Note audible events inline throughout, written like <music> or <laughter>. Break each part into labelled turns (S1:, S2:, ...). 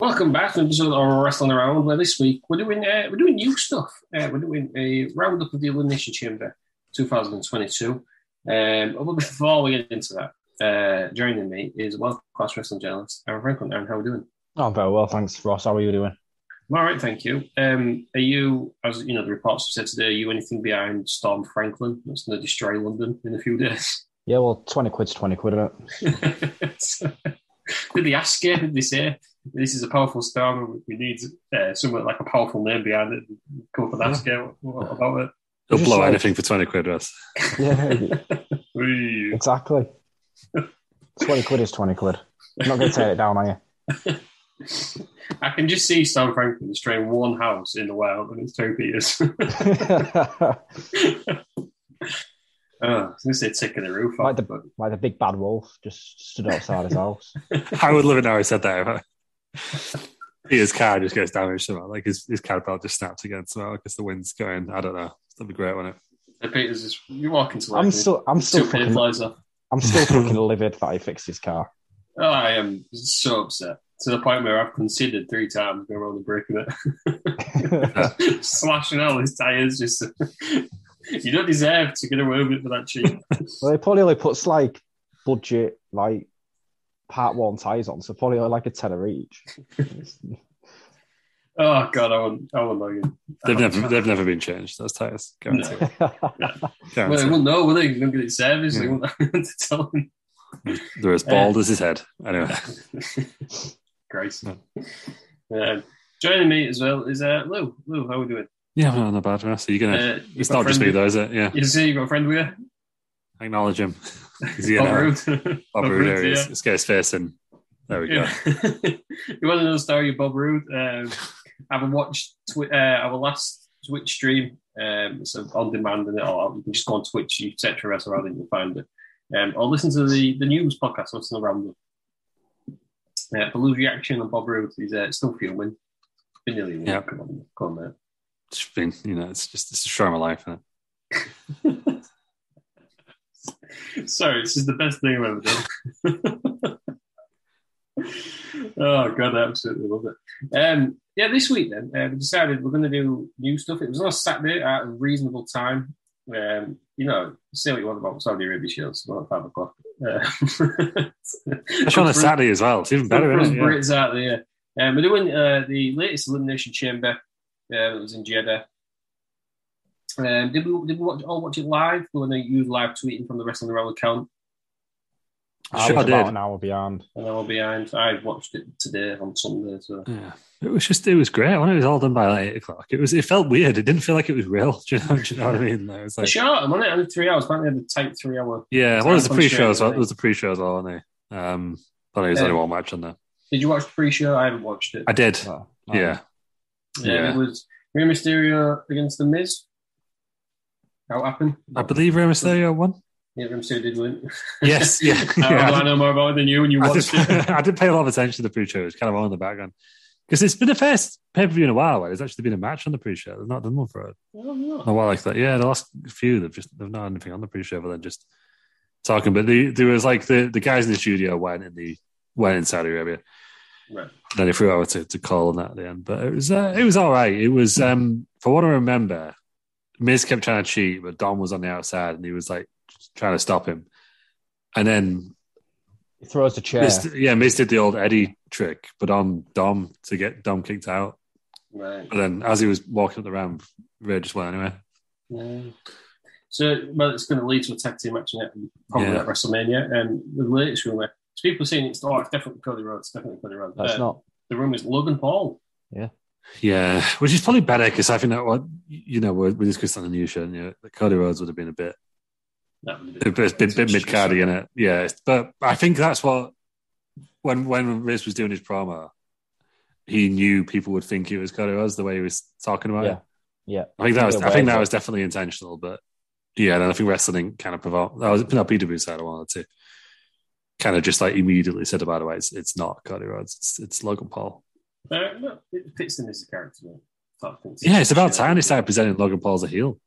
S1: Welcome back to an episode of Wrestling Around. Where this week we're doing uh, we're doing new stuff. Uh, we're doing a roundup of the Elimination Chamber 2022. Um, but before we get into that, uh, joining me is world class wrestling journalist Aaron Franklin. Aaron, how are we doing?
S2: Oh, very well, thanks, Ross. How are you doing?
S1: I'm all right, thank you. Um, are you, as you know, the reports have said today, are you anything behind Storm Franklin that's going to destroy London in a few days?
S2: Yeah, well, twenty quid's twenty quid, isn't it?
S1: So, did they ask you? Did they say this is a powerful storm? We need uh, somewhat like a powerful name behind it. Go for that scale. What about it?
S3: They'll
S2: Just
S3: blow
S2: like-
S3: anything for 20 quid, Russ.
S2: <laughs> Yeah,
S1: Whee.
S2: exactly. twenty quid is twenty quid. You're not going to tear it down, are you?
S1: I can just see Stan Franklin destroying one house in the world, and it's two Peters. <laughs>
S2: <laughs>
S1: oh, I was going to say taking the roof off.
S2: like the
S1: but-
S2: like the big bad wolf just stood outside his house.
S3: <laughs> I would love it now I said <laughs> that. Peter's car just gets damaged somehow. Like his, his car belt just snaps again somehow because the wind's going. I don't know. That'd be great, wouldn't it?
S1: the Peters is you walk into like
S2: I'm still, I'm still
S1: two Peter
S2: fucking,
S1: flies off.
S2: I'm still fucking livid that he fixed his car.
S1: Oh, I am so upset to the point where I've considered three times going around and breaking
S3: <laughs>
S1: it, <laughs> slashing all his tires. Just <laughs> you don't deserve to get away with it for that
S3: <laughs>
S1: cheap.
S2: Well, he probably only puts like budget like part one ties on, so probably like a tenner
S3: <laughs>
S2: each. <laughs>
S1: oh God, I won't, I won't know you.
S3: They've never they've never been changed. Those tires. Guaranteed.
S1: Well,
S3: Guaranteed.
S1: they won't know, will they? They won't get it serviced. They
S3: Yeah.
S1: won't <laughs> have to tell them.
S3: They're as bald as his head. Anyway. <laughs>
S1: Grace.
S3: Hmm.
S1: Um, joining me as well is uh, Lou. Lou, how are we doing?
S3: Yeah, well, not bad, Russ. Are you gonna
S1: Uh,
S3: it's
S1: got a
S3: not just me
S1: friend-
S3: though, is it? Yeah.
S1: You see, you got a friend with you? <laughs>
S3: Acknowledge him. Is he in
S1: Bob
S3: our-
S1: <laughs> Roode.
S3: Bob
S1: Bob
S3: Roode
S1: Roode,
S3: area?
S1: yeah.
S3: Let's get his face in. There
S1: <laughs>
S3: we go.
S1: Yeah. you want to know the story of Bob Roode? Um, I've watched twi- uh, our last Twitch stream. Um, so on demand and it all. You can just go on Twitch, you search for Wrestle Round and you'll find it. Um, or listen to the, the news podcast, Wrestle Random. Uh, Baloo's reaction on Bob Roode. He's uh, still fuming. Been nearly a week.
S3: Yeah.
S1: Come on, come on, mate.
S3: It's been, you know, it's just it's a show of my life, isn't it?
S1: Sorry, this is the best thing I've ever done. oh god, I absolutely love it. Um, yeah, this week then uh, we decided we're going to do new stuff. It was on a Saturday at a reasonable time. Um, you know, say what you want about Saudi Arabia shows, about five o'clock. Uh, <laughs>
S3: It's on a Saturday as well. It's even better,
S1: Brits
S3: isn't it? Yeah.
S1: Brits out there. Um, we're doing uh, the latest Elimination Chamber uh, that was in Jeddah. Um, did we, did we watch, all watch it live? We want to use live tweeting from the Wrestling Around account.
S2: I
S3: Sure
S2: was
S3: did.
S2: about an hour behind.
S1: And I'll be behind. I watched it today on Sunday. So.
S3: Yeah. It was just, it was great. When it was all done by like eight o'clock, it was, it felt weird. It didn't feel like it was real. <laughs> Do you know, do you know what I mean? It was
S1: The
S3: like,
S1: short, wasn't it? Only three hours. Apparently, they had a tight three hour.
S3: yeah, what was
S1: Sounds
S3: the
S1: like
S3: pre show as well?
S1: shit,
S3: There was the pre show as well, wasn't it? Um, but it was
S1: Yeah.
S3: only one match on there.
S1: Did you watch the pre show? I haven't watched it.
S3: I did.
S2: Oh, no.
S3: Yeah.
S1: Yeah,
S3: yeah.
S1: It was Rey Mysterio against The Miz. How it happened?
S3: I believe Rey Mysterio won.
S1: Yeah, Rey Mysterio did win.
S3: Yes. Yeah.
S1: <laughs> I,
S3: yeah.
S1: I
S3: <laughs>
S1: know more about it than you, and you <laughs>
S3: I,
S1: watched
S3: did,
S1: it.
S3: <laughs> I did pay a lot of attention to the pre show. It was kind of on in the background. Because it's been the first pay per view in a while where there's actually been a match on the pre show. They've not done one for it.
S1: Oh, no.
S3: a while like that. Yeah, the last few they've just they've not had anything on the pre-show, but then just talking. But the, there was like the the guys in the studio weren't in the when in Saudi Arabia.
S1: Right.
S3: Then he threw over to, to Cole on that at the end. But it was uh, it was all right. It was um for what I remember, Miz kept trying to cheat, but Don was on the outside and he was like trying to stop him. And then
S2: He throws a chair.
S3: Miz, yeah, Miz did the old Eddie trick, but on Dom to get Dom kicked out.
S1: Right.
S3: But then as he was walking up the ramp, Ray just went anyway.
S1: Yeah. Um, So, well, it's going to lead to a tag team match in it, probably
S3: Yeah.
S1: at WrestleMania. Um, the latest rumor, so people saying it's oh, it's definitely Cody Rhodes, definitely Cody Rhodes.
S2: That's
S1: Uh,
S2: not.
S1: The rumor is Logan Paul.
S3: Yeah, which is probably better because I think that what you know we we discussed on the news show, and, you know, that Cody Rhodes would have been a bit
S1: That would
S3: a bit, bit, bit mid cardy in it. Yeah, it's- but I think that's what when when Riz was doing his promo, he knew people would think it was Cody Rhodes the way he was talking about
S2: Yeah.
S3: it.
S2: Yeah.
S3: I think that was
S2: Either
S3: I
S2: way,
S3: think that
S2: but-
S3: was definitely intentional, but yeah, and I think wrestling kind of provoked. That was no PW side I wanted to kind of just like immediately said about it. It's it's not Cody Rhodes, it's, it's Logan Paul.
S1: Uh, no, it fits in as a character. though. Type thing.
S3: Yeah, it's about time they started presenting Logan Paul as a heel.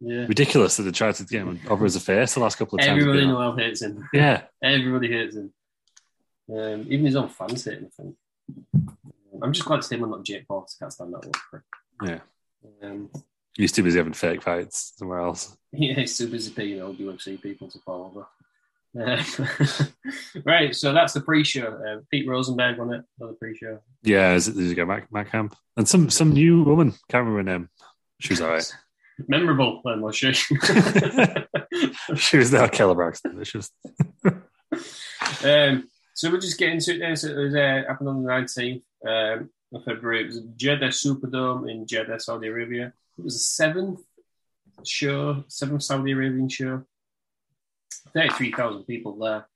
S1: Yeah.
S3: Ridiculous that they tried to get him over as a face the last couple of times.
S1: Everybody in the world hates him. <laughs>
S3: Yeah,
S1: Everybody hates him. Um, even his own fans hate him. I think. I'm just glad it's him and not Jake Paul. 'cause I can't stand that one.
S3: yeah.
S1: Um,
S3: He's too busy having fake fights somewhere else.
S1: <laughs> Yeah, he's too busy paying old UFC people to follow over. Uh, <laughs> right, so that's the pre-show. Uh, Pete Rosenberg on it, another pre-show.
S3: Yeah, is it, did you go Mac, Mac Camp? And some some new woman, can't remember her name. She was all right. <laughs>
S1: Memorable, then, was she? <laughs>
S3: <laughs> she was not Keller Braxton. but She was,
S1: um, so we'll just get into it then. So it was uh, happened on the 19th um, of February. It was Jeddah Superdome in Jeddah, Saudi Arabia. It was the seventh show, seventh Saudi Arabian show. 33,000 people there.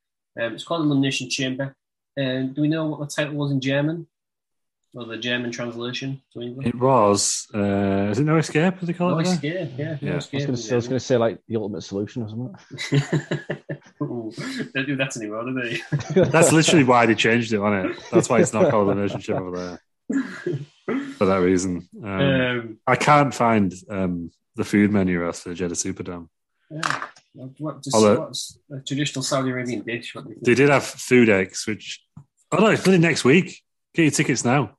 S1: Um, it's called Elimination Chamber. Um, do we know what the title was in German? Or the German translation to English?
S3: it was, uh, is it No Escape? Is it called?
S1: No
S3: it there?
S1: escape, yeah.
S3: Yeah, I
S1: No
S3: was
S2: I was
S1: escape.
S2: gonna say, I was
S1: in
S2: gonna say like the ultimate solution or something.
S1: German. Ooh, <laughs> Don't do that anymore, do they?
S2: <laughs>
S3: That's literally why they changed it on it. That's why it's not called a relationship over there
S2: <laughs>
S3: for that reason. Um,
S1: um,
S3: I can't find um, the food menu asked for the Jeddah Superdome.
S1: Yeah. What does,
S3: Although-
S1: what's a traditional Saudi Arabian dish? What do you
S3: They
S1: think?
S3: did have food eggs, which oh no, it's only next week. Get your tickets now.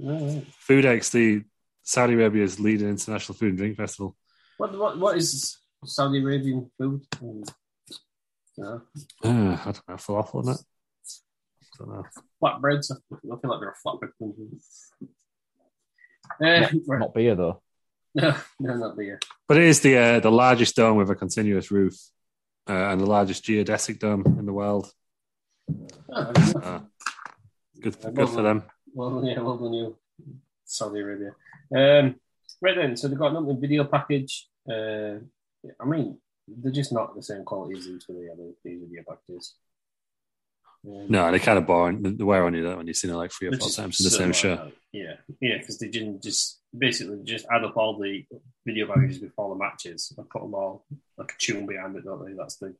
S1: Oh,
S3: Food eggs, the Saudi Arabia's leading international food and drink festival. <sighs>
S1: What, what, what is Saudi Arabian food? Um, no.
S3: Uh, I don't know, falafel on it. I don't know.
S1: Flatbreads. I feel like they're a flatbread country. Uh,
S2: Not,
S1: right.
S2: not beer though.
S1: Eh, <laughs> No, no, not there.
S3: But it is the uh, the largest dome with a continuous roof uh, and the largest geodesic dome in the world.
S1: Oh, I don't know.
S3: Uh, good, good for them.
S1: Well, yeah, well done you, Saudi Arabia. Um, right then, so they've got another video package. Uh, I mean, they're just not the same quality as these really other these video packages. Um,
S3: No, they're kind of boring. They wear on you that when you've seen it like three or
S1: Which
S3: four
S1: is
S3: times in the
S1: so
S3: same
S1: like
S3: show.
S1: that. Yeah, yeah, because they didn't just basically just add up all the video packages before the matches and put them all like a tune behind it, don't they? That's the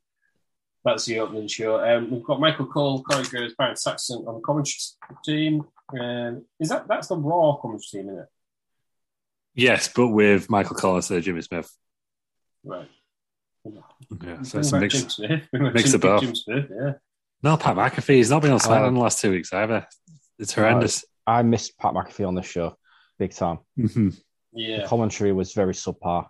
S1: that's the opening show. Um, we've got Michael Cole, Corey Graves, Brian Saxon on the commentary team. Um, is that that's the Raw commentary team, isn't it?
S3: Yes, but with Michael Collins and Jimmy Smith.
S1: Right.
S3: Yeah,
S1: Bring
S3: so it's a
S1: back
S3: mix.
S1: Jim Smith. Bring back
S3: mix
S1: Jim-
S3: of both.
S1: Jim Smith, yeah.
S3: No, Pat McAfee. He's not been on SmackDown
S2: Oh.
S3: in the last two weeks either. It's horrendous.
S2: I missed Pat McAfee on this show, big time.
S3: hmm
S1: Yeah.
S2: The commentary was very subpar.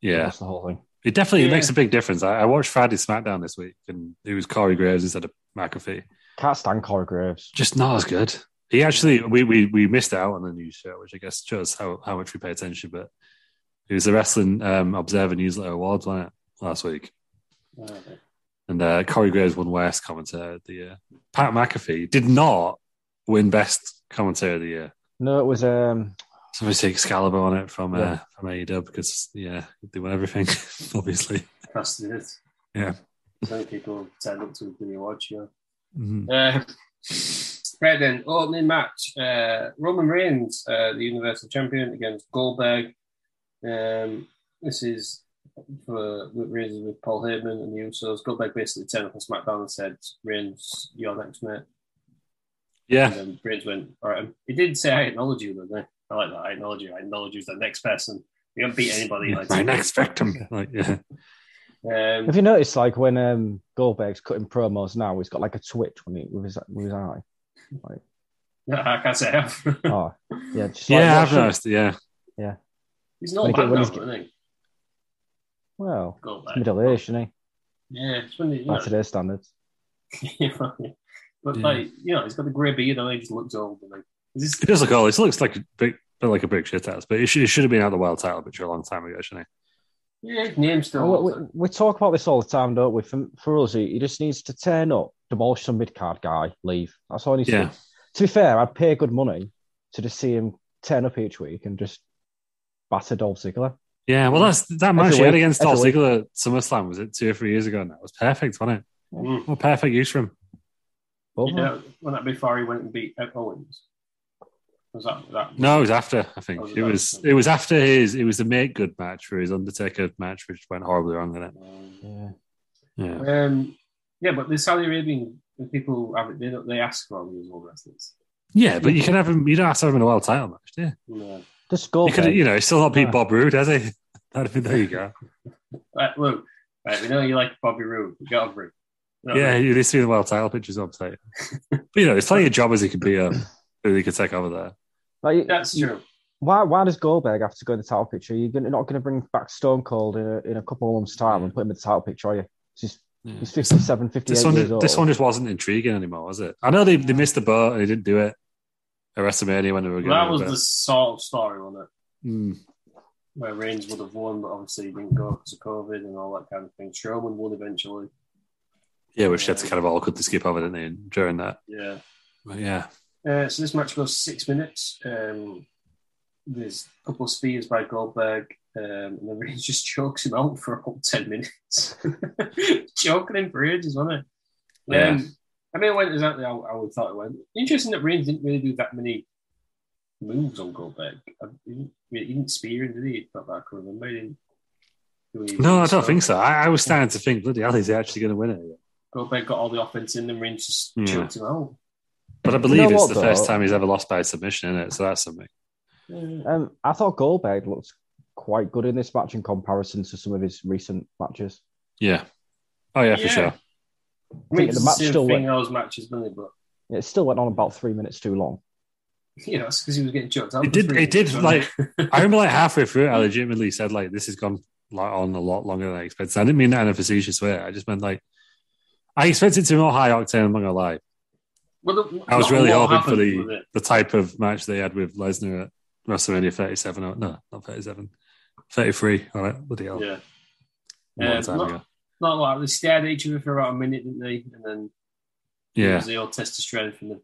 S3: Yeah,
S2: That's the whole thing.
S3: it definitely
S1: Yeah.
S3: makes a big difference. I, I watched Friday SmackDown this week, and it was Corey Graves instead of McAfee.
S2: Can't stand Corey Graves.
S3: Just not as good. He actually, we we, we missed out on the news show, which I guess shows how, how much we pay attention. But it was the Wrestling um, Observer Newsletter Awards wasn't it, last week,
S1: Alright.
S3: and uh, Corey Graves won Worst Commentator of the Year. Pat McAfee did not win Best Commentator of the Year.
S2: No, it was um
S3: Somebody take Excalibur on it from uh,
S2: Yeah.
S3: from AEW because yeah, they won everything, <laughs> obviously.
S1: That's it.
S3: Yeah.
S1: Some people turned up to the award show.
S3: Mhm.
S1: Uh, right then, opening match: uh, Roman Reigns, uh, the Universal Champion, against Goldberg. Um, this is for with Reigns with Paul Heyman and the Usos. Goldberg basically turned up on SmackDown and said, "Reigns, you're next, mate." And
S3: Yeah,
S1: then Reigns went, "All right." He did say, "I acknowledge you," though. I like that. I acknowledge you. I acknowledge you as the next person. You don't beat anybody. um,
S3: Yeah, <laughs>
S1: like
S3: my next victim. Like, yeah.
S1: Um,
S2: Have you noticed, like when um, Goldberg's cutting promos now, he's got like a twitch when he with his with his
S3: <laughs>
S2: eye.
S1: <laughs> I can't say. I have.
S2: <laughs> Oh, yeah, just like
S3: yeah, I've
S2: watching-
S3: noticed. it, Yeah,
S1: he's
S2: Like
S1: not
S2: it
S1: bad
S2: when
S1: now,
S2: he's
S1: isn't he?
S2: Well,
S1: Go
S2: it's
S1: back.
S2: middle aged, isn't he?
S1: Yeah, it's when he, you
S2: By
S1: know,
S2: today's standards.
S1: <laughs> but
S3: Yeah.
S1: like you know, he's got the grey beard and he just looks old. And like, is this
S3: it does look old. It looks like a big, not like a big shit ass, but it should, it should have been out of the world title picture a long time ago, shouldn't
S1: yeah, his name still?
S2: Oh, we,
S1: looks
S2: we- we talk about this all the time, don't we? For, for us, he, he just needs to turn up, demolish some mid card guy, leave. That's all he
S3: it?
S2: needs to
S3: Yeah,
S2: do. To be fair, I'd pay good money to just see him turn up each week and just batter Dolph Ziggler.
S3: yeah. Well, that's that match
S2: Every
S3: he had
S2: week,
S3: against Dolph
S2: every week.
S3: Ziggler at SummerSlam was it two or three years ago? And that was perfect, wasn't it?
S1: Mm.
S3: Well, perfect use for him.
S2: But
S1: You know, when that before he went and beat Ed Owens. Was that that?
S3: No, it was after. I
S1: Oh,
S3: think
S1: was it
S3: it
S1: that?
S3: was. It was after his. It was the make good match for his Undertaker match, which went horribly wrong. Didn't it?
S2: yeah.
S3: Yeah.
S1: Um, yeah, but the Saudi Arabian the people have it. They don't- they ask for all these old wrestlers.
S3: Yeah, but you can have him. You don't have to have him in a world title match, do you?
S1: No.
S2: Just
S3: You could,
S2: Goldberg.
S3: you know, he's still not beat
S2: No.
S3: Bob Roode, has he? <laughs> That'd be there. You go.
S1: Right, look, right, we know you like Bobby Roode. We got over it. No,
S3: Yeah, you least see the world title pictures on site. But you know, there's plenty of jobbers he could be up who he could take over there.
S2: Like,
S1: that's true.
S2: Why, why does Goldberg have to go in the title picture? You're gonna, not going to bring back Stone Cold in a, in a couple of months' time and put him in the title picture, are you? He's, he's 57, 58
S3: This one,
S2: years old.
S3: this one just wasn't intriguing anymore, was it? I know they, they missed the boat and they didn't do it at WrestleMania when they were going.
S1: that was
S3: but-
S1: the sort of story, wasn't it?
S3: Mm,
S1: Where Reigns would have won, but obviously he didn't go because of COVID and all that kind of thing. Strowman would eventually.
S3: yeah, which that's kind of all good to skip over, didn't they? During that,
S1: Yeah.
S3: but yeah,
S1: Uh, so this match goes six minutes. Um, there's a couple of spears by Goldberg, um, and <laughs> then Reigns just chokes him out for about ten minutes, <laughs> choking him for ages, wasn't it?
S3: Yeah.
S1: Um, I mean, it went exactly how, how we thought it went. Interesting that Reigns didn't really do that many moves on Goldberg. I, he, didn't, he didn't spear him, did he? Not that I can remember. He didn't do any
S3: no, I
S1: moves,
S3: don't
S1: so
S3: think so. I, I was starting to think, bloody hell, is he actually going to win it?
S1: Goldberg got all the offense in, and Reigns just
S3: Yeah.
S1: choked him out.
S3: But I
S2: know
S3: believe it's
S2: what,
S3: the
S2: though?
S3: first time he's ever lost by submission, isn't it? So that's something.
S2: Um, I thought Goldberg looked quite good in this match in comparison to some of his recent matches.
S3: Yeah. Oh yeah, for
S1: Yeah.
S3: sure.
S1: I mean,
S2: the
S1: it's the,
S2: match
S1: same
S2: still
S1: thing
S2: went-
S1: in those matches, didn't it? But
S2: It still went on about three minutes too long.
S1: you know, it's because he was getting choked out.
S3: It
S1: for
S3: did-
S1: three
S3: it did,
S1: minutes,
S3: like-
S1: wasn't it?
S3: I remember like halfway through, it, I legitimately said like, "This has gone like on a lot longer than I expected." I didn't mean that in a facetious way. I just meant like, I expected to be more high octane. I'm not gonna lie.
S1: <laughs> Well, the-
S3: I
S1: not
S3: was
S1: a
S3: really
S1: lot
S3: hoping for
S1: happened with
S3: the
S1: it.
S3: the type of match they had with Lesnar at WrestleMania 37. Or, no, not 37, 33. All right, bloody hell,
S1: Yeah,
S3: a long
S1: Yeah,
S3: time
S1: not-
S3: ago.
S1: not like they stared at each other for about a minute, didn't they? And then it
S3: Yeah.
S1: was the old test of strength. And the, I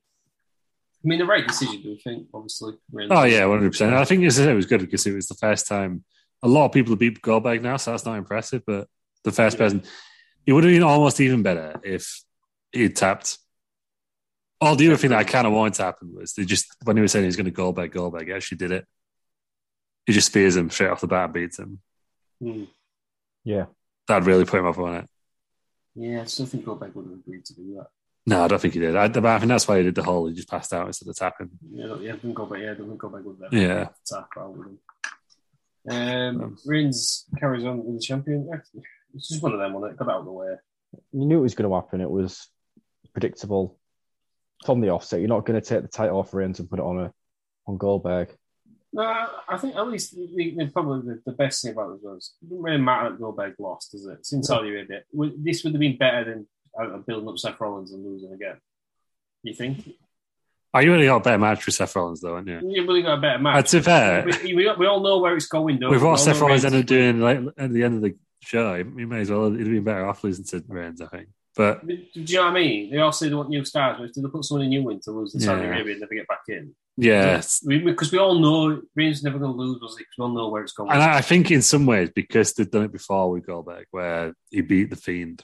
S1: mean, the right decision, do you think? Obviously. Really.
S3: Oh yeah, 100. percent I think this is it was good because it was the first time a lot of people have beat Goldberg now, so that's not impressive. But the first
S1: Yeah.
S3: person, it would have been almost even better if he had tapped. Or the other thing that I kind of wanted to happen was they just when he was saying he was going to Goldberg, Goldberg, he actually did it. He just spears him straight off the bat and beats him.
S1: Hmm.
S2: Yeah.
S3: That'd really put him up on it.
S1: Yeah, I still think Goldberg would have agreed to do that.
S3: No, I don't think he did. I, I think that's why he did the whole. He just passed out instead of tapping.
S1: Yeah, yeah, I think Goldberg, yeah, I don't think Goldberg would have
S3: Yeah.
S1: attack out with him. Um,
S3: Um.
S1: Reigns carries on with the champion. It's just one of them, wasn't it? Got out of the way.
S2: You knew it was going to happen. It was predictable from the offset. You're not going to take the title off Reigns and put it on a, on Goldberg.
S1: No, I- I think at least the, the, the- probably the, the best thing about this was it didn't really matter that Goldberg lost, does it? Since Saudi Arabia, Would- this would have been better than uh, building up Seth Rollins and losing again. You think?
S3: Oh, you really got a better match for Seth Rollins, though, didn't you?
S1: You really got a better
S3: Uh,
S1: match.
S3: to be fair,
S1: We, we, we all know where it's going, though.
S3: With
S1: We all
S3: what Seth
S1: know
S3: Rollins
S1: Reigns-
S3: ended up doing like, at the end of the show, he may as well he'd have been better off losing to Reigns, I think. But
S1: Do you know what I mean? They all say they want new stars, but if they put someone new in to lose in Saudi
S3: Yeah.
S1: Arabia and never get back in,
S3: yeah,
S1: because we, all know Reigns is never going to lose, was he? 'Cause we all know where it's going.
S3: and I, I think in some ways because they've done it before with Goldberg, where he beat the Fiend,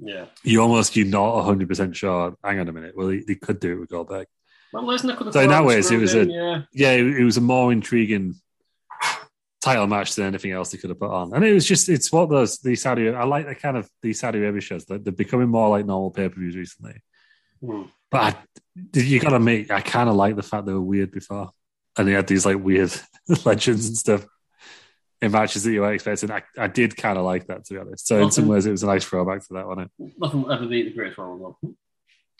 S1: yeah.
S3: you almost you're not hundred percent sure. Hang on a minute, well he, he could do it with Goldberg.
S1: Well, Lesnar could have
S3: So
S1: thrown
S3: in that way,
S1: and
S3: it was
S1: screwed
S3: a-
S1: him, yeah.
S3: Yeah, it, it was a more intriguing title match than anything else they could have put on, and it was just it's what those the Saudi I like the kind of the Saudi Arabia shows that they're becoming more like normal pay per views recently.
S1: Hmm.
S3: But I, you got to make. I <laughs> kind of like the fact they were weird before, and they had these like weird legends and stuff. in matches that you weren't expecting. I, I did kind of like that to be honest. So in some ways, it was a nice throwback to that, wasn't it?
S1: Nothing will ever beat the great Royal Rumble.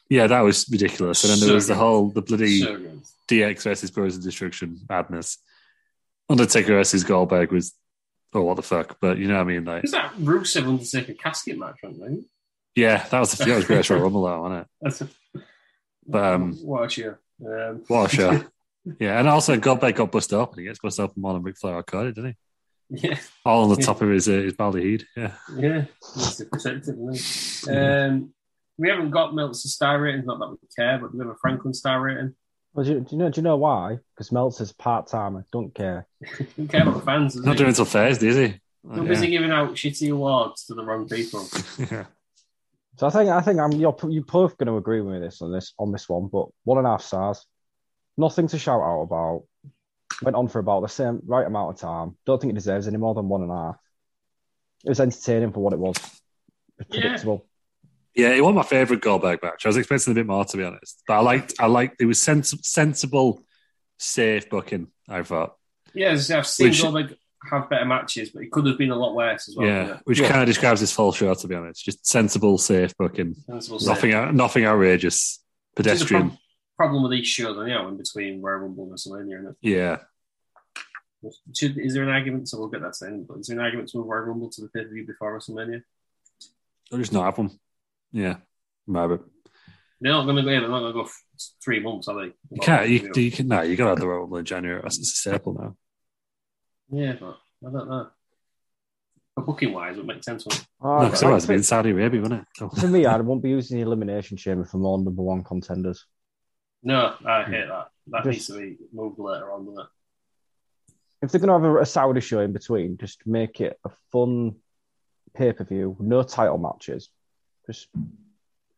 S3: Yeah, that was ridiculous. And then there
S1: So
S3: was the
S1: good.
S3: whole the bloody
S1: So good.
S3: DX versus Bros of Destruction madness. Undertaker versus Goldberg was oh what the fuck, but you know what I mean? Like
S1: Is that Rusev Undertaker casket match? I think.
S3: yeah, that was that
S1: <laughs>
S3: was great for Rumble, that, wasn't it?
S1: That's a,
S3: But, um, oh,
S1: what a cheer. Um,
S3: What a show! yeah, and also Goldberg got busted open. He gets busted open more than Ric Flair recorded, didn't
S1: <laughs>
S3: he?
S1: yeah,
S3: All on the
S1: Yeah.
S3: top of his uh, his baldy head. Yeah,
S1: yeah. That's the perspective, isn't it? Um, we haven't got Meltzer's star rating. Not that we care, but we have a Franklin star rating.
S2: Well, do, you- do you know? Do you know why? Because Meltzer's part timer. Don't care.
S1: We care about the fans. Is
S3: not doing it until Thursday, is he?
S1: Not busy giving out shitty awards to the wrong people.
S3: yeah. <laughs>
S2: So I think I think I'm you're you're both going to agree with me this on this on this one, but one and a half stars. Nothing to shout out about. Went on for about the same right amount of time. Don't think it deserves any more than one and a half. It was entertaining for what it was. It was
S1: Yeah.
S2: predictable.
S3: Yeah, it was my favorite Goldberg match. I was expecting a bit more, to be honest. But I liked, I liked. It was sens- sensible, safe booking. I thought.
S1: Yeah, as I say, I've seen
S3: Which-
S1: Goldberg have better matches, but it could have been a lot worse as well.
S3: yeah, which kind of describes this full show, to be honest. Just sensible, safe booking.
S1: of
S3: Nothing, out- nothing outrageous. Pedestrian.
S1: problem with these shows, you know, in between Royal Rumble and WrestleMania, and
S3: Yeah,
S1: it should, is there an argument? So we'll get that to end. But is there an argument to move Royal Rumble to the pay per view before WrestleMania?
S3: or just not have one. Yeah, rabbit.
S1: They're not going to go. They're not going to go f- three months, are they?
S3: You can't. You, you can. No, you got to have the Royal Rumble in January. It's a staple now.
S1: yeah, but I don't know. But booking wise, it would make sense. wouldn't it?
S2: Oh,
S3: No, because otherwise it'd be in
S2: like,
S3: Saudi Arabia, wouldn't it? Oh. So-
S2: for me, I won't be using the elimination chamber for more number one contenders.
S1: No, I hate that. That
S2: Just-
S1: needs to be moved later on. Doesn't it?
S2: If they're going to have a, a Saudi show in between, just make it a fun pay per view. No title matches. Just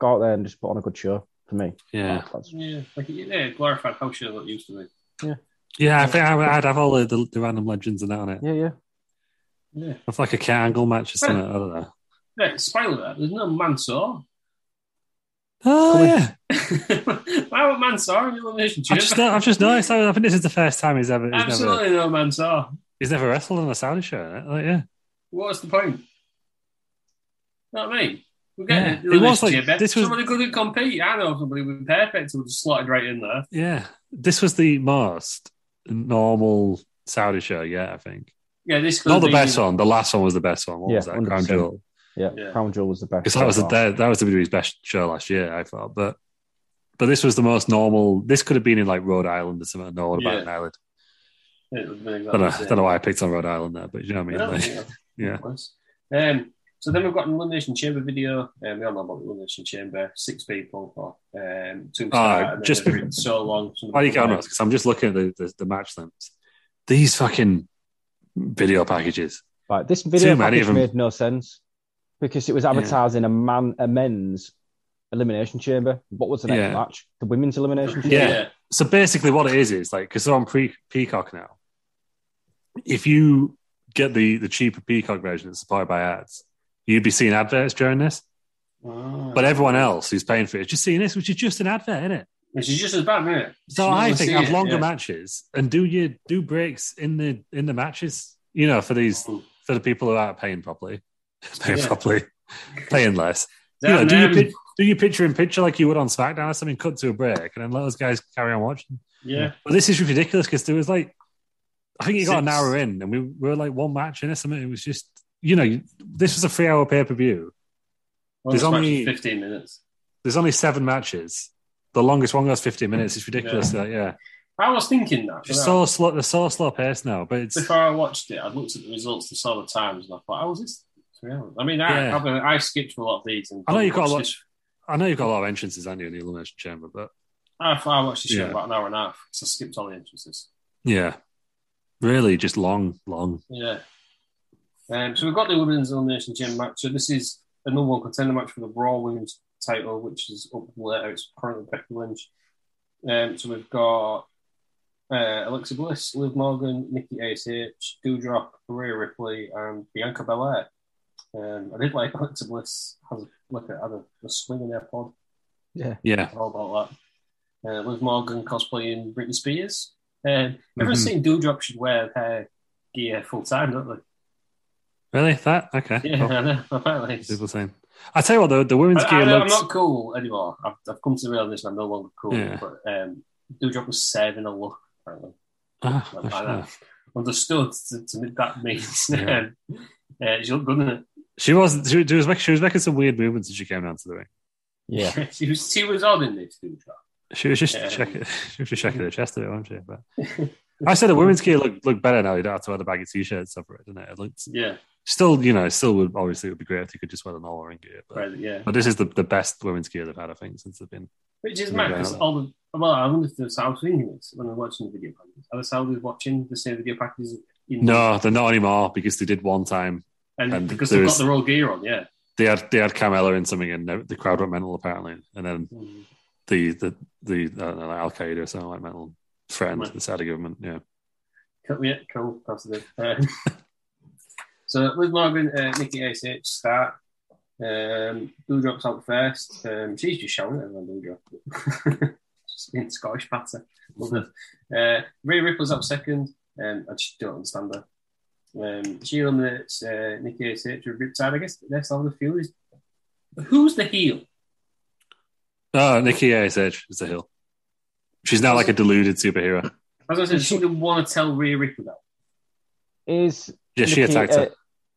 S2: go out there and just put on a good show for me.
S3: Yeah,
S2: That's-
S1: Yeah, like yeah, glorified house show that used to be.
S3: yeah. I think I would, I'd have all the, the, the random legends and that on it.
S2: yeah, yeah.
S1: Yeah.
S3: Have like a cat angle match or something. I don't know.
S1: Yeah, spoiler alert, there's no
S3: <laughs>
S1: Mansoor.
S3: Oh yeah,
S1: Why would Mansoor in the elimination
S3: I've
S1: chamber?
S3: just, I've just noticed. I think this is the first time he's ever he's never,
S1: Absolutely no Mansoor.
S3: he's never wrestled on a Saudi show. innit? Like, yeah,
S1: What's the point? Know what I mean? We're getting
S3: Yeah,
S1: an
S3: it
S1: elimination
S3: was like-
S1: chamber.
S3: this was-
S1: Somebody couldn't compete. I know somebody would be perfect who just slotted right in there.
S3: yeah. This was the most normal Saudi show. Yeah, I think
S1: Yeah, this could
S3: not the
S1: be-
S3: best one. The last one was the best one. What
S2: Yeah,
S3: was that? Crown
S2: 100%.
S3: Jewel.
S2: Yeah,
S1: Yeah.
S2: Crown Jewel was the best.
S3: because that was
S2: so
S3: the,
S2: far.
S3: that, that was WWE's best show last year, I thought. But but this was the most normal. This could have been in like Rhode Island or something. No one about
S1: Yeah.
S3: an island.
S1: It would have been
S3: I don't,
S1: exactly
S3: know,
S1: the
S3: I
S1: same.
S3: don't know why I picked on Rhode Island there, but you know what I mean.
S1: Yeah,
S3: Like,
S1: yeah.
S3: yeah,
S1: Nice. Um, so then we've got an elimination chamber video. Um, we all know about the elimination chamber. Six people or um, two. star, and then
S3: Ah, just
S1: they're
S3: be-
S1: in so long.
S3: why are you going on? Because I'm just looking at the, the, the match links. These fucking video packages.
S2: Right, this video
S3: Too many
S2: package
S3: of 'em.
S2: made no sense because it was advertising a man a men's elimination chamber. What was the next
S3: Yeah.
S2: match? The women's elimination chamber.
S3: Yeah. So basically, what it is is like because they're on pre- Peacock now. If you get the the cheaper Peacock version that's supplied by ads, you'd be seeing adverts during this. But everyone else who's paying for it is just seeing this, which is just an advert, isn't it?
S1: Which is just as bad, isn't it?
S3: So
S1: You
S3: I
S1: can
S3: think
S1: see
S3: have
S1: it,
S3: longer
S1: yeah.
S3: matches and do your do breaks in the in the matches. You know, for these
S1: Mm.
S3: for the people who aren't paying properly, <laughs> paying
S1: Yeah.
S3: properly, paying less. You know,
S1: Damn
S3: do your
S1: them.
S3: pi- do your picture in picture like you would on SmackDown or something. Cut to a break and then let those guys carry on watching.
S1: Yeah.
S3: But this is ridiculous because there was like, I think it got an
S1: Six.
S3: hour in and we were like one match in or something. It was just you know you- this was a three hour pay per view.
S1: Well, this
S3: There's
S1: match was
S3: only-
S1: 15 minutes.
S3: There's only seven matches. The longest one goes 15 minutes. It's ridiculous. Like, yeah.
S1: I was thinking that.
S3: It's
S1: but
S3: so slow. They're so slow paced now, but it's
S1: Before I watched it, I looked at the results and saw the times and I thought, oh, was this three hours? I mean, I,
S3: Yeah.
S1: I've, I skipped a lot of these. And
S3: I know you've got
S1: watched
S3: a lot-
S1: this-
S3: I know you've got a lot of entrances, aren't you, in the Elimination Chamber, but
S1: I, I watched this show
S3: Yeah.
S1: about an hour and a half because I skipped all the entrances.
S3: yeah, really just long, long.
S1: Yeah. Um, so we've got the women's elimination gym match. So this is a number one contender match for the Raw Women's title, which is up later. It's currently Becky Lynch. Um, so we've got uh, Alexa Bliss, Liv Morgan, Nikki Ash, Doudrop, Maria Ripley, and Bianca Belair. Um, I did like Alexa Bliss has like a, had a, a swing in their pod.
S3: Yeah.
S1: All about that. Uh, Liv Morgan cosplaying Britney Spears. Um, everyone's
S3: Mhm.
S1: saying Doudrop should wear her gear full time, don't
S3: Really? That? Okay.
S1: they? Yeah,
S3: Cool.
S1: I know. <laughs> Apparently, it's-
S3: People saying. I tell you what, though, the women's
S1: I,
S3: gear
S1: I, know I'm
S3: looks.
S1: not cool anymore. I've, I've come to realize I'm no longer cool.
S3: Yeah.
S1: But um, Dewdrop was saving a look, apparently.
S3: Ah,
S1: Something
S3: that's
S1: like
S3: fair.
S1: that. Understood to, to me- that means.
S3: Yeah.
S1: um, uh, she looked good in it.
S3: She was she, was making, she was making some weird movements as she came down to the ring.
S2: Yeah.
S1: <laughs> she, was, she was on in this Dewdrop.
S3: She was just
S1: Yeah.
S3: checking <laughs> she was just checking her chest a bit, wasn't she? But
S1: <laughs>
S3: I said the women's gear looked looked better now. You don't have to wear the baggy t shirts over it, didn't it? It looked
S1: Yeah,
S3: still, you know, still would obviously it would be great if you could just wear the normal ring gear. But,
S1: right, yeah.
S3: but this is the, the best women's gear they've had, I think, since they've been
S1: Which is
S3: Yeah,
S1: mad because
S3: yeah.
S1: all the well, I wonder if the Saudis thinking this when they're watching the video packages. Are the Saudis watching the same video packages? In
S3: No, they're not anymore because they did one time.
S1: and,
S3: and
S1: because they've
S3: there's-
S1: got their all gear on. Yeah,
S3: They had they had Carmella in something and the- the crowd went mental apparently. And then the the, the I don't know, like Al Qaeda or something like mental threatened
S1: Right.
S3: the Saudi government. Yeah.
S1: Cool, yeah, cool, positive. Uh, <laughs> so with Morgan, uh, Nikki ACH start. Um, Doudrop's out first. Um, she's just showing everyone <laughs> Doudrop. just being Scottish patter. Love it. Uh, Rhea Ripple's out second. Um, I just don't understand her. Um, she eliminates uh, Nikki ACH with Riptide. I guess they're solving the feud. Is- Who's the heel?
S3: Oh, Nikki ASH is the hill. She's now like a deluded superhero.
S1: As I said, she didn't want to tell Rhea Ripley that.
S2: Is
S3: Yeah, she attacked her.
S2: uh,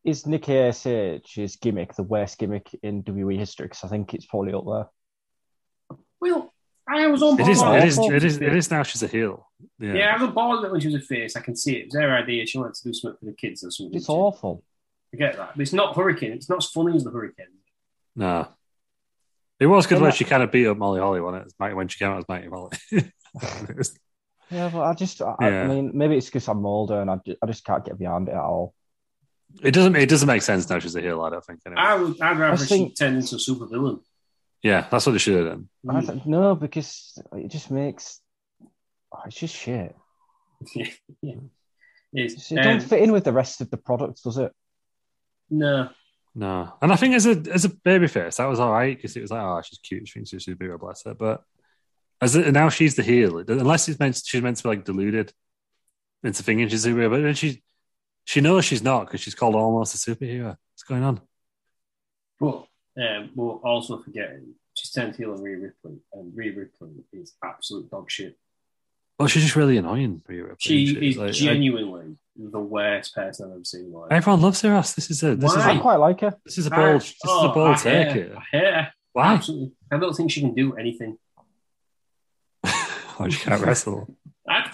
S2: is Nikki ASH's gimmick the worst gimmick in WWE history? Because I think it's probably up there.
S1: Well, I was on
S3: It
S1: board.
S3: is, it is,
S2: awful.
S3: it is, it is now she's a heel. Yeah.
S1: Oh. Yeah. I was on board with it when she was a face. I can see it. It was her idea. She wanted to do something for the kids or something.
S2: It's awful.
S1: I get that. But it's not Hurricane. It's not as funny as the Hurricane.
S3: No. It was good
S2: They're
S3: when
S2: not-
S3: she kind of beat up Molly Holly when it was, when she came out as Mighty Molly. <laughs> It was-
S2: Yeah, but I just, I,
S3: Yeah.
S2: I mean, maybe it's because I'm older and I ju- I just can't get behind it at all.
S3: it doesn't it doesn't make sense now she's a heel, I don't think. Anyway.
S1: I would. I'd rather
S2: I think-
S1: she turned into a Mm. super villain.
S3: yeah, that's what they should have done.
S2: I don't, no, because it just makes oh, it's just shit.
S1: yeah.
S2: It's
S1: It's,
S2: just- It don't
S1: um,
S2: fit in with the rest of the product, does it?
S1: no.
S3: No. And I think as a as a babyface, that was all right because it was like, oh, she's cute. She thinks she's a hero, bless her. But as a, now she's the heel, It- unless it's meant she's meant to be like deluded into thinking she's a superhero. But then she she knows she's not because she's called almost a superhero. What's going on?
S1: But um, we're also forgetting she's turned heel on Rhea Ripley, and Rhea Ripley is absolute dog shit.
S3: Well, she's just really annoying. Rhea Ripley,
S1: She
S3: isn't
S1: is
S3: Like, I-
S1: genuinely the worst person I've ever seen. in my life.
S3: everyone loves her ass. This is a this
S1: Why?
S3: is
S2: I
S3: a,
S2: quite like her.
S3: this is a
S1: I-
S3: bold this is a
S1: I
S3: bold
S1: hate
S3: take.
S1: her.
S3: here.
S1: I hate her.
S3: Why?
S1: Absolutely. I don't think she can do anything.
S3: <laughs> Why she can't wrestle?
S1: I,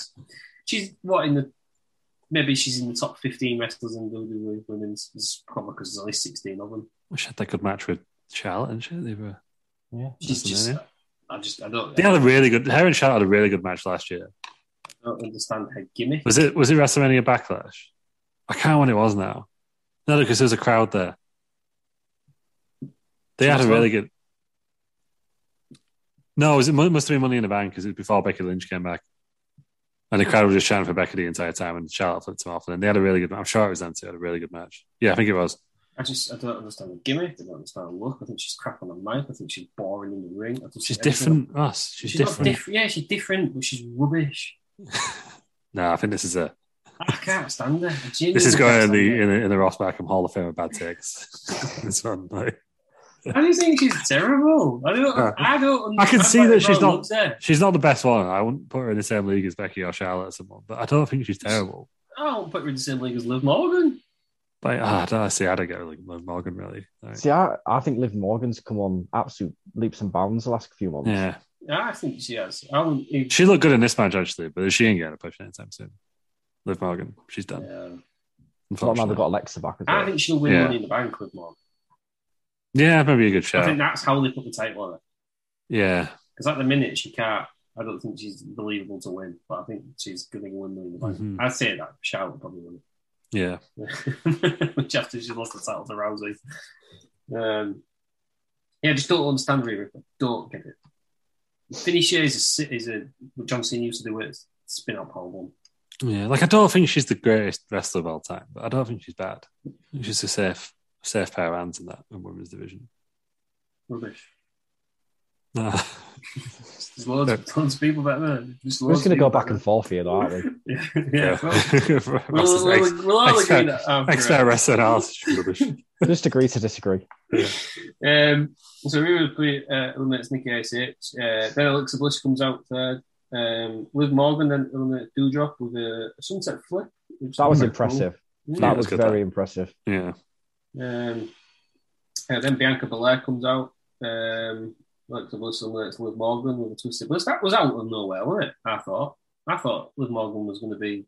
S1: she's what in the maybe she's in the top fifteen wrestlers in WWE women's. It's probably because there's only sixteen of them.
S3: Well, she had that good match with Charlotte, and she they were
S2: Yeah.
S1: She's just.
S3: WrestleMania.
S1: I just I don't,
S3: they
S1: I
S3: had a really good. Her and Charlotte had a really good match last year.
S1: don't understand her gimmick.
S3: Was it was it WrestleMania Backlash? I can't remember when it was now. No, because there was a crowd there. They had a really good. No, it, was, it mu- must have been Money in the Bank because it was before Becky Lynch came back, and the crowd were just chanting for Becky the entire time, and Charlotte flipped them off, and then they had a really good. I'm sure it was them two had a really good match. Yeah, I think it was.
S1: I just I don't understand the gimmick. I don't understand the look. I think she's crap on the mic. I think she's boring in the ring. I think
S3: She's
S1: everything-
S3: different, us. She's,
S1: She's, not
S3: different.
S1: diff- yeah, she's different, but she's rubbish.
S3: no, I think this is a
S1: I can't stand her. I
S3: this
S1: genuinely
S3: is going
S1: can't
S3: in
S1: stand
S3: the
S1: her.
S3: in the, in the Ross Barkham Hall of Fame of bad takes. <laughs> this one, like.
S1: I just think she's terrible. I don't.
S3: Yeah.
S1: I don't.
S3: I can
S1: understand
S3: see
S1: why
S3: that
S1: everyone
S3: she's not-
S1: loves her.
S3: She's not the best one. I wouldn't put her in the same league as Becky or Charlotte or someone, but I don't think she's terrible.
S1: I don't put her in the same league as Liv Morgan.
S3: But ah, I don't see. I don't get like Liv Morgan really. Like,
S2: See, I, I think Liv Morgan's come on absolute leaps and bounds the last few months.
S3: yeah,
S1: I think she has. I wouldn't. If,
S3: she looked good in this match actually, but she ain't getting a push anytime soon. Liv Morgan, she's done.
S1: yeah.
S2: Not now they've
S3: Unfortunately,
S2: got Alexa back as
S1: I
S2: well.
S1: think she'll win
S3: Yeah.
S1: Money in the Bank with Morgan.
S3: yeah, maybe a good
S1: I think
S3: shout.
S1: that's how they put the title on her.
S3: Yeah,
S1: Because at the minute she can't. I don't think she's believable to win, but I think she's going to win Money in the Bank.
S2: Mm-hmm.
S3: Mhm.
S1: I'd say that Charlotte probably win
S3: yeah.
S1: it, <laughs> which after she lost the title to Rousey. Um, yeah, just don't understand Rhea Ripley. Don't get it. Finisher is a si- is a what John Cena used to do it. Spin out pole one.
S3: Yeah, like I don't think she's the greatest wrestler of all time, but I don't think she's bad. I think She's a safe, <laughs> safe pair of hands in that in women's division.
S1: Rubbish.
S3: No.
S1: There's loads, tons of people better than We're
S2: We're just going to go back and forth here, though, aren't we?
S1: Yeah, <laughs> yeah.
S3: <laughs>
S1: well,
S3: Ross's
S1: We'll, we'll, we'll all
S3: expert-
S1: agree that after
S3: expert wrestling arse rubbish.
S1: <laughs>
S2: just agree to disagree.
S1: Um, so Rhea Ripley uh, eliminates Nikki ACH. Uh, then Alexa Bliss comes out third. Um, Liv Morgan then eliminates Dewdrop with a sunset flip. which
S2: That was
S1: quite
S2: impressive.
S1: cool.
S2: That
S3: Yeah, that's
S2: was
S3: good,
S2: very impressive.
S3: Yeah.
S1: Um, uh, then Bianca Belair comes out. Um, Alexa Bliss eliminates Liv Morgan with a twisted bliss. That was out of nowhere, wasn't it? I thought. I thought Liv Morgan was going to be.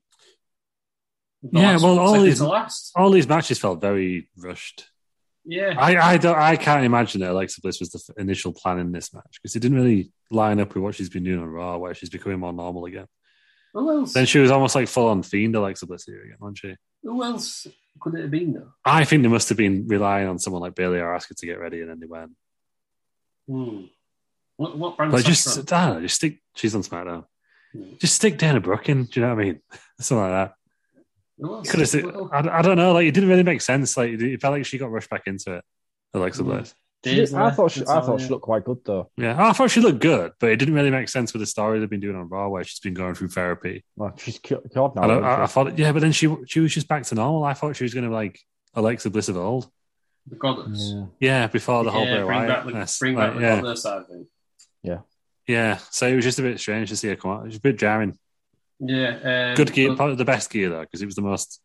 S1: the
S3: Yeah,
S1: last-
S3: well, all
S1: second
S3: these-
S1: to last.
S3: All these matches felt very rushed.
S1: Yeah,
S3: I, I don't I can't imagine that Alexa Bliss was the f- initial plan in this match because it didn't really line up with what she's been doing on Raw, where she's becoming more normal again.
S1: who else?
S3: Then she was almost like full on fiend Alexa Bliss here again, wasn't she?
S1: Who else could it have been though?
S3: I think they must have been relying on someone like Bailey or Asuka to get ready, and then they went.
S1: Hmm. What, what brand?
S3: But
S1: is
S3: just
S1: that from?
S3: I don't know, just stick. She's on SmackDown.
S1: Hmm.
S3: Just stick Dana Brooke in. Do you know what I mean? <laughs> Something like that.
S1: Who else?
S3: Could have. said-
S1: Well,
S3: I, I don't know. Like it didn't really make sense. Like it, it felt like she got rushed back into it. Alexa
S1: Hmm.
S3: Bliss.
S2: She did- I
S1: Daisler,
S2: thought she,
S1: that's
S2: I
S1: all,
S2: thought she
S1: yeah.
S2: looked quite good though.
S3: Yeah, I thought she looked good, but it didn't really make sense with the story they've been doing on Raw, where she's been going through therapy.
S2: Like, she's cu- cured
S1: Oh,
S2: now.
S3: I, don't,
S2: isn't she?
S3: I, I thought, yeah, but then she she was just back to normal. I thought she was going to like Alexa Bliss of old.
S1: the goddess.
S2: Yeah.
S3: Yeah, before the whole
S1: yeah,
S3: Bray
S1: bring
S3: Wyatt
S1: back the,
S3: mess.
S1: bring
S3: Like,
S1: back the
S3: yeah,
S1: goddess side thing.
S3: yeah. So it was just a bit strange to see her come out. It was a bit jarring.
S1: Yeah, um,
S3: Good gear,
S1: but-
S3: probably the best gear though, because it was the most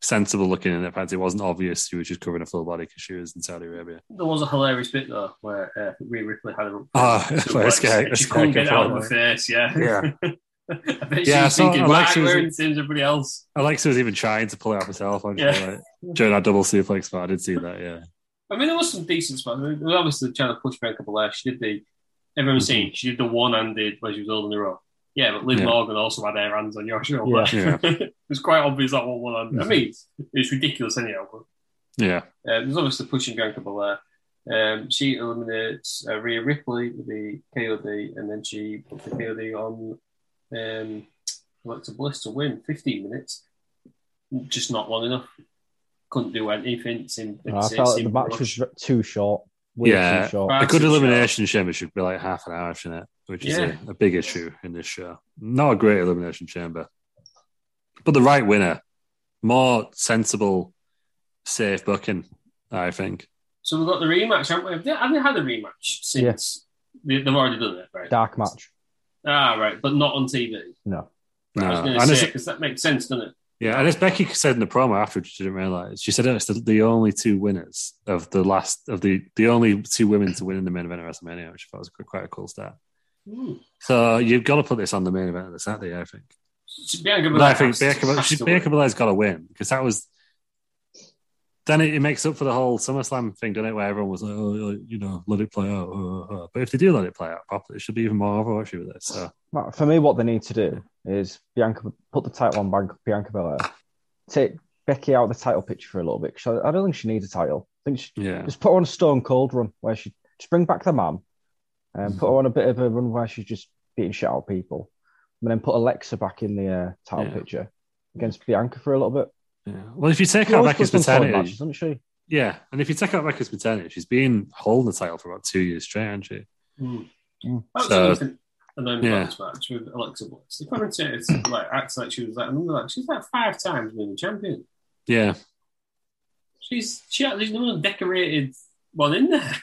S3: sensible looking. In fact, it wasn't obvious she was just covering a full body because she was in Saudi Arabia.
S1: There was a hilarious bit though where uh, Rhea Ripley had her up.
S3: Ah, <laughs>
S1: suplex,
S3: where Sky-
S1: and she
S3: Sky
S1: couldn't
S3: came
S1: get it out of
S3: forward.
S1: her face. Yeah,
S3: Yeah.
S1: <laughs> I bet
S3: Yeah, I
S1: yeah,
S3: saw
S1: thinking, why
S3: Alexa
S1: am I
S3: was-
S1: wearing the same as everybody else?
S3: Alexa was even trying to pull it off herself. wasn't she?
S1: Yeah.
S3: Like, during that double suplex, but I did see that. Yeah.
S1: I mean, there was some decent spots. I mean, they were obviously trying to push Bianca Belair. She did the
S2: Mm-hmm.
S1: everyone's seen. She did the one-handed where she was holding her up. Yeah, but Liv
S3: Yeah.
S1: Morgan also had her hands on your shoulder.
S3: Yeah.
S1: <laughs> it was quite obvious that one one-handed.
S2: Mm-hmm.
S1: I mean, it's, it's ridiculous anyhow. But
S3: Yeah.
S1: Uh, there's obviously pushing Bianca Belair. Um, she eliminates uh, Rhea Ripley with the KOD, and then she puts the KOD on um, Alexa Bliss to win. 15 minutes, just not long enough. Couldn't do anything. Seemed,
S2: I
S1: it
S2: felt like the
S1: seemed
S2: match
S1: rushed.
S2: was too short. Way
S3: Yeah.
S2: too short.
S1: Right.
S3: a good
S1: Massive
S3: elimination chamber should be like half an hour, shouldn't it? Which is
S1: Yeah.
S3: a, a big issue in this show. Not a great elimination chamber, but the right winner, more sensible, safe booking, I think.
S1: So we've got the rematch, haven't we? Have they, have they had a rematch since? They, they've already done it, right?
S2: Dark match.
S1: Ah, right, but not on TV.
S2: No.
S3: No,
S1: I was going
S3: and
S1: to
S3: it's-
S1: say, because that makes sense, doesn't it?
S3: yeah, and as Becky said in the promo afterwards, she didn't realize. She said it's the, the only two winners of the last of the the only two women to win in the main event of WrestleMania, which I thought was quite a cool stat.
S1: Hmm.
S3: So you've got to put this on the main event of the Saturday, I think.
S1: Bianca
S3: But
S1: Belair
S3: I think
S1: has-
S3: Bianca,
S1: has to
S3: Belair-
S1: win.
S3: Bianca Belair's got to win because that was. Then it, it makes up for the whole SummerSlam thing, doesn't it? Where everyone was like, oh, you know, let it play out. uh, uh, uh." But if they do let it play out properly, it should be even more overwatchy with this. So,
S2: Well, For me, what they need to do is Bianca put the title on Bianca, Bianca Belair, take Becky out of the title picture for a little bit. 'cause I, I don't think she needs a title. I think she,
S3: yeah.
S2: just put her on a Stone Cold run where she just bring back the mum and put her on a bit of a run where she's just beating shit out of people, and then put Alexa back in the uh, title
S3: Yeah.
S2: picture against Bianca for a little bit.
S3: yeah. Well, if you take
S2: She
S3: out
S2: always
S3: Becky's
S2: puts them solid
S3: paternity.
S2: matches, doesn't she?
S3: yeah. And if you take out Becky's paternity, she's been holding the title for about two years straight, hasn't she?
S1: Mm.
S2: Mm.
S1: That was
S3: Hmm. So-
S1: another thing- annoying
S3: Yeah.
S1: about this match with Alexa Bliss. The commentators like acts like she was like another like she's like five times winning champion.
S3: Yeah.
S1: She's she had- there's another decorated one in there.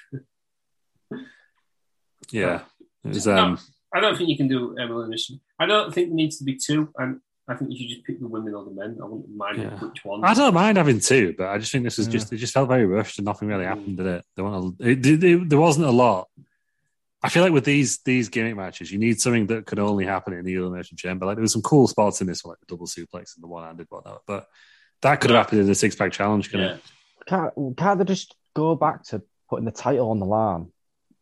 S3: Yeah. It was,
S1: No.
S3: um,
S1: I don't think you can do um, elimination. I don't think there needs to be two, and I think you should just pick the women or the men. I wouldn't mind
S3: Yeah.
S1: which one.
S3: I don't mind having two, but I just think this was
S2: Yeah.
S3: just it just felt very rushed and nothing really happened, did it? There, wasn't a, it, it, it- there wasn't a lot. I feel like with these these gimmick matches, you need something that could only happen in the elimination chamber. Like there was some cool spots in this one, like the double suplex and the one handed whatnot, but that could have happened in the six pack challenge, couldn't
S1: Yeah.
S3: it?
S2: Can't, can't they just go back to putting the title on the line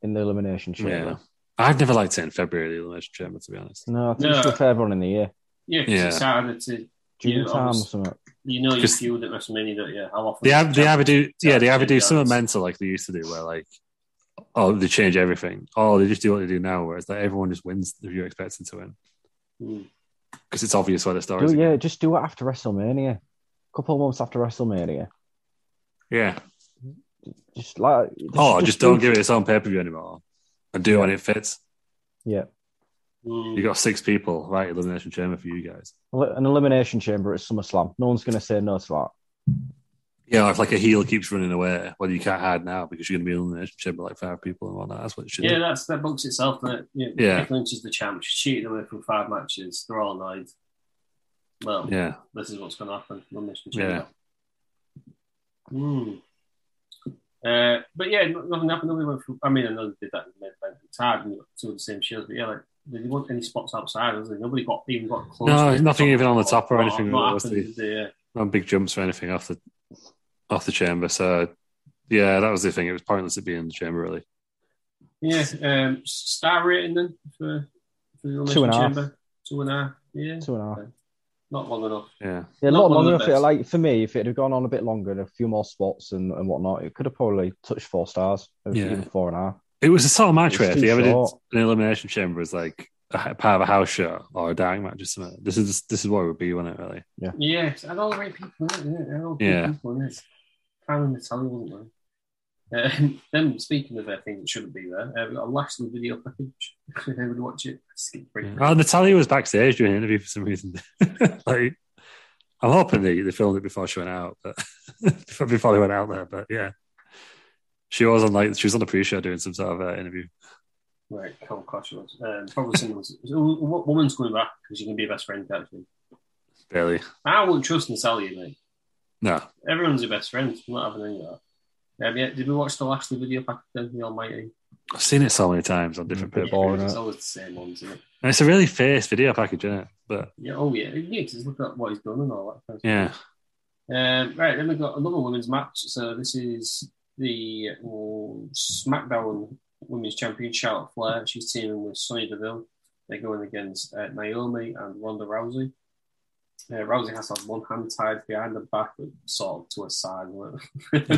S2: in the elimination chamber?
S3: Yeah. I've never liked it in February, the elimination chamber, to be honest.
S2: No, I think
S1: No.
S2: it's the fair run in the year,
S1: Yeah, 'cause
S3: Yeah.
S1: it's harder to
S2: June
S1: Yeah,
S2: time or
S1: obviously.
S2: something.
S1: you know you
S3: Just-
S1: feud at WrestleMania, don't you? How often
S3: They have they
S1: champion-
S3: ever do yeah, they ever do
S1: champion
S3: something
S1: does.
S3: mental like they used to do where like oh they change everything. Oh, they just do what they do now, whereas like everyone just wins if you're expecting to win.
S1: Mm.
S3: Because it's obvious where the story
S2: Do,
S3: is.
S2: yeah, just do it after WrestleMania. couple of months after WrestleMania.
S3: Yeah.
S2: Just like
S3: Oh, just, don't
S2: do-
S3: give it its own pay per view anymore. And do it when it fits.
S2: Yeah.
S1: Mm.
S3: You got six people, right? Elimination chamber for you guys.
S2: Eli- An elimination chamber at SummerSlam. No one's going to say no to that.
S3: Yeah, if like a heel keeps running away, well, you can't hide now because you're going to be in the elimination chamber with, like five people and whatnot. That's what it should.
S1: Yeah,
S3: do.
S1: that's that books itself. That you know,
S3: Yeah.
S1: Becky Lynch is the champ. She's cheated away from five matches. They're all annoyed. Well,
S3: yeah.
S1: this is what's going to happen. Run this machine
S3: Yeah.
S1: up. Hmm. Uh, but yeah, no- nothing happened. Nobody went from, I mean, I know they did that in the main event. It's hard and you got two of the same shows, but yeah, like there weren't any spots outside, was there? Nobody got even got close.
S3: No,
S1: to the
S3: nothing even on the top or
S1: Not-
S3: anything,
S1: Not
S3: was
S1: happened,
S3: there?
S1: did they? Yeah.
S3: no big jumps or anything off the off the chamber. So yeah, that was the thing. It was pointless to be in the chamber really.
S1: Yeah, um, star rating then for, for the
S2: Two and a half.
S1: chamber. Two and a half. Yeah,
S2: Two and a half.
S1: not long enough.
S3: Yeah,
S2: Yeah, a
S1: Not one of
S2: lot longer.
S1: the
S2: If it,
S1: best.
S2: like for me, if it had gone on a bit longer and a few more spots and, and whatnot, it could have probably touched four stars, maybe
S3: Yeah.
S2: even four and a half.
S3: it was a sort of match
S2: It's
S3: where if
S2: too
S3: you ever did
S2: short.
S3: an elimination chamber as like a h- part of a house show or a dying match or something, this is this is what it would be, wouldn't it? Really?
S1: Yeah, I know the right people in it, didn't I? I know the
S3: Yeah.
S1: people in it. Karen Natalia wasn't there. Um, then, speaking of uh, <laughs> things that shouldn't be there, uh, we've got a Lashley video package. if anyone watch it, skip break.
S3: Oh, Natalia was backstage doing an interview for some reason. <laughs> like, I'm hoping they, they filmed it before she went out, but <laughs> before they went out there. But yeah, she was on like she was on the pre-show doing some sort of uh, interview.
S1: Right, Carl Kosh was. Um, probably someone's. so, What woman's coming back because you can be a best friend, actually.
S3: Barely.
S1: I wouldn't trust Natalia, mate.
S3: No,
S1: Everyone's your best friend. I'm not having any of that. Um, yeah, did we watch the Lashley video package then, The Almighty?
S3: I've seen it so many times on different
S2: Bit
S3: people.
S2: boring,
S1: it's
S2: innit?
S1: always the same ones, isn't it?
S3: And it's a really fierce video package, isn't it? But
S1: Yeah, oh, yeah. Yeah, just look at what he's done and all that. kind of
S3: yeah,
S1: Um, right, then we've got another women's match. So this is the uh, SmackDown Women's Champion, Charlotte Flair. She's teaming with Sonya Deville. They're going against uh, Naomi and Ronda Rousey. Uh, Rousey has to have one hand tied behind her back, but sort of to her side. wasn't it? <laughs>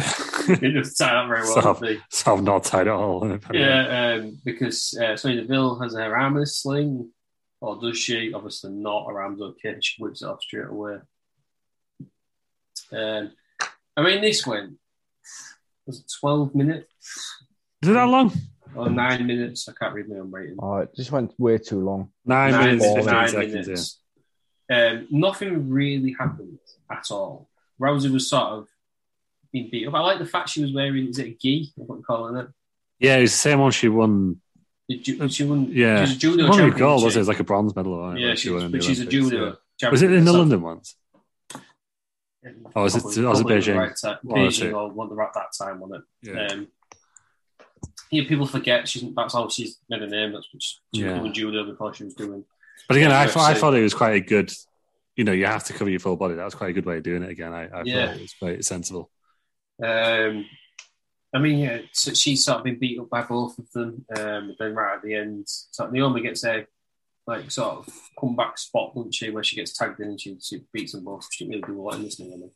S1: it just tied up very well.
S3: Sort of.
S1: didn't
S3: so I'm not tied at all.
S1: it? Yeah, um, because uh, Sonya Deville has her arm in a sling, or does she? Obviously not. Her arm's okay. She whips it off straight away. Um, I mean, this went was it twelve minutes
S3: Is it that long?
S1: or nine minutes? I can't read my own rating.
S2: Oh, it just went way too long.
S3: Nine, minutes,
S2: minutes,
S3: fifteen
S1: nine
S3: seconds.
S1: minutes. Um, nothing really happened at all. Rousey was sort of being beat up. I like the fact she was wearing is it a gi? What you calling it?
S3: Yeah, yeah it's the same one she won.
S1: The ju- She won.
S3: Yeah,
S1: she's a judo
S3: One
S1: champion.
S3: of the gold was
S1: wasn't
S3: it? It was like a bronze medal. Or
S1: she?
S3: whatever
S1: yeah,
S3: she
S1: she's,
S3: won in the
S1: but she's a
S3: Olympics,
S1: judo.
S3: yeah.
S1: champion.
S3: Was it in the
S1: So-
S3: London ones? Oh, is it-
S1: Probably-
S3: oh, is
S1: probably
S3: it
S1: the
S3: Beijing?
S1: Right time.
S3: Oh, that's
S1: Beijing
S3: it.
S1: or one the right that time on it.
S3: Yeah.
S1: Um, yeah, people forget she's that's all she's made a name. That's what she, she
S3: Yeah.
S1: was doing judo before she was doing.
S3: But again, I,
S1: Yeah,
S3: thought, I
S1: so-
S3: thought it was quite a good. You know, you have to cover your full body. That was quite a good way of doing it. Again, I, I
S1: Yeah.
S3: thought it was quite sensible.
S1: Um, I mean, yeah, so she's sort of been beat up by both of them. Um, then right at the end, so Naomi gets a like sort of comeback spot, doesn't she, where she gets tagged in and she, she beats them both. She didn't really do a lot in this Naomi.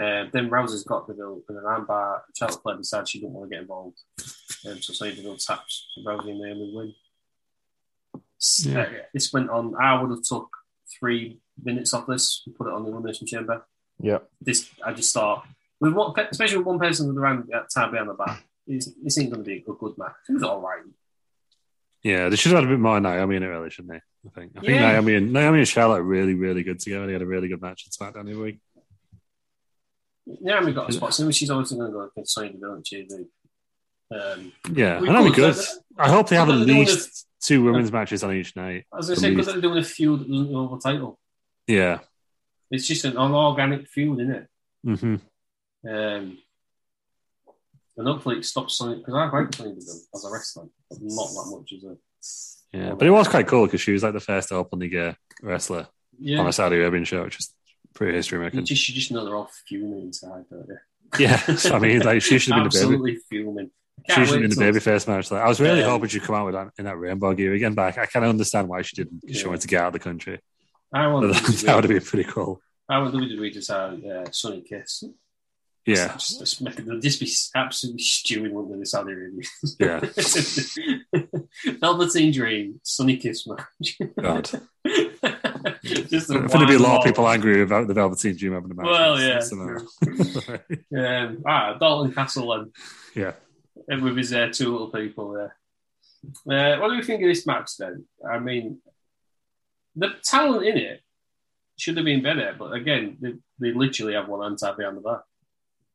S1: Uh, then Rousey's got the bill and an armbar. Charlotte Flair decides she didn't want to get involved, um, so Sonya Deville taps Rousey and Naomi win. S-
S3: Yeah.
S1: uh, yeah, this went on. I would have took three minutes off this and put it on the elimination chamber
S2: Yeah.
S1: this I just thought with one, pe- especially with one person with around that time behind the back, it's, this ain't going to be a good match. It was all right.
S3: Yeah, they should have had a bit more Naomi in it, really, shouldn't they? I think. I think
S1: Yeah.
S3: Naomi and Naomi and Charlotte are really, really good together. They had a really good match at SmackDown the other week.
S1: Naomi got a spot, so she's obviously going to go against Sonya Deville and she Um,
S3: Yeah,
S1: We
S3: and that'd be
S1: could-
S3: good. I hope they have at
S1: They're doing
S3: least two women's matches on each night.
S1: as I
S3: At
S1: say,
S3: least.
S1: because they're doing a feud that doesn't go over title,
S3: Yeah.
S1: it's just an organic feud, isn't it?
S3: hmm
S1: Um, and hopefully it stops Sonya because I like Sonya Deville as a wrestler, but not that much as a
S3: Yeah, but it was quite cool because she was like the first openly uh, wrestler on
S1: yeah.
S3: a Saudi Arabian show, which is pretty history
S1: You
S3: making.
S1: just, you just know they're all fuming inside, don't you?
S3: <laughs> Yeah, so I mean, like she should have been the baby.
S1: absolutely fuming. I
S3: She
S1: can't
S3: should have
S1: wait
S3: been the
S1: till-
S3: baby first match. Like, I was really
S1: Yeah.
S3: hoping she'd come out with that in that rainbow gear again. Back, I kind of understand why she didn't because she
S1: Yeah.
S3: wanted to get out of
S1: <laughs>
S3: the country.
S1: I want
S3: But
S1: them to
S3: <laughs> that would have
S1: be-
S3: been pretty cool.
S1: I want WWE to sign uh, Sonny Kiss.
S3: Yeah,
S1: Just, just make it- they'll just be absolutely stewing under this Saudi Arabia. <laughs>
S3: yeah.
S1: Velveteen Dream, Sonny Kiss match.
S3: God,
S1: <laughs> just
S3: there's going to be a lot
S1: wild-
S3: of people angry about the Velveteen Dream having a match.
S1: Well, yeah.
S3: Somehow.
S1: <laughs> Um, ah, Dalton Castle and
S3: <laughs> yeah.
S1: and with his uh, two little people there. Uh, what do we think of this match then? I mean, the talent in it should have been better, but again, they, they literally have one hand tied behind the back.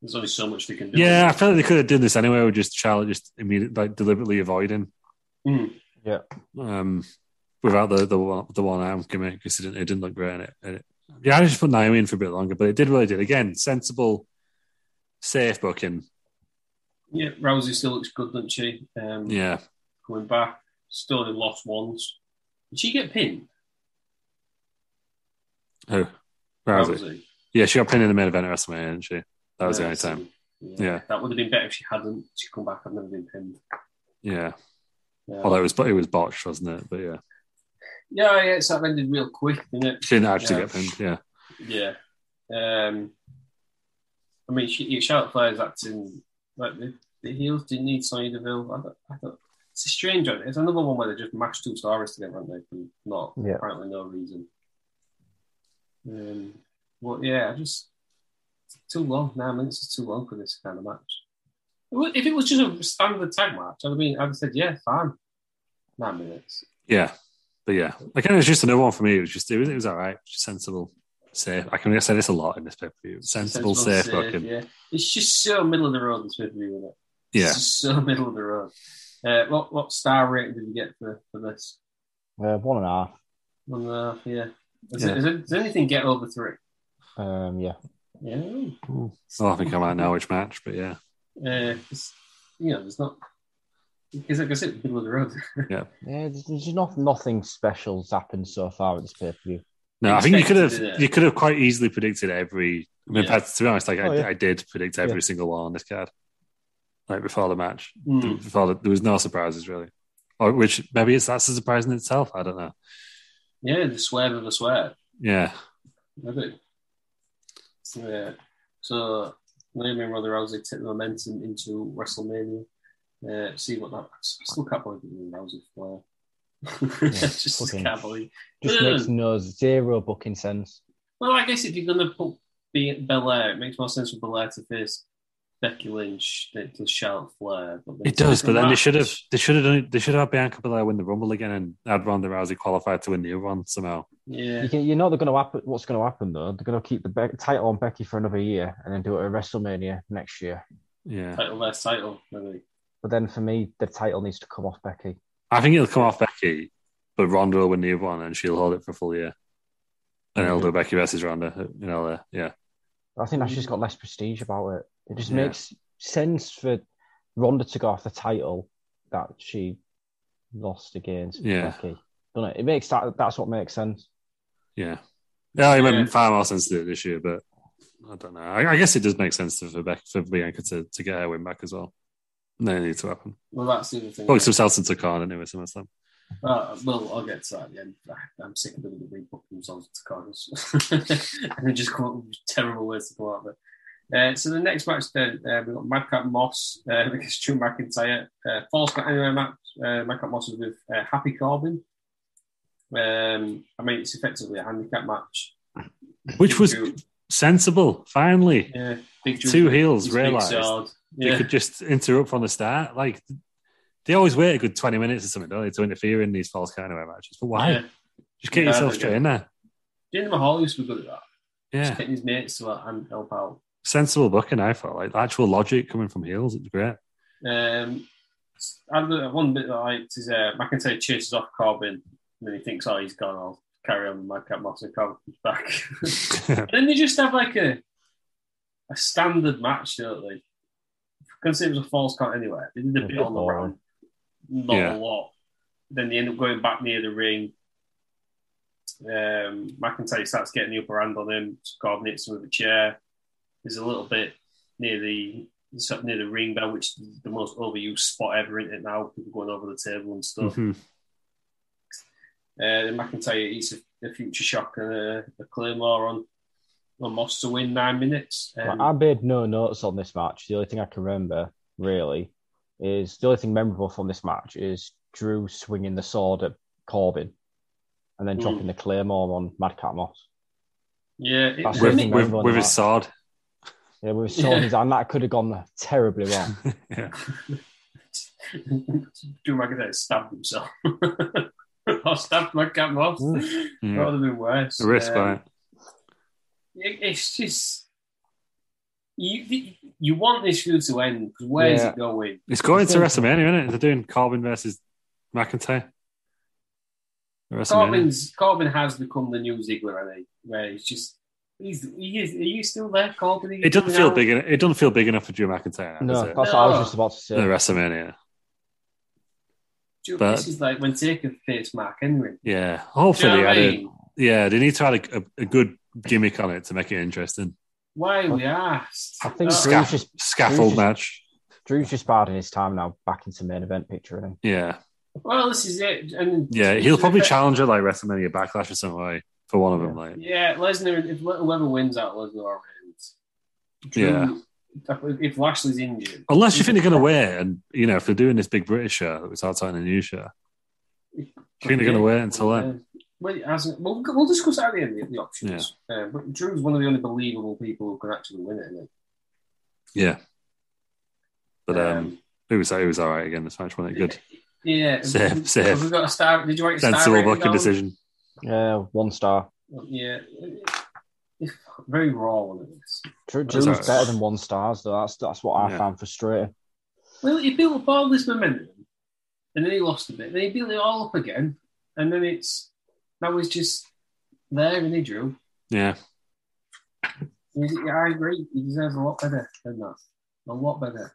S1: There's only so much they can do.
S3: Yeah, I feel like they could have done this anyway. With just Charlotte just immediately like deliberately avoiding. Hmm.
S1: Mm.
S2: Yeah.
S3: Um, without the the one- the one arm gimmick because it didn't, it didn't look great. In it, in it. Yeah, I just put Naomi in for a bit longer, but it did what it did again. Sensible, safe booking.
S1: yeah, Rousey still looks good, doesn't she? Um,
S3: Yeah,
S1: Coming back, still only lost once. Did she get pinned?
S3: Oh, where was it? Yeah, she got pinned in the main event at WrestleMania, didn't she? That was the only time. Yeah.
S1: That would have been better if she hadn't. She come back, I've never been pinned.
S3: Yeah,
S1: Yeah,
S3: although it was but it was botched, wasn't it? But yeah,
S1: yeah, yeah, it's that ended real quick, didn't it?
S3: she didn't actually
S1: Yeah.
S3: get pinned. Yeah,
S1: Yeah. Um, I mean, she, you shout players acting like the, the heels didn't need Sonya Deville. I don't, I don't, it's a strange one. It's another one where they just mashed two stars together, haven't they? For not
S2: Yeah.
S1: apparently no reason. Um, well, yeah, I just it's too long. Nine minutes is too long for this kind of match. It wa- If it was just a standard tag match, I mean, I'd have said, yeah, fine. Nine minutes.
S3: yeah, but yeah, again, it was just another one for me. It was just it was, it was all right, just sensible, safe. I can say this a lot in this pay per view. Sensible, safe, booking. Yeah.
S1: Yeah, it's just so middle of the road. This pay per view, isn't it? It's just so <laughs> middle of the road. Uh, what what star rating did you get for, for this?
S2: Uh, one and a half.
S1: One and a half, yeah. Does,
S3: Yeah.
S1: It, does, it, does anything get over three?
S2: Um, yeah.
S1: Yeah.
S3: I'll have to come out now which match, but yeah,
S1: Uh, it's, you know, there's not. Because like I said, middle of the road. <laughs>
S2: Yeah, there's, there's just not, nothing special's happened so far at this pay per view.
S3: no, I think you could
S1: Expected,
S3: have
S1: yeah.
S3: you could have quite easily predicted every. I mean,
S1: Yeah.
S3: that's- to be honest, like
S2: Oh,
S3: I,
S2: yeah.
S3: I did predict every
S2: Yeah.
S3: single one on this card, like before the match.
S1: Mm.
S3: Before the, there was no surprises really, or which maybe it's that's a surprise in itself. I don't know.
S1: Yeah, the swear of the swear.
S3: Yeah,
S1: Maybe. Yeah. uh, So Naomi and Ronda Rousey take the momentum into WrestleMania. Uh, see what that. I still can't believe it was Rousey <laughs> Flair. just
S2: fucking-
S1: can't believe.
S2: Just
S3: Mm.
S1: Yeah.
S2: makes no zero booking sense.
S1: Well, I guess if you're going to put Be- Belair, it makes more sense for Belair to face Becky Lynch than to shout Flair. But then
S3: it does. But then they
S1: match.
S3: should have they should have done it. They should have Bianca Belair win the Rumble again and had Ronda Rousey qualified to win the other one somehow.
S1: Yeah.
S2: You, can, you know they're going to happen. What's going to happen though? They're going to keep the be- title on Becky for another year, and then do it at WrestleMania next year.
S3: Yeah,
S1: Title less title, maybe.
S2: But then for me, the title needs to come off Becky.
S3: I think it'll come off Becky, but Ronda will win the other one and she'll hold it for a full year. And it'll
S1: Mm-hmm.
S3: do Becky versus Ronda. You know, uh, yeah.
S2: I think that's just got less prestige about it. It just
S3: Mm. Yeah.
S2: makes sense for Ronda to go off the title that she lost against
S3: Yeah.
S2: Becky. Doesn't it? It makes that. That's what makes sense.
S3: Yeah. Yeah, it made
S1: Yeah.
S3: far more sense to do it this year, but I don't know. I, I guess it does make sense to, for, Beck, for Bianca to, to get her win back as well. No need to happen.
S1: Well, that's the other thing.
S3: Box themselves into a corner anyway, SummerSlam.
S1: Uh, well, I'll get to that at the end. <sighs> I- I'm sick of them rebooking themselves to cards. <laughs> and they just come up with terrible ways to go out of it. Uh, so the next match then, uh, we've got Madcap Moss uh, <laughs> against Drew McIntyre. Uh, false count anywhere match. Uh, Madcap Moss is with uh, Happy Corbin. Um, I mean, it's effectively a handicap match.
S3: Which was
S1: Drew-
S3: sensible, finally.
S1: yeah, big Drew-
S3: Two heels
S1: his big
S3: realised
S1: sword.
S3: they
S1: Yeah.
S3: could just interrupt from the start. Like, they always wait a good 20 minutes or something, don't they, to interfere in these false count anywhere matches. But why?
S1: Yeah.
S3: Just get
S1: Yeah,
S3: yourself
S1: they
S3: straight
S1: do.
S3: in there.
S1: Jinder Mahal used to be good at that. Just
S3: Yeah.
S1: getting his mates to uh, and help out.
S3: Sensible booking, I felt. Like, actual logic coming from heels. It's
S1: <laughs>
S3: great.
S1: Um, and the one bit that I liked is uh, McIntyre chases off Corbin, and then he thinks, "Oh, he's gone. I'll carry on with Madcap Moss." And Corbin comes back. <laughs>
S3: <laughs>
S1: And then they just have like a a standard match, don't they? Considering it was a false count anyway, they did a bit
S2: Yeah,
S1: on the
S2: boring.
S1: round, not
S3: Yeah.
S1: a lot. Then they end up going back near the ring. Um, McIntyre starts getting the upper hand on him. Corbin hits him with a chair. There's a little bit near the it's up near the ring bell, which is the most overused spot ever in it now. People going over the table and stuff.
S3: Mhm.
S1: Uh, then McIntyre eats a, a future shock and a, a claymore on on Moss to win nine minutes. Um,
S2: Like, I made no notes on this match. The only thing I can remember really is the only thing memorable from this match is Drew swinging the sword at Corbin and then
S1: Mm.
S2: dropping the claymore on Madcap Moss.
S1: yeah, it,
S2: That's
S1: I
S3: with,
S1: mean,
S2: Everything
S3: with,
S2: everyone
S3: with his
S2: likes.
S3: sword. <laughs>
S2: Yeah, with his sword in
S1: Yeah. <laughs>
S3: <laughs>
S2: his hand, that could have gone terribly wrong.
S3: yeah.
S1: <laughs> Drew McIntyre stabbed himself. <laughs> I stabbed my cat moss. That
S3: Yeah.
S1: would have been worse.
S3: The risk
S1: Um,
S3: by it.
S1: it- it's just you. You want this feud to end because where's
S2: Yeah.
S1: it going?
S3: It's going to
S2: Yeah.
S3: WrestleMania, isn't it? They're doing Corbin versus McIntyre. WrestleMania.
S1: Corbin's Corbin has become the new Ziggler, I think. Where it's just he's he is. Are you still there, Corbin? Are you
S3: It doesn't
S1: coming
S3: feel
S1: out?
S3: big. en- It doesn't feel big enough for Drew McIntyre.
S2: No,
S3: No,
S2: that's
S3: it?
S2: what I was just about to say.
S3: At WrestleMania.
S1: Do you-
S3: but-
S1: This is like when Taker faced Mark Henry.
S3: Yeah.
S1: Do you know
S3: Hopefully,
S1: what I
S3: I did.
S1: mean?
S3: Yeah, they need to add a, a, a good gimmick on it to make it interesting.
S1: Why are we asked?
S2: I think
S1: Oh,
S2: Drew-
S3: Scaff-
S2: Drew's just-
S3: scaffold
S2: Drew's just-
S3: match.
S2: Drew's just biding his time now, back into main event picture. Isn't
S3: Yeah,
S1: Oh, well, this is it. And
S3: yeah. He'll probably challenge it like WrestleMania Backlash or some way for one of them. Like,
S1: Yeah, Lesnar. If whoever wins out, Lesnar or wins. Drew-
S3: Yeah. Oh,
S1: If Lashley's injured,
S3: unless you think they're going to win, and you know if they're doing this big British show that was outside the new show, I think they're going to wait until then.
S1: Uh, well, it hasn't- we'll, we'll discuss that at the end, the, the options. Uh, but Drew's one of the only believable people who can actually win it. Isn't he?
S3: Yeah, but um, it was it was all right again. This match wasn't it? good.
S1: yeah,
S3: Safe,
S1: Have
S3: safe.
S1: We got a star. Did you write a star
S3: Sensible
S1: rating
S3: booking
S1: down?
S3: decision.
S2: he? Yeah, Uh, one star.
S1: Yeah, it's very raw. Wasn't it?
S2: Drew,
S3: That's
S2: Drew was
S3: all right.
S2: better than one stars though. That's that's what I
S3: Yeah.
S2: found frustrating.
S1: Well, he built up all this momentum, and then he lost a bit. Then he built it all up again, and then it's now he's just there, and he drew.
S3: Yeah,
S1: He's- Yeah, I agree. He deserves a lot better than that. A lot better.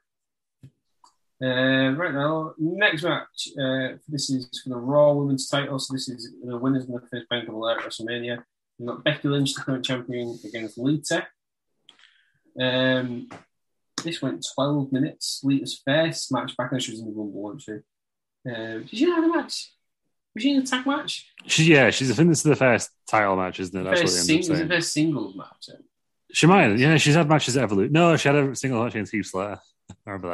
S1: Uh, right now, next match. Uh, this is for the Raw Women's title. So this is the winners in the first bank of at WrestleMania. We've got Becky Lynch, the current champion, against Lita. Um, this went 12 minutes. Lita's first match back, and she was in the Rumble, wasn't she? Uh, did she have a match? Was she in an attack match?
S3: she, yeah. She's I think this is the first title match, isn't it? That's what
S1: First sing-
S3: they end
S1: was
S3: up
S1: it
S3: saying.
S1: first singles match? eh? then?
S3: She might. Yeah, she's had matches at Evolution. No, she had a single match against Heath Slater. <laughs> I remember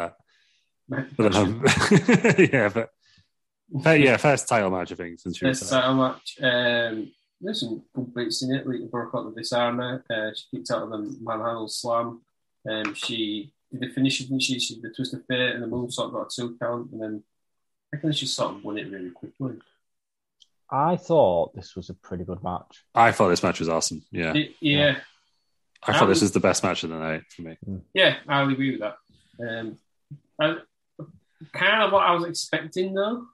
S3: that. But um, <laughs> yeah, but fair, yeah, first title match I think since she was
S1: Yes,
S3: there.
S1: title match. Um, there's some good bits in it. Lita broke out the disarmer. Uh, she kicked out of the manhandle slam. Um, she did the finisher, didn't she? She did the twist of fate and the moonsault got a two count. And then I think she sort of won it really quickly.
S2: I thought this was a pretty good match.
S3: I thought this match was awesome. Yeah,
S1: It- yeah,
S3: I thought this was the best match of the night for me.
S1: yeah, I would agree with that. Um, I, kind of what I was expecting though.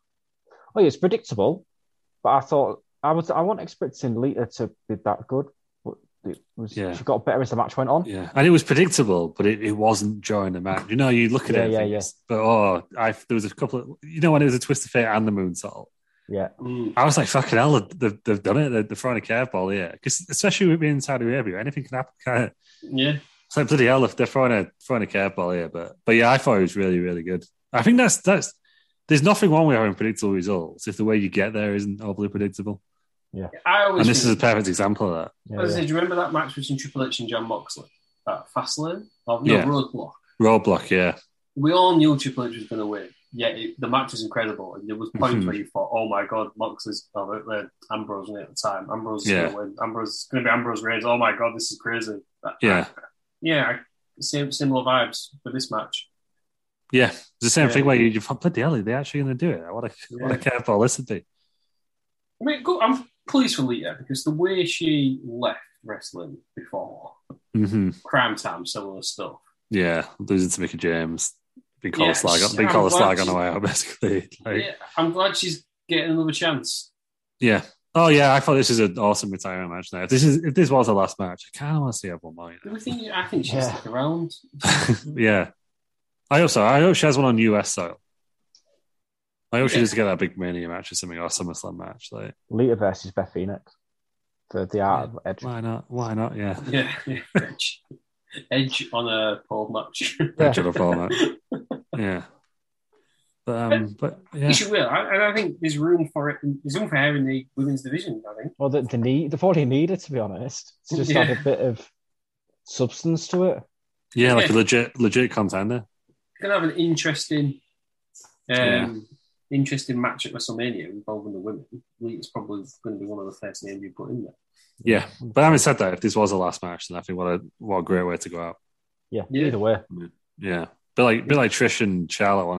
S2: Oh, yeah, it's predictable, but I thought I was I wasn't expecting Lita to be that good, but it was
S3: Yeah.
S2: she got better as the match went on.
S3: Yeah, and it was predictable, but it, it wasn't during the match. You know, you look at
S2: Yeah,
S3: it,
S2: yeah,
S3: yeah,
S2: yeah.
S3: But oh, I there was a couple of you know when it was a twist of fate and the moonsault.
S2: Yeah,
S1: Mm.
S3: I was like, fucking hell, they've, they've done it. They're, they're throwing a curveball here because especially with being in Saudi Arabia, anything can happen. Can't it?
S1: Yeah,
S3: It's like bloody hell if they're throwing a throwing a curveball here. But but yeah, I thought it was really really good. I think that's that's there's nothing wrong with having predictable results if the way you get there isn't overly predictable.
S1: I always.
S3: And this is a
S1: think-
S3: perfect example of that.
S1: as
S2: yeah,
S1: I
S2: yeah.
S1: said, do you remember that match between Triple H and John Moxley at Fastlane? Or, no,
S3: Yeah.
S1: Roadblock.
S3: Roadblock, yeah.
S1: we all knew Triple H was going to win. Yeah, it, the match was incredible, and there was points
S3: Mhm.
S1: where you thought, "Oh my god, Moxley's oh, uh, uh, Ambrose wasn't it at the time. Ambrose is
S3: Yeah.
S1: going to win. Ambrose is going to be Ambrose Reigns. Oh my god, this is crazy." But-
S3: Yeah.
S1: yeah, same similar vibes for this match.
S3: Yeah. It's the same
S1: Yeah.
S3: thing where you, you thought, bloody hell, are they actually going to do it? What a, what a curveball this would be.
S1: I mean, go, I'm pleased for Lita because the way she left wrestling before
S3: hmm
S1: crime time, similar stuff.
S3: Yeah. Losing to Mickey James. Big collar
S1: Yeah,
S3: slag,
S1: she's-
S3: on, big
S1: I'm
S3: collar
S1: glad
S3: slag on the
S1: she-
S3: way out, <laughs> basically. Like, yeah.
S1: yeah, I'm glad she's getting another chance.
S3: Oh, yeah. I thought this is an awesome retirement match now. If this, is, if this was the last match, I kind of want to see everyone more.
S1: Do we think? I think she'll
S2: Yeah.
S1: stick around. <laughs>
S3: yeah. I hope so. I hope she has one on US soil. I hope she
S1: Yeah.
S3: does get that big Mania match or something, or SummerSlam match. Like,
S2: Lita versus Beth Phoenix for the art of edge.
S3: why not? Why not? Yeah.
S1: Yeah, Edge, Edge on a pole match.
S2: Yeah.
S3: Picture
S1: <laughs>
S3: the format. Yeah. But, um, but yeah.
S1: He should will, I, and I think there's room for it. There's room for her in the women's division. I think.
S2: Well, the, the need they've already needed to be honest. It's just had
S1: Yeah.
S2: a bit of substance to it.
S3: Yeah,
S1: <laughs>
S3: like a
S1: Yeah.
S3: legit legit contender.
S1: We're gonna have an interesting, um,
S3: Yeah.
S1: interesting match at WrestleMania involving the women. Lita's probably going to be one of the first names you put in there.
S3: Yeah. But having said that, if this was the last match, then I think what a what a great way to go out.
S2: Yeah,
S1: Yeah.
S2: either way.
S3: Yeah. Bit like bit like Trish and Charlotte one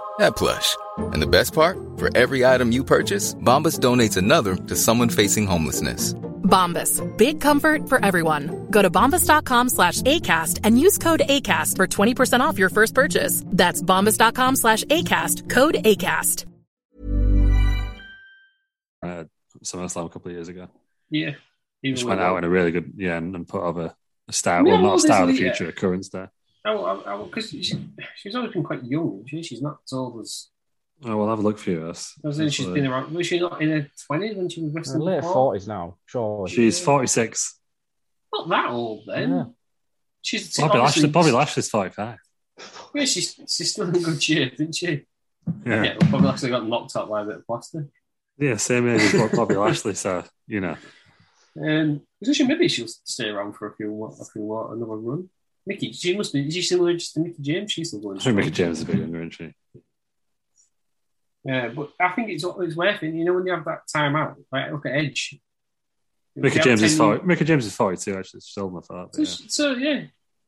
S4: that plush. And the best part? For every item you purchase, Bombas donates another to someone facing homelessness.
S5: Bombas. Big comfort for everyone. Go to bombas.com slash ACAST and use code ACAST for 20% off your first purchase. That's bombas.com slash ACAST. Code ACAST.
S3: uh, SummerSlam a couple of years ago.
S1: Yeah. Even
S3: Which
S1: with
S3: went
S1: that.
S3: out in a really good, yeah, and, and put over a star,
S1: Yeah,
S3: well, not
S1: well,
S3: a star of the
S1: this is-
S3: future, a current star.
S1: Oh, because she, she's always been quite young. She, she's not as old as.
S3: Oh, we'll have a look for you. That's,
S1: I was thinking she's been
S3: that's, uh,
S1: around. Was she not in her twenties when she was
S2: Uh,
S1: wrestling?
S2: late
S1: before?
S2: forties now, surely.
S3: She's 46.
S1: Not that old then.
S2: Yeah.
S1: She's
S3: Bobby,
S1: obviously-
S3: Lashley, Bobby Lashley's 45.
S1: Yeah, she's, she's still in good shape, isn't she? Yeah,
S3: Yeah. Yeah,
S1: Bobby Lashley got knocked out by a bit of plastic.
S3: same age as Bob- Bobby Lashley, so, you know.
S1: Um, so she maybe she'll stay around for a few wa- a few wa- another run. Mickey, she must be. Is she still just to Mickey James? She's still going.
S3: I think Mickey
S1: strong.
S3: James is a bit younger, isn't she?
S1: Yeah, but I think it's it's worth it. You know, when you have that time out, like look at Edge.
S3: Mickey
S1: They have
S3: James, is
S1: 10
S3: 40, Mickey James is 42, actually. It's still my thought.
S1: So, sh so yeah,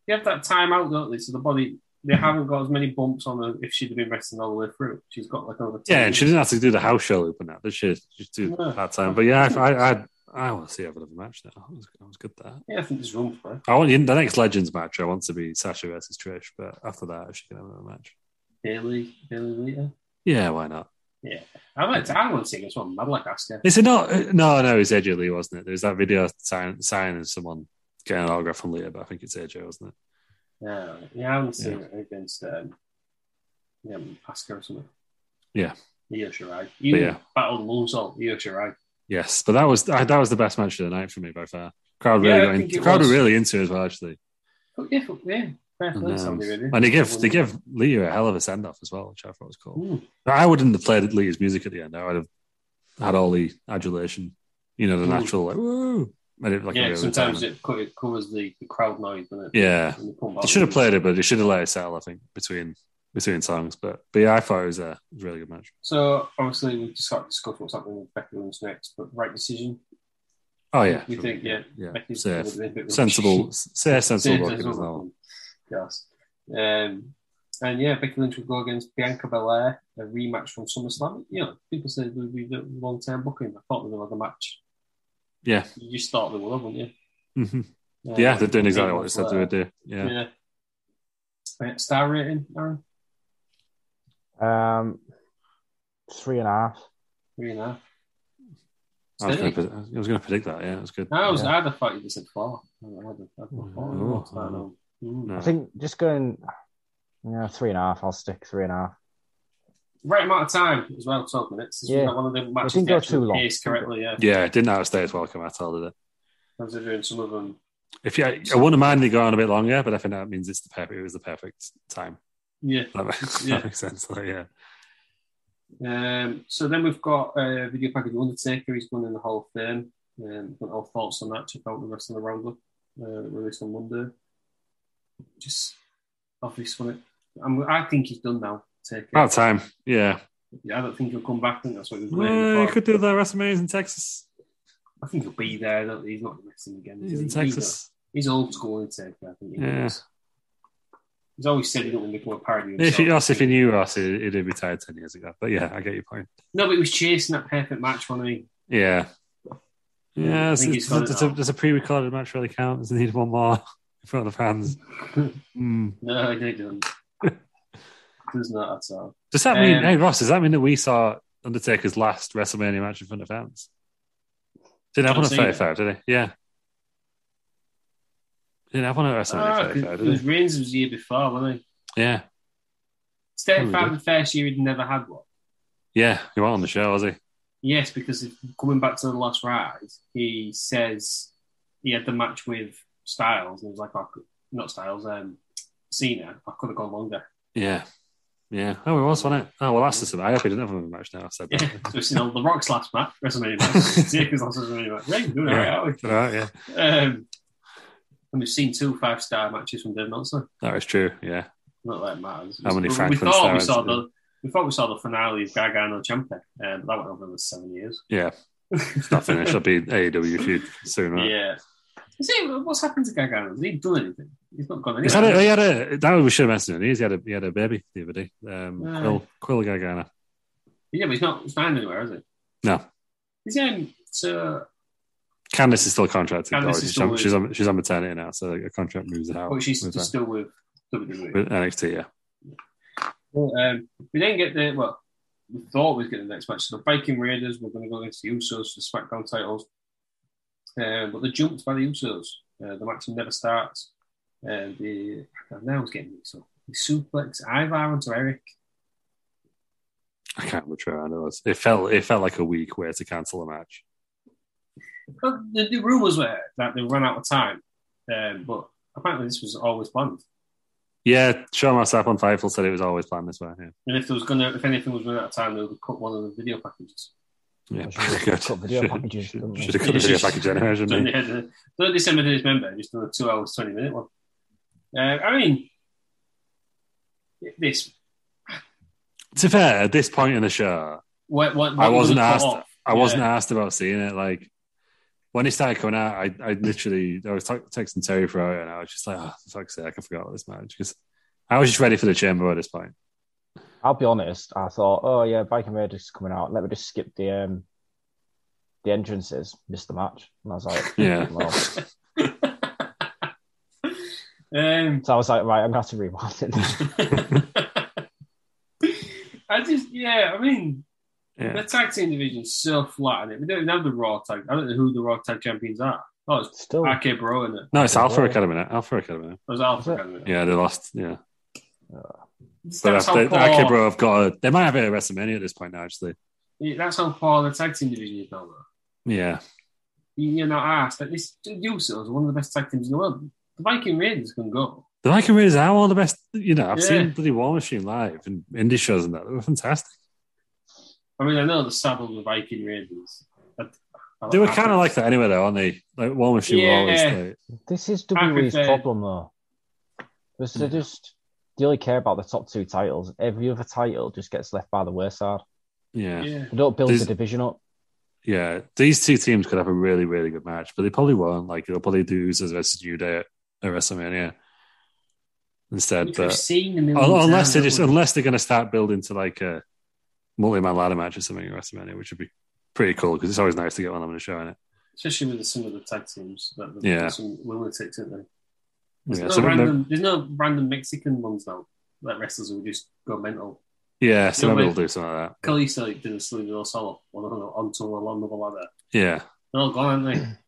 S1: you have that time out, don't they? So the body they
S3: Mm-hmm.
S1: haven't got as many bumps on her if she'd been resting all the way through. She's got like over. 10
S3: Yeah, and she didn't have to do the house show loop and that, did she? She just do
S1: No.
S3: part time. But yeah, I, I, I, I want to see every other match now. I was, I was good there.
S1: Yeah, I think there's room for her.
S3: I want the next Legends match. I want to be Sasha versus Trish, but after that, if she can have another match,
S1: Bailey, Bailey Lita.
S3: yeah, why not?
S1: Yeah, I like. To, I want to see this one. I'd like Asuka.
S3: Is it not? uh, No, no, it's AJ Lee, wasn't it? There was that video sign signing someone getting an autograph from Leah, but I think it's AJ, wasn't it?
S1: Yeah, yeah, I haven't seen it against um, yeah, Asuka or something.
S3: Yeah.
S1: Io Shirai. You
S3: yeah.
S1: battled Moonsault, Io Shirai.
S3: Yes, but that was that was the best match of the night for me by far. Crowd really
S1: Yeah, I
S3: got in,
S1: think it
S3: the crowd
S1: was.
S3: were really into it as well, actually.
S1: But Oh, yeah, but yeah, fair
S3: And,
S1: play to
S3: um,
S1: somebody, really.
S3: and they give they
S1: Wouldn't-
S3: give Leah a hell of a send off as well, which I thought was cool.
S1: Mm.
S3: But I wouldn't have played Leah's music at the end. I would have had all the adulation, you know, the
S1: Mm.
S3: natural like woo. And it, like,
S1: yeah,
S3: really
S1: sometimes
S3: retirement.
S1: it, co- it covers the, the crowd noise, doesn't it?
S3: Yeah.
S1: When you come
S3: They
S1: back.
S3: should have played it, but they should have let it settle. I think between between songs, but but yeah, I thought it was a, it was a really good match.
S1: So obviously we just got to discuss what's happening with Becky Lynch next, but right decision.
S3: Oh yeah,
S1: We think, yeah,
S3: yeah,
S1: Becky's
S3: safe,
S1: probably a bit rubbish. <laughs>
S3: sensible, say
S1: Yeah,
S3: sensible.
S1: that's
S3: booking as
S1: what
S3: well.
S1: happened. Yes. Um, and yeah, Becky Lynch will go against Bianca Belair, a rematch from SummerSlam. You know, people said it would be the long term booking. I thought they would have a match.
S3: Yeah,
S1: You just thought they would have, wouldn't you?
S3: hmm
S1: Um,
S3: yeah, they're doing exactly
S1: eight
S3: what they
S1: months
S3: said they would
S1: later.
S3: do. Yeah,
S1: Yeah. Uh, Star rating, Aaron?
S2: Um, three and a half.
S1: Three and a half.
S3: I was
S1: Steady.
S3: going to I was going to predict that. Yeah, it was good.
S1: I was.
S3: Yeah. Oh,
S1: I'd have thought you'd have said four. I would have- I'd have thought four.
S3: No,
S1: I don't know. Mm.
S3: No.
S2: I think just going, yeah, three and a half. I'll stick three and a half.
S1: Right amount of time as well, twelve minutes. This
S2: Yeah.
S1: was one of the matches
S2: didn't
S1: they
S2: go
S1: actually
S2: too long.
S1: paced correctly. Yeah,
S3: yeah, it didn't outstay its welcome at all, did it?
S1: considering some of them.
S3: If you, I wouldn't mind they go on a bit longer, but I think that means it's the perfect. It was the perfect time.
S1: Yeah,
S3: <laughs> That makes,
S1: Yeah.
S3: that makes sense. Like, yeah,
S1: Um, so then we've got uh, video package of Undertaker. He's going in the Hall of Fame. Um, got our thoughts on that. Check out the rest of the Rambler uh, released on Monday. Just obvious one. I'm, I think he's done now. Take
S3: About time. Yeah.
S1: Yeah, I don't think he'll come back. I think that's what he was waiting
S3: Yeah, you
S1: for.
S3: could do the WrestleManias in Texas.
S1: I think he'll be there. Don't, he's not wrestling again. is
S3: He's
S1: he?
S3: in Texas.
S1: He's, not- he's old school in Taker. I think. He
S3: Yeah.
S1: is. He's always said he don't want to become a parody. of
S3: If
S1: himself.
S3: you asked if he knew us, he'd he'd have retired 10 years ago. But yeah, I get your point.
S1: No, but he was chasing that perfect match when he.
S3: Yeah. Yeah,
S1: I
S3: it's,
S1: think
S3: it's,
S1: he's got it
S3: it's a, it's a pre recorded match for the count. There's need one more <laughs> in front of the fans. Hmm.
S1: No, he
S3: <laughs>
S1: didn't. Does not at all.
S3: Does that mean,
S1: Um,
S3: hey, Ross, does that mean that we saw Undertaker's last WrestleMania match in front of fans? Didn't happen
S1: John
S3: at
S1: Cena.
S3: 35, did it? Yeah. Didn't happen at WrestleMania
S1: Ah,
S3: 35,
S1: it
S3: did
S1: was
S3: it?
S1: Reigns was the year before, wasn't he?
S3: Yeah.
S1: Step
S3: Probably
S1: the first year he'd never had one.
S3: Yeah, he wasn't on the show, was he?
S1: Yes, because if, coming back to the last ride, he says he had the match with Styles, and he was like, I could, not Styles, um, Cena. I could have gone longer. <laughs>
S3: Yeah. Yeah. Oh, it was, wasn't it? Oh, well, that's just I hope he didn't have a match now. I said
S1: Yeah,
S3: that.
S1: so we've seen all the Rock's last match, WrestleMania match, <laughs>
S3: <laughs>
S1: Taker's last WrestleMania match. Yeah, you're doing all right,
S3: Yeah.
S1: aren't we?
S3: Right, yeah.
S1: Um, and we've seen two five star matches from Dave Meltzer.
S3: That was true. Yeah.
S1: Not that it matters.
S3: How many
S1: we, we
S3: Franklin
S1: thought we
S3: stars
S1: saw
S3: did-
S1: the we thought we saw the finale of Gargano Ciampa, um, but that went over the seven years.
S3: Yeah. It's not
S1: <laughs>
S3: finished. It'll be AEW feud soon, right?
S1: Yeah. Is he, what's happened to Gargano? Has he done anything? He's not gone
S3: He's had
S1: anywhere.
S3: a, he had a, that we should have mentioned it. He's had a, he had a baby the other day. Um,
S1: Aye.
S3: Quill, Quill Gargana.
S1: yeah, but he's not signed anywhere, is he?
S3: No.
S1: He's um, so,
S3: Candice is still contracted.
S1: Candice
S3: though.
S1: is
S3: she's,
S1: still
S3: on,
S1: with-
S3: she's, on, she's on maternity now, so a contract moves out.
S1: but she's
S3: moves out.
S1: still with E. WWE.
S3: with NXT, yeah.
S1: Um, we didn't get the well. We thought we was getting the next match. So the Viking Raiders were going to go against the Usos for the SmackDown titles, um, but they're jumped by the Usos. Uh, the match never starts. Uh, And the I now it's getting mixed up. The suplex Ivar onto Eric.
S3: I can't remember which way around it was. It felt, it felt like a week where to cancel a match.
S1: Well, the, the rumors were that they ran out of time, um, but apparently this was always planned.
S3: Yeah, Sean Rossap on Fightful said it was always planned this way. Yeah.
S1: And if there was gonna, if anything was running out of time, they would cut one of the video packages.
S3: Yeah,
S2: cut video packages, couldn't we?
S3: Should have cut the video package anyway,
S1: So
S3: shouldn't
S1: they
S3: they?
S1: had the- so they sent me this member, just done a two hours twenty minute one. Uh, I mean, this
S3: To be fair, at this point in the show,
S1: what what, what
S3: I wasn't
S1: was cut
S3: asked.
S1: off?
S3: I wasn't
S1: Yeah.
S3: asked about seeing it. Like when it started coming out, I, I literally I was t- texting Terry for it, and I was just like, oh, for fuck's sake, I forgot about this match because I was just ready for the chamber at this point.
S2: I'll be honest. I thought, oh yeah, Viking Raiders is coming out. Let me just skip the um, the entrances. Missed the match, and I was like,
S3: Yeah.
S2: well.
S1: Um,
S2: so I was like, right, I'm gonna have to rewind
S1: <laughs>
S2: it.
S1: I just yeah. I mean,
S3: Yeah.
S1: the tag team division's so flat, and it we don't even have the Raw tag. I don't know who the Raw tag champions are. Oh, it's
S2: still
S1: RK Bro in it.
S3: No, it's
S1: It
S3: Alpha Academy now. Alpha Academy. Now.
S1: was Alpha Academy.
S3: Yeah, they lost. Yeah, but
S1: That's
S3: after,
S1: how
S3: they,
S1: poor-
S3: okay, bro, I've got. A, they might have it at WrestleMania at this point now. Actually,
S1: Yeah, that's how poor the tag team division is now. Though.
S3: yeah,
S1: You- You're not asked. Like this, the Usos are one of the best tag teams in the world. The Viking Raiders can go.
S3: the Viking Raiders are one of the best. You know, I've
S1: Yeah.
S3: seen bloody War Machine live and indie shows and that. They were fantastic.
S1: I mean, I know the saddle of the Viking Raiders. but-
S3: They were kind of like that anyway, though, aren't they? Like War Machine were always
S1: Yeah.
S3: like,
S2: This is
S1: I could
S2: WWE's
S1: say-
S2: problem, though. Because they just they only care about the top two titles. Every other title just gets left by the wayside.
S3: yeah.
S2: They don't build
S3: There's-
S2: the division up.
S3: Yeah, these two teams could have a really, really good match, but they probably won't. Like, they'll probably do Usos versus New Day at, at WrestleMania instead.
S1: Which we've
S3: But
S1: seen a million
S3: un- unless
S1: times,
S3: they just,
S1: haven't we?
S3: unless they're going to start building to like a multi-man ladder match or something at WrestleMania, which would be pretty cool because it's always nice to get one on the show, is it?
S1: especially with some of the tag teams. That that-
S3: Yeah.
S1: some lunatics, aren't they? There's
S3: Yeah,
S1: no
S3: so then
S1: random. There's no random Mexican ones now. Like wrestlers who just go mental.
S3: yeah, so
S1: No,
S3: maybe
S1: but-
S3: they'll do something like that.
S1: Kalisto did a Slido solo on onto a long level ladder.
S3: Yeah,
S1: They're all gone, aren't they?
S3: <clears throat>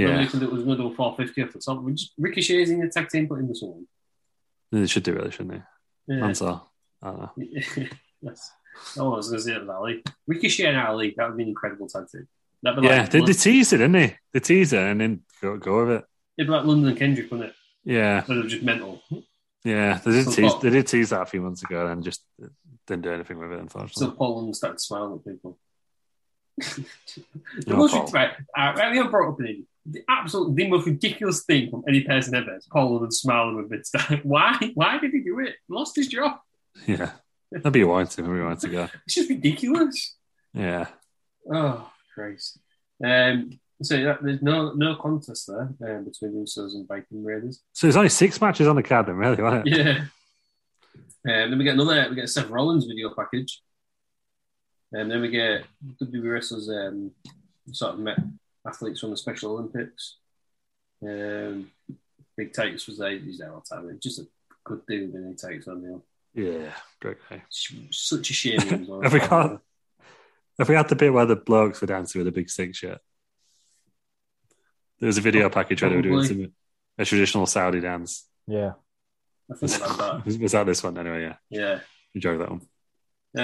S3: Yeah.
S1: Nobody can do it was going to do a 450 off the top. We just Ricochet's in the tag team, put him with someone.
S3: they should do it, really, shouldn't they?
S1: Yeah.
S3: Mansoor. I don't know.
S1: <laughs> Yes. Oh, I was going to say it was Ali. Ricochet and Ali, that would be an incredible tag team. That'd be
S3: Yeah,
S1: like,
S3: they, they teased it, didn't they? They teased it and then go, go with it.
S1: it'd be like London and Kendrick, wouldn't it?
S3: Yeah.
S1: Instead of just mental.
S3: Yeah, they did
S1: Some
S3: tease.
S1: pop.
S3: They did tease that a few months ago, and just didn't do anything with it, unfortunately.
S1: So Poland started smiling at people. <laughs> the
S3: No
S1: most
S3: fault.
S1: right, I, I mean, I brought up an idiot. the absolute the most ridiculous thing from any person ever is Poland and smiling with mid <laughs> Why? Why did he do it? He lost his job.
S3: Yeah, that'd be a wine to, a wine to go.
S1: It's just ridiculous.
S3: Yeah,
S1: Oh, Christ. Um, so yeah, there's no no contest there um, between Usos and Viking Raiders.
S3: so there's only six matches on the card, then, really, wasn't it?
S1: Yeah. Um, then we get another. We get a Seth Rollins video package, and then we get WWE wrestlers um, sort of met athletes from the Special Olympics. Um, Big Titus was there. He's there all the time. He's just a good dude. And he takes on him.
S3: Yeah, great guy.
S1: Such a shame. he was on-
S3: <laughs> Have we got? Have we had the bit where the blokes were dancing with a big six shirt? There was a video package where they were doing
S1: Probably.
S3: some, a traditional Saudi dance.
S2: Yeah.
S1: I think about that.
S3: <laughs> Was, was that this one anyway? Yeah.
S1: Yeah.
S3: Enjoy that one.
S1: Uh,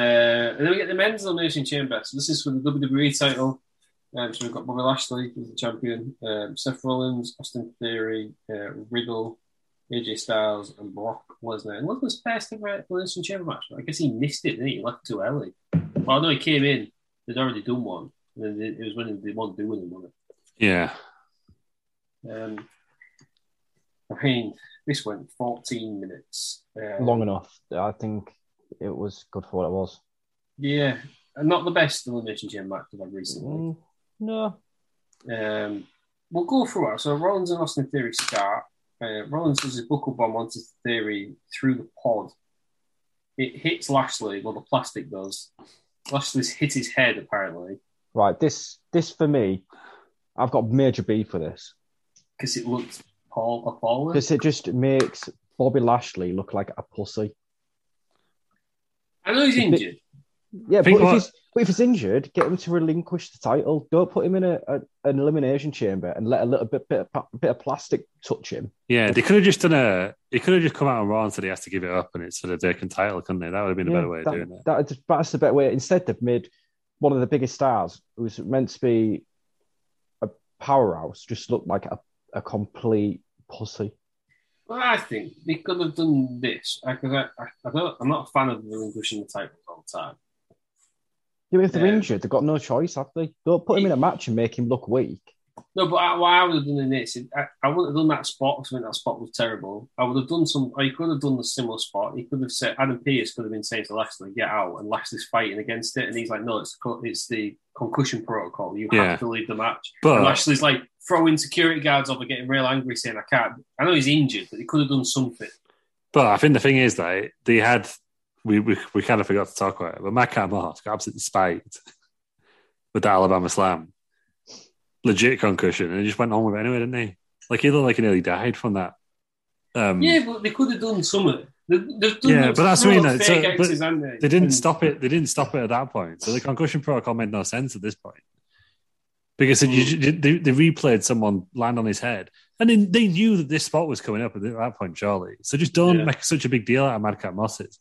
S1: and then we get the men's elimination chamber. So this is for the WWE title. Um, so we've got Bobby Lashley as the champion, um, Seth Rollins, Austin Theory, uh, Riddle, AJ Styles, and Brock Lesnar. And Lesnar's first ever elimination chamber match. I guess he missed it, didn't he? He left too early. Well, no, he came in. They'd already done one. And then it was when they weren't doing it, wasn't
S3: Yeah.
S1: it? Um, I mean, this went 14 minutes. Um,
S2: Long enough. I think it was good for what it was.
S1: Yeah, and not the best elimination chamber match that I've recently.
S2: no.
S1: Um, we'll go through it. So Rollins and Austin Theory start. Uh, Rollins does his buckle bomb onto Theory through the pod. It hits Lashley, well, the plastic does. Lashley's hit his head, apparently,
S2: Right, this this for me, I've got major beef for this.
S1: because it looked Paul appalling.
S2: Because it just makes Bobby Lashley look like a pussy.
S1: I know he's injured.
S2: Yeah, but
S1: Think
S2: if,
S1: what-
S2: he's, but if he's injured, get him to relinquish the title. Don't put him in a, a an elimination chamber and let a little bit bit of, pa- bit of plastic touch him.
S3: Yeah, they could have just done a. It could have just come out on Raw and said he has to give it up, and it's for the vacant title, couldn't they? That would have been a
S2: Yeah,
S3: better way
S2: that-
S3: of doing it.
S2: that is- that's the better way. Instead, they've made one of the biggest stars, who's meant to be a powerhouse, just look like a, a complete pussy.
S1: Well, I think they could have done this. I, cause I, I, I don't, I'm not a fan of relinquishing the titles all the time.
S2: Yeah, but if they're
S1: Yeah.
S2: injured, they've got no choice, have they? Don't put him in a match and make him look weak.
S1: No, but I, what I would have done in this, I, I wouldn't have done that spot because I think that spot was terrible. I would have done some, I could have done the similar spot. He could have said, Adam Pearce could have been saying to Lashley, get out, and Lashley's fighting against it. And he's like, no, it's, the co- it's the concussion protocol. You
S3: Yeah.
S1: have to leave the match.
S3: But-
S1: and Lashley's like throwing security guards over, getting real angry, saying, I can't. I know he's injured, but he could have done something.
S3: But I think the thing is that they had we we, we kind of forgot to talk about it. But Matt Moss got absolutely spiked with the Alabama Slam, legit concussion, and he just went on with it anyway, didn't he? Like he looked like he nearly died from that. Um,
S1: yeah, but they could have done something. They, they've done
S3: yeah, but that's what I mean. though. So,
S1: fake X's, haven't
S3: but they didn't stop it. They didn't stop it at that point. So the concussion protocol made no sense at this point because it,
S1: Hmm.
S3: you, they, they replayed someone land on his head, and then they knew that this spot was coming up at that point. Surely, so just don't make such a big deal out of Madcap Mosses.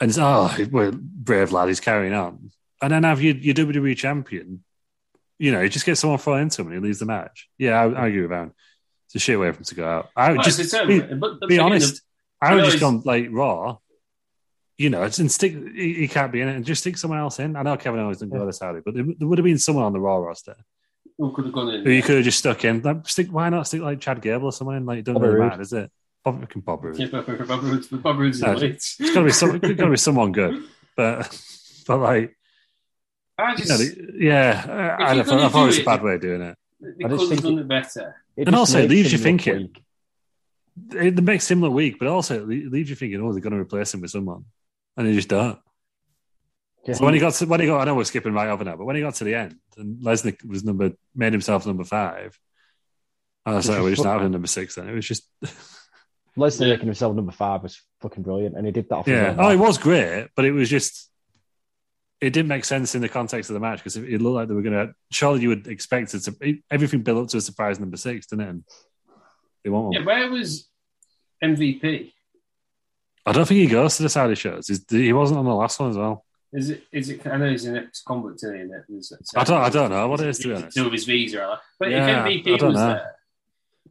S3: And it's oh, well, brave lad, he's carrying on. And then have your, your WWE champion, you know, you just get someone thrown into him and he leaves the match. Yeah, I, I agree with Aaron. It's a shit way for him to go out. I would
S1: Well,
S3: just
S1: it's a
S3: be,
S1: terrible- but- but
S3: be
S1: again,
S3: honest.
S1: the-
S3: I would
S1: I know
S3: just
S1: it's-
S3: gone like Raw. You know, it's and stick. He, he can't be in it, and just stick someone else in. I know Kevin Owens didn't go this Saudi, but there, there would have been someone on the Raw roster
S1: Who could have gone in?
S3: who you could have just stuck in. Like, stick, why not stick like Chad Gable or someone in? Like, it doesn't
S1: Bobby
S3: really
S1: Roode.
S3: matter, does it? Bob, fucking Bob Roode.
S1: Yeah, Bob Bob Roode's- Bob Roode's
S3: No,
S1: elite.
S3: it's got to be some, it's
S1: <laughs>
S3: got to be someone good, but but like,
S1: I
S3: you
S1: just,
S3: know, the- yeah,
S1: If
S3: I, I,
S1: you're
S3: don't know,
S1: gonna
S3: I thought it was
S1: do
S3: a
S1: it,
S3: bad way of doing it.
S1: They
S3: I
S1: could
S3: just
S1: have
S3: think
S1: done it, better.
S3: and also, it leaves you thinking. It makes him look weak, but also it le- leaves you thinking, oh, they're going to replace him with someone, and they just don't. So when he got to, when he got, I know we're skipping right over now, but when he got to the end and Lesnar was number made himself number five, and I was
S2: Which
S3: like,
S2: is
S3: we're just
S2: fu-
S3: not having number six. Then it was just
S2: Lesnar making himself number five was fucking brilliant, and he did that. Off his
S3: yeah.
S2: own
S3: Oh,
S2: back.
S3: it was great, but it was just it didn't make sense in the context of the match because it, it looked like they were going to. Surely you would expect it to. It, everything built up to a surprise number six, didn't it? And they want one.
S1: Yeah, where was MVP?
S3: I don't think he goes to the Saudi shows. He's, he wasn't on the last one as well.
S1: Is it? Is it? I know he's an ex-convict, isn't he? and it was-
S3: I don't. I don't know what it is to be
S1: It's
S3: honest.
S1: Two of his visa, right? but
S3: Yeah,
S1: if
S3: I
S1: MVP
S3: don't
S1: was
S3: know.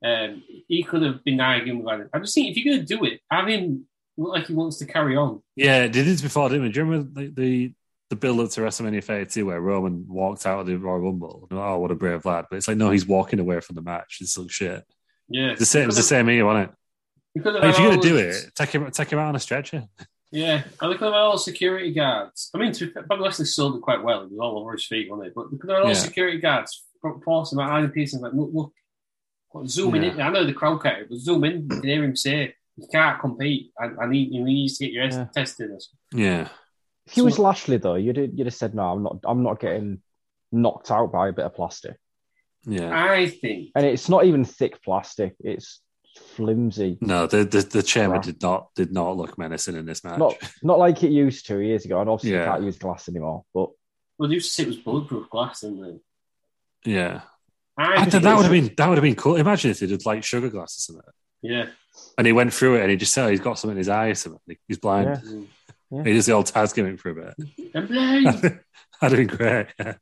S1: there, um, he could have been arguing with him. I'm just thinking, if you're going to do it, have him look like he wants to carry on.
S3: Yeah, it did this before, didn't we? Do you remember the, the, the build up to WrestleMania 32 where Roman walked out of the Royal Rumble? And, oh, what a brave lad. But it's like, no, he's walking away from the match. It's like shit.
S1: Yeah.
S3: It's the same, it was the same here, wasn't it?
S1: Because
S3: Like, if you're going to do
S1: all those-
S3: it, take him, take him out on a stretcher.
S1: Yeah, and look at all the security guards. I mean, to, Bobby Leslie sold it quite well. It was all over his feet, wasn't it? But look at all the
S3: Yeah.
S1: security guards for- forcing that iron piece and like, look, look, What, zooming in. I know the crowd cut it, but zoom in. You can hear him say, it. "You can't compete. I, I need you needs to get your head tested." Or something.
S3: Yeah.
S2: If he was Lashley though, you'd you'd have said, "No, I'm not. I'm not getting knocked out by a bit of plastic."
S3: Yeah.
S1: I think
S2: And it's not even thick plastic; it's flimsy.
S3: No, the the, the chairman did not did not look menacing in this match.
S2: Not not like it used to years ago. And obviously,
S3: Yeah.
S2: you can't use glass anymore. But
S1: well, they used to say it was bulletproof glass, didn't they?
S3: yeah.
S1: I,
S3: I
S1: think
S3: thought that
S1: it
S3: would
S1: was-
S3: have been that would have been cool. Imagine if they did like sugar glasses in it,
S1: yeah.
S3: and he went through it, and he just said he's got something in his eye, or something. He's blind.
S1: Yeah.
S3: He does the old Taz gimmick for a bit. <laughs>
S1: I'm blind.
S3: That'd have been great. Yeah.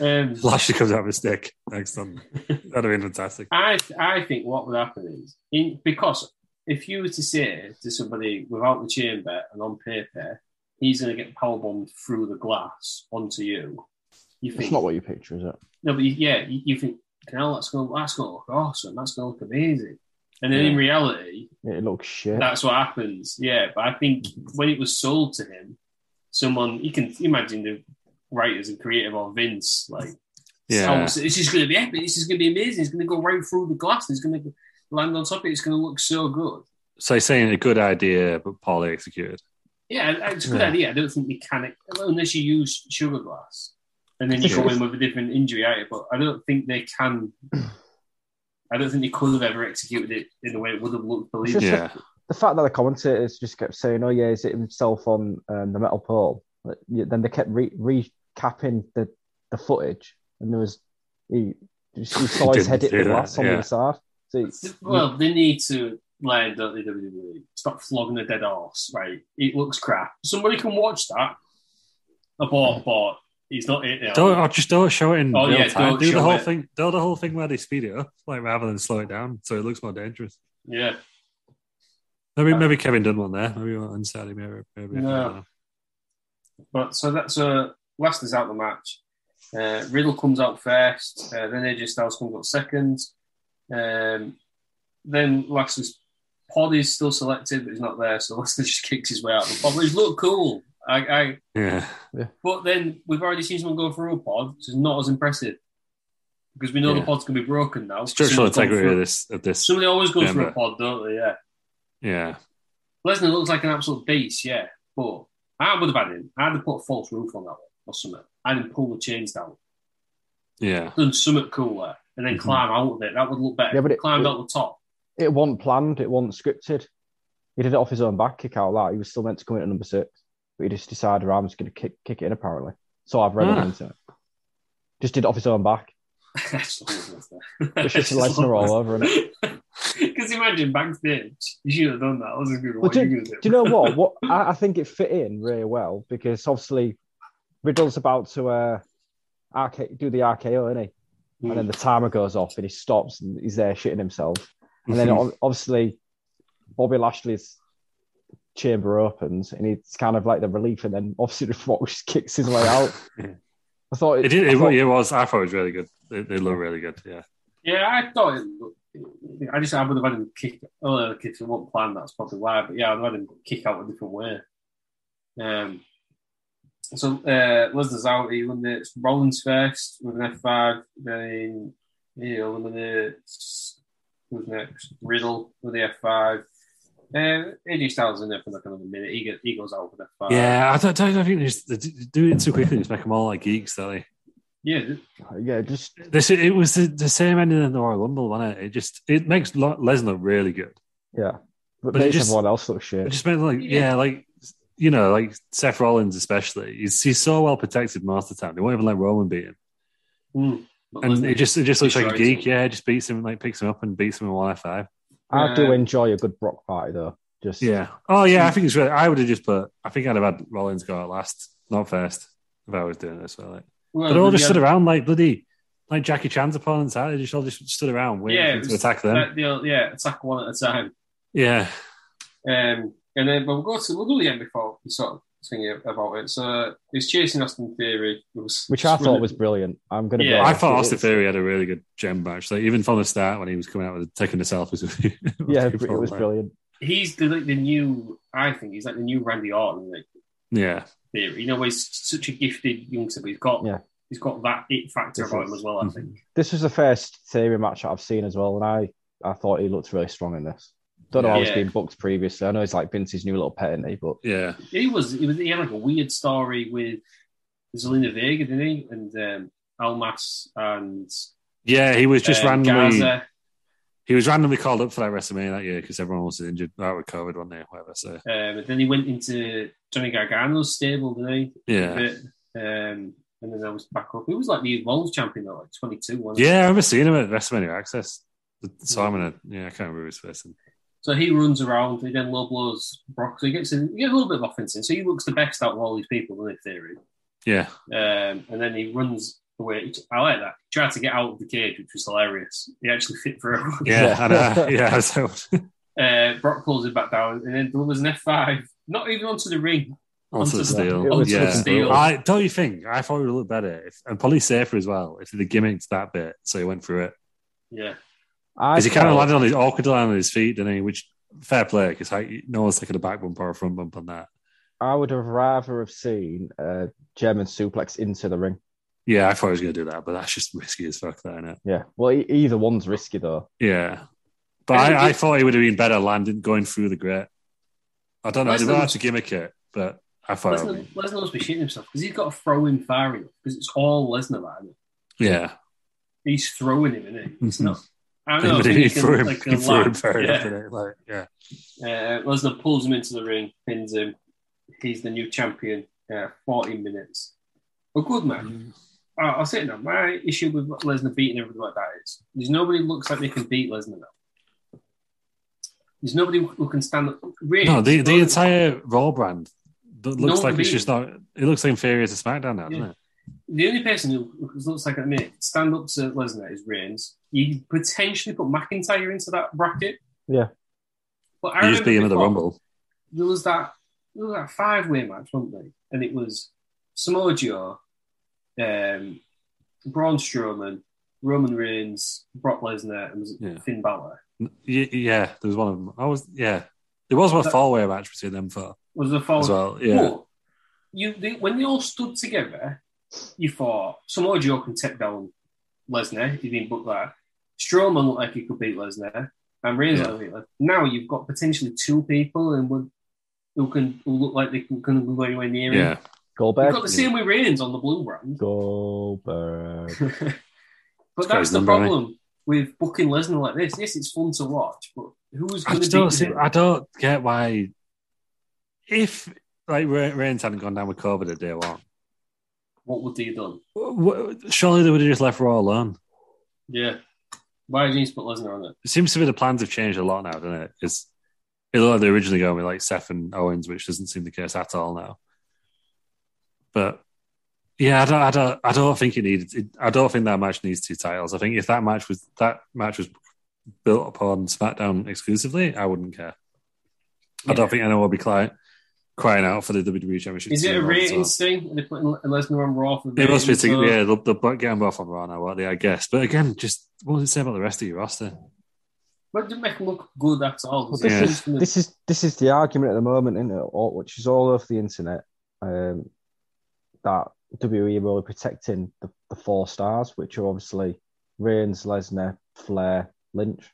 S1: um,
S3: Lashley comes out with a stick next on. That'd have been fantastic.
S1: I I think what would happen is in, because if you were to say to somebody without the chamber and on paper, he's going to get powerbombed through the glass onto you. You
S2: it's
S1: think
S2: not what you picture, is it?
S1: no, but you, yeah, you, you think now that's going that's going to look awesome. That's going to look amazing. And then in
S2: Yeah.
S1: reality,
S2: It looks shit.
S1: that's what happens. Yeah, but I think
S2: Mm-hmm.
S1: when it was sold to him, someone you can imagine the writers and creative or Vince like
S3: Yeah.
S1: Oh, so this is going to be epic. This is going to be amazing. It's going to go right through the glass. It's going to land on top of it. It's going to look so good.
S3: So he's saying a good idea, but poorly executed.
S1: Yeah, and- and it's a good
S3: Yeah.
S1: idea. I don't think they can, unless you use sugar glass and then you
S3: Sure.
S1: go in with a different injury out. But I don't think they can. I don't think they could have ever executed it in the way it would have looked
S2: It's just
S1: believable.
S2: the- The fact that the commentators just kept saying, "Oh yeah, is it himself on um, the metal pole?" Like, yeah, Then they kept re- recapping the the footage, and there was he
S3: <laughs>
S2: you saw his
S3: Didn't
S2: head hit
S3: do
S2: the
S3: that,
S2: glass on the
S3: yeah.
S2: other side. So it's-
S1: Well, they need to land don't they, WWE? E. Stop flogging a dead horse, right? It looks crap. Somebody can watch that. Abort, abort. He's not it. now.
S3: Don't or just don't show it in
S1: Oh,
S3: real
S1: yeah,
S3: time.
S1: don't
S3: Do the
S1: show
S3: whole
S1: it.
S3: thing. Do the whole thing where they speed it up, like rather than slow it down, so it looks more dangerous.
S1: Yeah.
S3: Maybe maybe Kevin done one there. Maybe on Saturday. Maybe maybe.
S1: No. But so that's uh, Lester's out the match. Uh, Riddle comes out first, uh, then AJ Styles comes out second. Um, then Lester's pod is still selected, but he's not there, so <laughs> Lester just kicks his way out of the pod, which looked cool. I, I,
S3: Yeah.
S1: but then we've already seen someone go through a pod, which is not as impressive because we know
S3: Yeah.
S1: the pod's going to be broken now.
S3: Structural
S1: Someone's gone
S3: integrity of
S1: through-
S3: this of this.
S1: Somebody always goes through
S3: chamber.
S1: a pod, don't they? Yeah.
S3: Yeah.
S1: Lesnar looks like an absolute beast, yeah. But I would have had him. I'd have put a false roof on that one or something. I'd have pulled the chains down,
S3: Yeah.
S1: done something cooler, and then climb out of it. That would look better.
S2: Mm-hmm. Yeah, but it-
S1: Climbed
S2: it-
S1: out the top. <laughs>
S2: it wasn't planned. It wasn't scripted. He did it off his own back kick out loud. He was still meant to come in at number six, but he just decided I'm just going to kick kick it in. Apparently, so I've read on
S3: Ah.
S2: the internet. Just did it off his own back. <laughs> It's
S1: <laughs>
S2: just Lesnar <laughs> all over. Isn't it?
S1: Because imagine backstage, you should have done that. I was good.
S2: Well,
S1: What
S2: do,
S1: you gonna
S2: do you know what? What I, I think it fit in really well because obviously Riddle's about to uh, RK, do the RKO, isn't he? And then the timer goes off and he stops and he's there shitting himself. And then
S3: Mm-hmm.
S2: ob- obviously Bobby Lashley's chamber opens and it's kind of like the relief. And then obviously the Rock just kicks his way out. I thought
S3: It did.
S2: I
S3: It,
S2: thought-
S3: wa- it was. I thought it was really good. They, they look really good. Yeah.
S1: Yeah, I thought it looked. I just I would have had him kick. Oh, if it wasn't planned, that's probably why. But yeah, I'd have had him kick out a different way. Um. So uh, Lesnar's out. He eliminates Rollins first with an F five. Then he eliminates who's next? Riddle with the F five. Um, AJ Styles in there for like another minute. He, get, he goes out with F five.
S3: yeah. I don't, don't, don't think they, just, they do it too quickly. Just make them all like geeks, don't they?
S1: Yeah.
S2: yeah, just
S3: This it was the, the same ending in the Royal Rumble, wasn't it? It just it makes Lo- Lesnar look really good.
S2: yeah, but,
S3: But it
S2: makes
S3: just-
S2: everyone else look
S3: It
S2: shit.
S3: just made like yeah, like you know, like Seth Rollins especially. He's he's so well protected most of the time. They won't even let Roman beat him,
S1: Mm. But
S3: and
S1: Lesnar-
S3: it just it just looks like a
S1: destroys him.
S3: geek. Yeah, just beats him, like picks him up and beats him in one F five.
S2: I do
S1: Uh,
S2: enjoy a good Brock party though. Just
S3: Yeah. Oh yeah, I think it's really. I would have just put. I think I'd have had Rollins go out last, not first, if I was doing this. Well, like,
S1: Well,
S3: but they all
S1: the
S3: just stood
S1: other-
S3: around like bloody, like Jackie Chan's opponents. How they just all just stood around waiting
S1: Uh, Yeah, it
S3: for him to
S1: was-
S3: attack them.
S1: that deal- yeah, attack one at a time.
S3: yeah.
S1: Um, And then, but we'll go to we'll go to the end before we sort of thinking about it. So he's chasing Austin Theory, It was
S2: which I thought
S1: swimming-
S2: was brilliant. I'm gonna. be
S1: Yeah.
S3: I
S2: honest,
S3: thought
S2: it-
S3: Austin
S2: it's-
S3: Theory had a really good gem match. Like even from the start when he was coming out with taking the selfies <laughs> with me.
S2: Yeah, it was brilliant.
S1: He's the, like the new. I think he's like the new Randy Orton. Like
S3: Yeah.
S1: Theory, you know, he's such a gifted youngster, but he's got
S2: Yeah.
S1: he's got that it factor
S2: This
S1: about
S2: is- mm-hmm.
S1: him as well. I think.
S2: This was the first Theory match that I've seen as well, and I I thought he looked really strong in this. Don't know how he's
S1: Yeah.
S2: been booked previously. I know he's like been to his new little pet, isn't he? But
S3: Yeah.
S1: He was, he was he had like a weird story with Zelina Vega, didn't he? And um, Almas and
S3: Yeah, he was just
S1: um,
S3: randomly
S1: Gaza.
S3: he was randomly called up for that WrestleMania that year because everyone was injured out with COVID, wasn't they? Whatever. So
S1: Um, and then he went into Johnny Gargano's stable, didn't he?
S3: Yeah.
S1: But, um, and then I was back up. He was like the Evolve champion, though, like 22, wasn't
S3: Yeah, I
S1: he?
S3: remember seeing him at WrestleMania Access. So I'm gonna yeah, I can't remember his first name.
S1: So he runs around, he then low blows Brock. So he gets, in, he gets a little bit of offense in. So he looks the best out of all these people, doesn't he, Theory?
S3: Yeah.
S1: Um, and then he runs away. I like that. He tried to get out of the cage, which was hilarious. He actually fit for a
S3: Yeah,
S2: <laughs>
S3: and uh, yeah, so
S1: <laughs> Uh, Brock pulls him back down, and then there was an F5, not even onto the ring.
S3: onto the
S1: <laughs>
S3: steel.
S1: Onto
S3: yeah.
S1: the steel.
S3: I don't you think? I thought it would look better if, and probably safer as well if they gimmicked that bit so he went through it.
S1: yeah.
S2: I
S3: Because he kind of
S2: felt-
S3: landed on his awkward landed on his feet, didn't he? Which fair play, because like no one's taking a back bump or a front bump on that.
S2: I would have rather have seen a German suplex into the ring.
S3: Yeah, I thought he was going to do that, but that's just risky as fuck, that, isn't it?
S2: Yeah. Well, e- either one's risky though.
S3: Yeah, but
S2: And
S3: I, I
S2: it-
S3: thought it would have been better landing going through the grate. I don't know. They
S1: Lesnar
S3: don't have
S1: was-
S3: to gimmick it, but I thought. it would
S1: Lesnar, Lesnar must be shitting himself because he's got to throw him far enough because it's all Lesnar that isn't it?
S3: be- yeah,
S1: He's throwing him in it. It's not. I
S3: Mm-hmm.
S1: don't
S3: He
S1: know. I
S3: would-
S1: think
S3: he
S1: he can,
S3: threw him-
S1: like,
S3: <laughs> he threw him
S1: lap.
S3: fair enough,
S1: Yeah.
S3: innit? Like, yeah.
S1: Uh, Lesnar pulls him into the ring, pins him. He's the new champion. Uh, 14 minutes. A good match.
S3: Mm-hmm.
S1: I- I'll say it now. My issue with Lesnar beating everybody like that is there's nobody who looks like they can beat Lesnar now. There's nobody who- who can stand up. Really,
S3: No, the the entire Raw brand that looks
S1: No,
S3: like it's
S1: really.
S3: just not. It looks inferior to SmackDown now, doesn't it?
S1: The only person who who looks like a minute stand up to Lesnar is Reigns. You could potentially put McIntyre into that bracket,
S2: Yeah.
S1: but I
S3: He just
S1: remember
S3: beat him at the
S1: before,
S3: Rumble.
S1: There was that there was that five way match, wasn't there? And it was Samoa Joe, um, Braun Strowman, Roman Reigns, Brock Lesnar, and was it
S3: Yeah.
S1: Finn Balor.
S3: Y- Yeah, there was one of them. I was yeah. There was one
S1: That-
S3: four way match between them for
S1: Was the fall
S3: as well. Yeah,
S1: But you they, when they all stood together, you thought Samoa Joe can take down Lesnar. He didn't book that. Strowman looked like he could beat Lesnar, and Reigns
S3: Yeah.
S1: looked like he could. Now you've got potentially two people and one who can who look like they can, can go anywhere near him.
S3: yeah.
S1: You've
S2: Goldberg.
S1: got the same with Reigns on the blue brand, <laughs>
S2: Goldberg.
S1: but that's
S3: crazy
S1: the
S3: number, isn't it?
S1: problem with booking Lesnar like this. Yes, it's fun to watch, but who's
S3: I
S1: going
S3: just
S1: to
S3: don't
S1: beat
S3: see,
S1: him?
S3: I don't get why if like Re- Reigns hadn't gone down with COVID at day one,
S1: What would they have done?
S3: w- w- surely they would have just left Raw alone.
S1: Yeah, why didn't you put Lesnar on it?
S3: It seems to be the plans have changed a lot now, doesn't it? It's it looked like they were originally going with like Seth and Owens, which doesn't seem the case at all now. But yeah, I don't, I don't, I don't think it needed. It, I don't think that match needs two titles. I think if that match was that match was built upon SmackDown exclusively, I wouldn't care. I don't think anyone will be cry, crying out for the WWE Championship.
S1: Is it a
S3: sooner or later.
S1: ratings thing? Are they putting Lesnar on Raw for
S3: They must be
S1: ratings,
S3: to,
S1: or-
S3: yeah, they'll, they'll both get them both on Raw now, won't they? I guess. But again, just what does it say about the rest of your roster?
S1: But it didn't make him look good at all.
S2: Well,
S1: It
S2: this,
S3: Yeah.
S2: is, this is this is the argument at the moment, isn't it? All, which is all over the internet. Um, that WWE are really protecting the, the four stars, which are obviously Reigns, Lesnar, Flair, Lynch.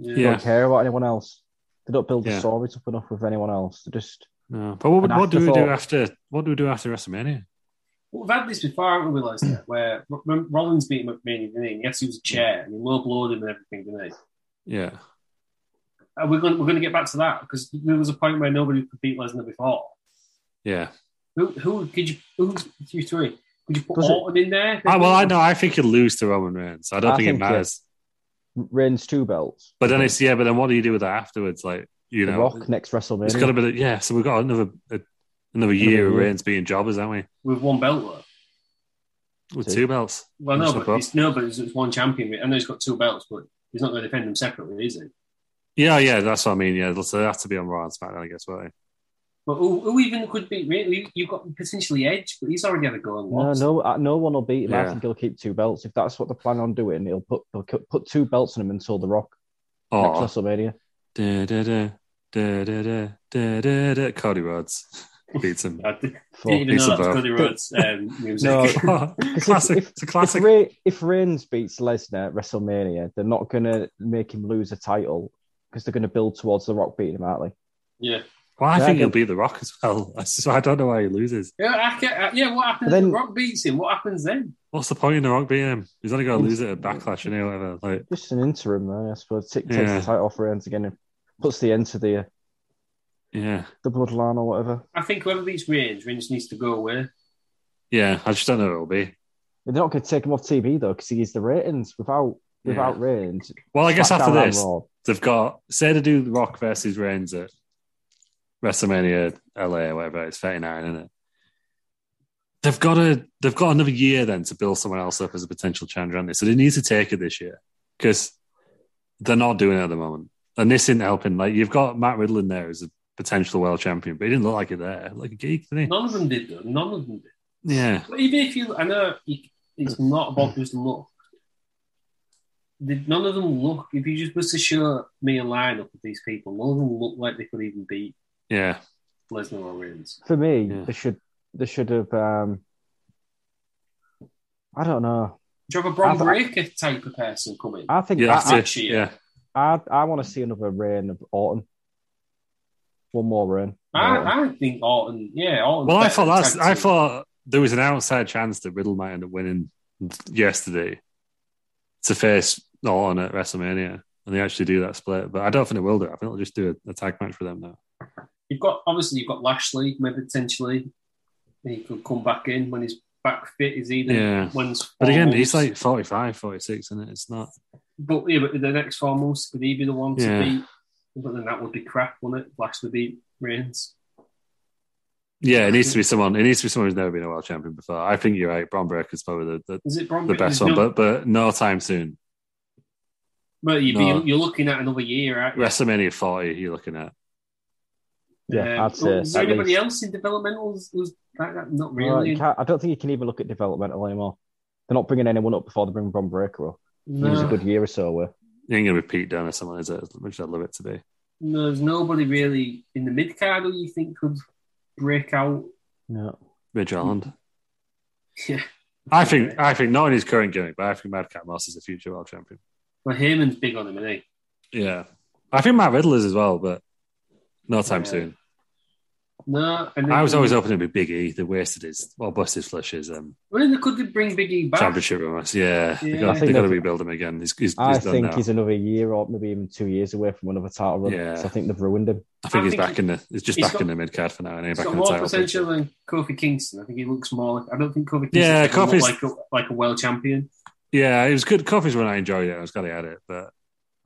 S2: They
S3: Yeah.
S2: don't care about anyone else. They don't build
S3: Yeah.
S2: the stories up enough with anyone else. They just
S3: No. But what,
S2: An
S3: what do we do
S2: afterthought.
S3: after? What do we do after WrestleMania?
S1: We've had this before, haven't we, Lesnar? where R- R- Rollins beat McMahon, didn't he? And he had to use a chair and he low blowed him and everything, didn't he?
S3: Yeah.
S1: And we're going we're going to get back to that because there was a point where nobody could beat Lesnar before.
S3: Yeah.
S1: Who who could you who's you three? Could you put
S2: Does it-
S1: Orton in there?
S3: I, Ah, well, I know. I think you'll lose to Roman Reigns. I don't
S2: I
S3: think, it
S2: think, yeah.
S3: matters.
S2: Reigns two belts.
S3: But then it's yeah. But then what do you do with that afterwards? Like you
S2: The
S3: know,
S2: Rock next WrestleMania.
S3: it's got to be the- yeah. So we've got another a, another year of
S2: year.
S3: Reigns being jobbers, haven't
S1: with one belt though.
S3: we? With
S2: Two.
S3: two belts.
S1: Well, no,
S3: Just a
S1: but
S3: belt.
S1: it's, no, but it's, it's one champion. I know he's got two belts, but he's not going to defend them separately, is he?
S3: Yeah, yeah, that's what I mean. Yeah, so they have to be on Raw and SmackDown, I guess, won't
S1: But who, who even could beat really? You've got potentially Edge, but he's already had a go and
S2: No,
S1: lost.
S2: no, uh, no one will beat him. I
S1: Yeah.
S2: think he'll keep two belts if that's what they plan on doing. He'll put he'll cu- put two belts on him until the Rock
S3: Aw.
S2: next WrestleMania.
S3: they? Oh. Da, da, da, da, da, da, da, da, da. Cody Rhodes <laughs>
S1: <laughs>
S3: beats him.
S1: didn't even
S3: Beats
S1: know
S3: him
S1: that's
S3: both.
S1: Cody Rhodes um, music.
S2: No,
S3: <laughs> Classic.
S2: If, it's a classic. If, Re- if Reigns beats Lesnar at WrestleMania, they're not going to make him lose a title because they're going to build towards the Rock beating him, aren't they?
S1: <laughs> Yeah.
S3: Well, I
S2: Yeah,
S3: think he'll
S2: I
S3: beat The Rock as well. <laughs> I, just, I don't know why he loses.
S1: Yeah, I can, uh, yeah. What happens? if Rock beats him. What happens then?
S3: What's the point in The Rock beating him? He's only going to lose it at Backlash, you know, whatever. Like,
S2: Just an interim, there, I suppose. Tick takes
S3: Yeah.
S2: the title off Reigns again and puts the end to the uh,
S3: yeah,
S2: the bloodline or whatever.
S1: I think whoever beats Reigns, Reigns needs to go away.
S3: yeah. I just don't know who it'll be.
S2: They're not going to take him off TV though because he is the ratings without
S3: Yeah.
S2: without Reigns.
S3: Well, I guess
S2: SmackDown
S3: after
S2: and
S3: this,
S2: Raw.
S3: they've got say to do The Rock versus Reigns at WrestleMania LA or whatever. It's thirty nine, isn't it? They've got a they've got another year then to build someone else up as a potential challenger, haven't they? So they need to take it this year because they're not doing it at the moment, and this isn't helping. Like you've got Matt Riddle in there as a potential world champion, but he didn't look like it there, like a geek, did
S1: None of them did though. None of them did.
S3: he? Yeah,
S1: But even if you, I know it- it's not about who's look. Did none of them look? If you just was to show me a lineup of these people, none of them looked like they could even beat
S3: yeah.
S1: Lesnar or Reigns.
S2: For me, they should they should have. Um, I don't know.
S1: Do you have a Bron
S2: I've- I-
S1: Breaker type of person coming?
S2: I think
S1: that's
S2: I, I,
S1: next year.
S2: I, I want to see another reign of Orton. One more reign.
S1: I, I think Orton. Yeah, Orton.
S3: Well, I thought that's I thought there was an outside chance that Riddle might end up winning yesterday to face Orton at WrestleMania, and they actually do that split. But I don't think it will do. it. I think they'll just do a, a tag match for them now.
S1: You've got obviously you've got Lashley maybe potentially. He could come back in when he's back fit. Is either
S3: Yeah,
S1: when's
S3: but again,
S1: form-
S3: he's like 45, 46, and it? it's not.
S1: But yeah, but the next four months could he be the one to
S3: Yeah.
S1: beat? But then that would be crap, wouldn't it? Lashley beat Reigns.
S3: Yeah, it needs to be someone. It needs to be someone who's never been a world champion before. I think you're right. Braun Breaker's probably the
S1: Is
S3: the,
S1: it Braun
S3: the
S1: Breaker?
S3: best
S1: There's
S3: one,
S1: no-
S3: but but no time soon.
S1: But you'd be,
S3: No.
S1: you're looking at another year, right?
S3: WrestleMania 40, you're looking at.
S2: Yeah, I'd say
S1: Um, Is there
S2: at
S1: anybody
S2: least.
S1: else in developmentals who's like that? Not
S2: Uh, you
S1: really.
S2: can't- I don't think you can even look at developmental anymore. They're not bringing anyone up before they bring Bron Breaker up. It was a
S1: No.
S2: good year or so. Where
S3: You ain't gonna be Pete Dunne or someone, is it? As much as I'd love it to be.
S1: no, there's nobody really in the mid card who you think could break out.
S2: No.
S3: Ridge Island.
S1: Yeah.
S3: I think uh, I think not in his current gimmick, but I think Madcap Moss is a future world champion.
S1: Well, Heyman's big on him, isn't he?
S3: Yeah. I think Matt Riddle is as well, but no time
S1: Yeah.
S3: soon.
S1: No, and
S3: I was always
S1: hoping.
S3: hoping it'd be Big E, the wasted his well busted flush his um,
S1: Well, then they could bring Big E back.
S3: championship romance. Yeah.
S1: Yeah.
S3: They
S1: I
S3: got
S1: think
S3: they gotta
S2: they've-
S3: rebuild him again. He's, he's, he's
S2: I
S3: done
S2: think
S3: now.
S2: he's another year or maybe even two years away from another title run.
S3: Yeah.
S2: So I think they've ruined him.
S3: I think
S1: I
S3: he's
S1: think
S3: back in the he's just
S1: he's
S3: back
S1: got-
S3: in the mid card for now and
S1: He's
S3: he's back
S1: got
S3: in the
S1: more
S3: title. picture.
S1: potential than Kofi Kingston. I think he looks more like. I don't think Kofi Kingston
S3: Yeah,
S1: doesn't look
S3: Kofi's-
S1: like a, like a world champion.
S3: Yeah, it was good coffees when I enjoyed it. I was glad he had it, but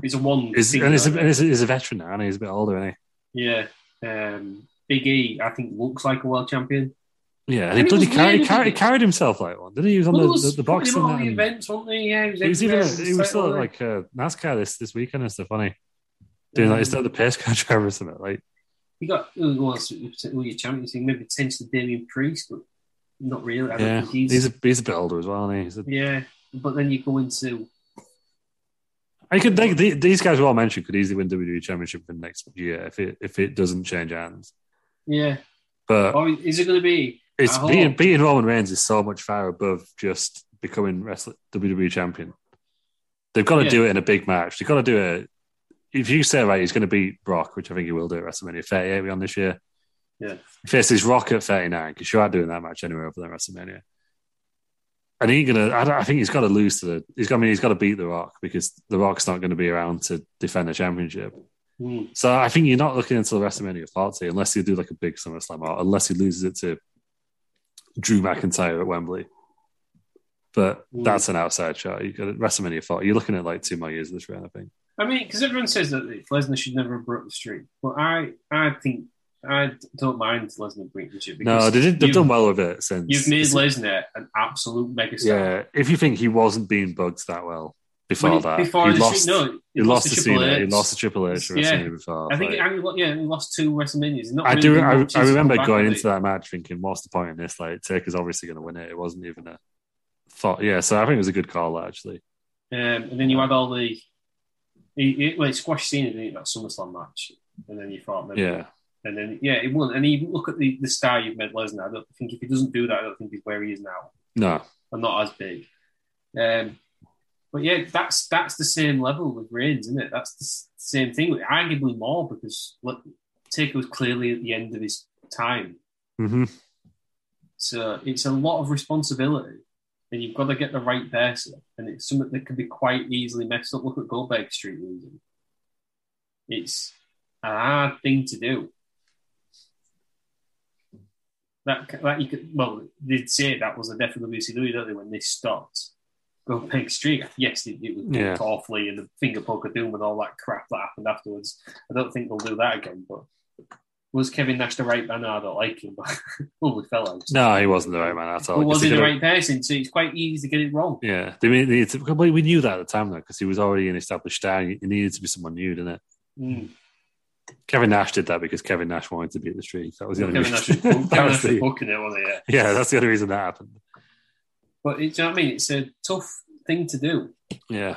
S1: He's a one.
S3: he's,
S1: thing,
S3: and he's a,
S1: though.
S3: and he's, a, he's a veteran now and he's a bit older, isn't
S1: Yeah. Um, Big E, I think, looks like a world champion.
S3: he? Yeah,
S1: And
S3: and he
S1: it
S3: bloody
S1: was
S3: carried,
S1: weird,
S3: carried,
S1: wasn't it?
S3: carried himself like one, didn't he? He was on
S1: Well, there
S3: the, the,
S1: was
S3: the box
S1: fucking
S3: and
S1: all
S3: that
S1: the
S3: and-
S1: events, wasn't he? Yeah, he was,
S3: He was even
S1: everywhere.
S3: he was still at
S1: like-
S3: like uh, NASCAR this this weekend and stuff, wasn't he? Doing like
S1: Mhm.
S3: he's still the pace <laughs> car driver or something. Like
S1: You got oh, who was who your champions? Maybe potentially Damien Priest, but not really. I don't
S3: yeah,
S1: think he's,
S3: he's, a he's a bit older as well, isn't he? He's a-
S1: yeah. But then you go into
S3: I could they, the- these guys well mentioned could easily win WWE Championship in next year if it if it doesn't change hands.
S1: yeah.
S3: But
S1: Or Oh, is it going to be?
S3: it's
S1: I hope-
S3: beating, beating Roman Reigns is so much far above just becoming wrestler, WWE champion. They've got to
S1: Yeah.
S3: do it in a big match. They've got to do it. If you say right, he's going to beat Brock, which I think he will do at WrestleMania 38 we on this year.
S1: Yeah.
S3: He faces Rock at 39 because you aren't doing that match anywhere other than WrestleMania. And he ain't gonna. I, don't- I think he's got to lose to the. He's got. I mean, he's got to beat the Rock because the Rock's not going to be around to defend the championship.
S1: Hmm.
S3: So I think you're not looking until WrestleMania 40 unless you do like a big SummerSlam or unless he loses it to Drew McIntyre at Wembley. But
S1: Mm.
S3: that's an outside shot. You got WrestleMania 40. You're looking at like two more years of this round, I think.
S1: I mean, because everyone says that Lesnar should never have broke the streak, but I, I think I don't mind Lesnar breaking the streak.
S3: No,
S1: because
S3: they did, they've
S1: you've-
S3: done well with it since.
S1: You've made Lesnar an absolute megastar.
S3: Yeah, if you think he wasn't being bugged that well, before
S1: When he-
S3: that.
S1: before
S3: he
S1: the
S3: lost,
S1: Cena- no,
S3: he lost the
S1: Triple
S3: Cena. He
S1: H.
S3: lost the Triple H WrestleMania before.
S1: I think
S3: like-
S1: I mean, yeah, he lost two WrestleManias. Not
S3: I
S1: really
S3: do.
S1: good
S3: I,
S1: matches
S3: I
S1: to
S3: remember
S1: come back
S3: going
S1: with
S3: into that match thinking, "What's the point in this? Like, Taker's obviously going to win it." It wasn't even a thought. Yeah, so I think it was a good call actually.
S1: it. Um, and then you had all the he, he, well, he squashed Cena didn't he, that SummerSlam match, and then you thought maybe
S3: Yeah.
S1: And then yeah, it won. And even look at the the star you've made Lesnar. I don't think if he doesn't do that, I don't think he's where he is now.
S3: No.
S1: and not as big. Um, but yeah, that's that's the same level with Reigns, isn't it? That's the s- same thing, arguably more because look, Taker was clearly at the end of his time.
S3: Mm-hmm.
S1: So it's a lot of responsibility, and you've got to get the right person. And it's something that can be quite easily messed up. Look at Goldberg Street losing. It's a hard thing to do. That that you could well, they'd say that was a death of WCW, don't they? When they stopped Goldberg Street, yes, it, it was
S3: Yeah.
S1: booked awfully, and the finger poke of doom and all that crap that happened afterwards. I don't think they'll do that again. But was Kevin Nash the right man? No, I don't like him, but <laughs> holy fellow.
S3: No, he wasn't the right man at all.
S1: But was
S3: 'cause
S1: he the
S3: could've-
S1: right person? So it's quite easy to get it wrong.
S3: Yeah, they mean it's complete. We knew that at the time though, because he was already an established star. and It needed to be someone new, didn't it?
S1: Mm.
S3: Kevin Nash did that because Kevin Nash wanted to beat the streak. That was the only
S1: Kevin Nash
S3: reason.
S1: was
S3: <laughs>
S1: book-
S3: that
S1: Kevin
S3: was
S1: Nash was
S3: the,
S1: booking it, wasn't he? Yeah.
S3: yeah, that's the only reason that happened.
S1: But it, do you know what I mean? It's a tough thing to do.
S3: Yeah,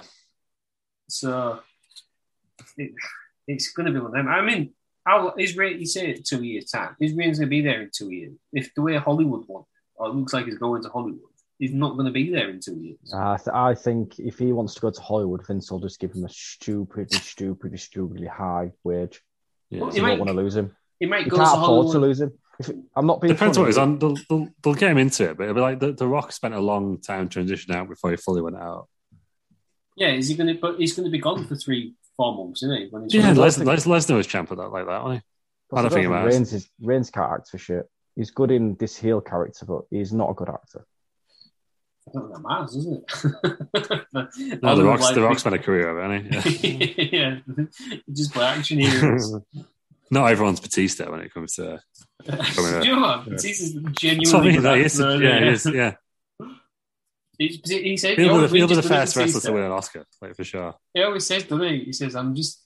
S1: So it, it's going to be one of them. I mean, how is Ray, you say it two years' time. His Reigns going to be there in two years. If the way Hollywood won, or it looks like he's going to Hollywood, he's not going to be there in two years.
S2: I, th- I think if he wants to go to Hollywood, Vince will just give him a stupidly, stupidly, stupidly high wage.
S1: Yeah.
S2: So you
S1: Well,
S2: don't
S1: he
S2: want to lose him.
S1: he might
S2: you
S1: go
S2: can't
S1: to
S2: afford
S1: Hollywood-
S2: to lose him. If, I'm not being
S3: depends
S2: funny,
S3: what he's
S2: but-
S3: on. They'll, they'll, they'll get him into it, but it'll be like the, the Rock spent a long time transitioning out before he fully went out.
S1: Yeah, is he going to? But he's going to be gone for three, four months, isn't he? When he's
S3: Yeah, Les, Les, Lesnar was champ at that like that, wasn't he?
S2: Plus,
S3: I don't think it matters.
S2: Reigns, is, Reigns can't act for shit. He's good in this heel character, but he's not a good actor.
S1: I don't think that matters, does <laughs> it?
S3: No, the Rock's,
S1: Like-
S3: the Rock's been a career of it, hasn't he? Yeah.
S1: <laughs> yeah, just by action heroes.
S3: Not everyone's Batista when it <laughs> comes to coming
S1: Do
S3: out.
S1: you know what? Batista's genuinely
S3: That's what I mean,
S1: good
S3: like,
S1: actor,
S3: it's a-
S1: isn't
S3: yeah,
S1: he?
S3: it is, yeah.
S1: <laughs> He, he said, he
S3: He'll be
S1: always-
S3: the, he'll be the
S1: just when he's
S3: first wrestler
S1: Batista,
S3: to win an Oscar, like for sure.
S1: He always says, doesn't he? He says, I'm just,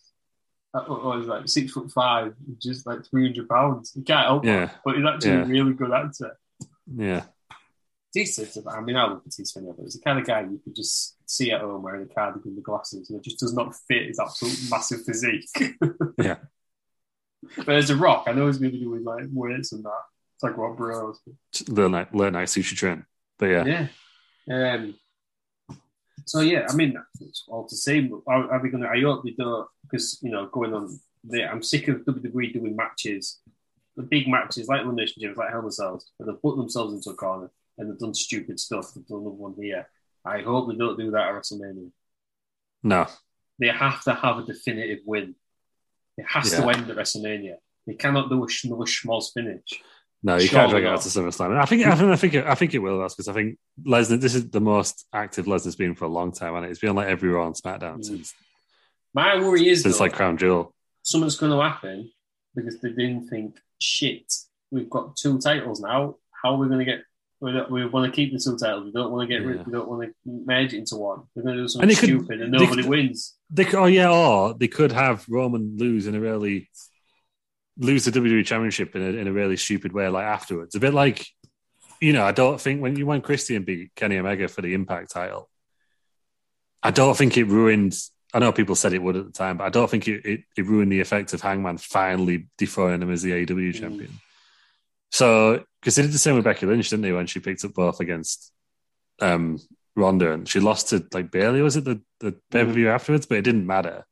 S1: uh, I I was like six foot five, just like 300 pounds. He can't help
S3: Yeah,
S1: it. But he's actually a
S3: yeah.
S1: really good actor.
S3: Yeah.
S1: Batista's, I mean, I love Batista whenever. He's the kind of guy you could just see at home wearing a cardigan and the glasses, and it just does not fit his absolute massive physique. <laughs>
S3: Yeah.
S1: Whereas The Rock, I know he's going to be doing like weights and that. It's like what bros.
S3: Learn like learn like sushi train. But yeah.
S1: Yeah. Um, so yeah, I mean, it's all the same. Are, are we going to? I hope they don't, because you know, going on there, I'm sick of WWE doing matches, the big matches like Elimination Chambers, like Hell in a Cells, where they've put themselves into a corner and they've done stupid stuff. They've done another one here. I hope they don't do that at WrestleMania.
S3: No.
S1: They have to have a definitive win. It has to
S3: Yeah.
S1: end at WrestleMania. They cannot do a sh- another schmaltz finish.
S3: No, you
S1: Surely
S3: can't drag it out
S1: not.
S3: to SummerSlam. And I think I think I think it, I think it will. That's because I think Lesnar. This is the most active Lesnar's been for a long time, and it's been on like every Raw and SmackDown
S1: Mm.
S3: since
S1: My worry is
S3: since
S1: though,
S3: like Crown Jewel.
S1: something's going to happen because they didn't think, shit, we've got two titles now. How are we going to get? We, don't- we want to keep the two titles. We don't want to get rid.
S3: Yeah.
S1: We don't want to merge it into one. We're going to do
S3: And
S1: something
S3: they could-
S1: stupid and
S3: they
S1: nobody
S3: could-
S1: wins.
S3: They could, oh yeah, or they could have Roman lose in a really lose the WWE Championship in a, in a really stupid way, like afterwards. A bit like you know, I don't think when you when Christian beat Kenny Omega for the Impact title, I don't think it ruined. I know people said it would at the time, but I don't think it, it, it ruined the effect of Hangman finally dethroning him as the AEW champion. So, because they did the same with Becky Lynch, didn't they, when she picked up both against um, Ronda and she lost to like Bailey, was it the, the pay per view afterwards? But it didn't matter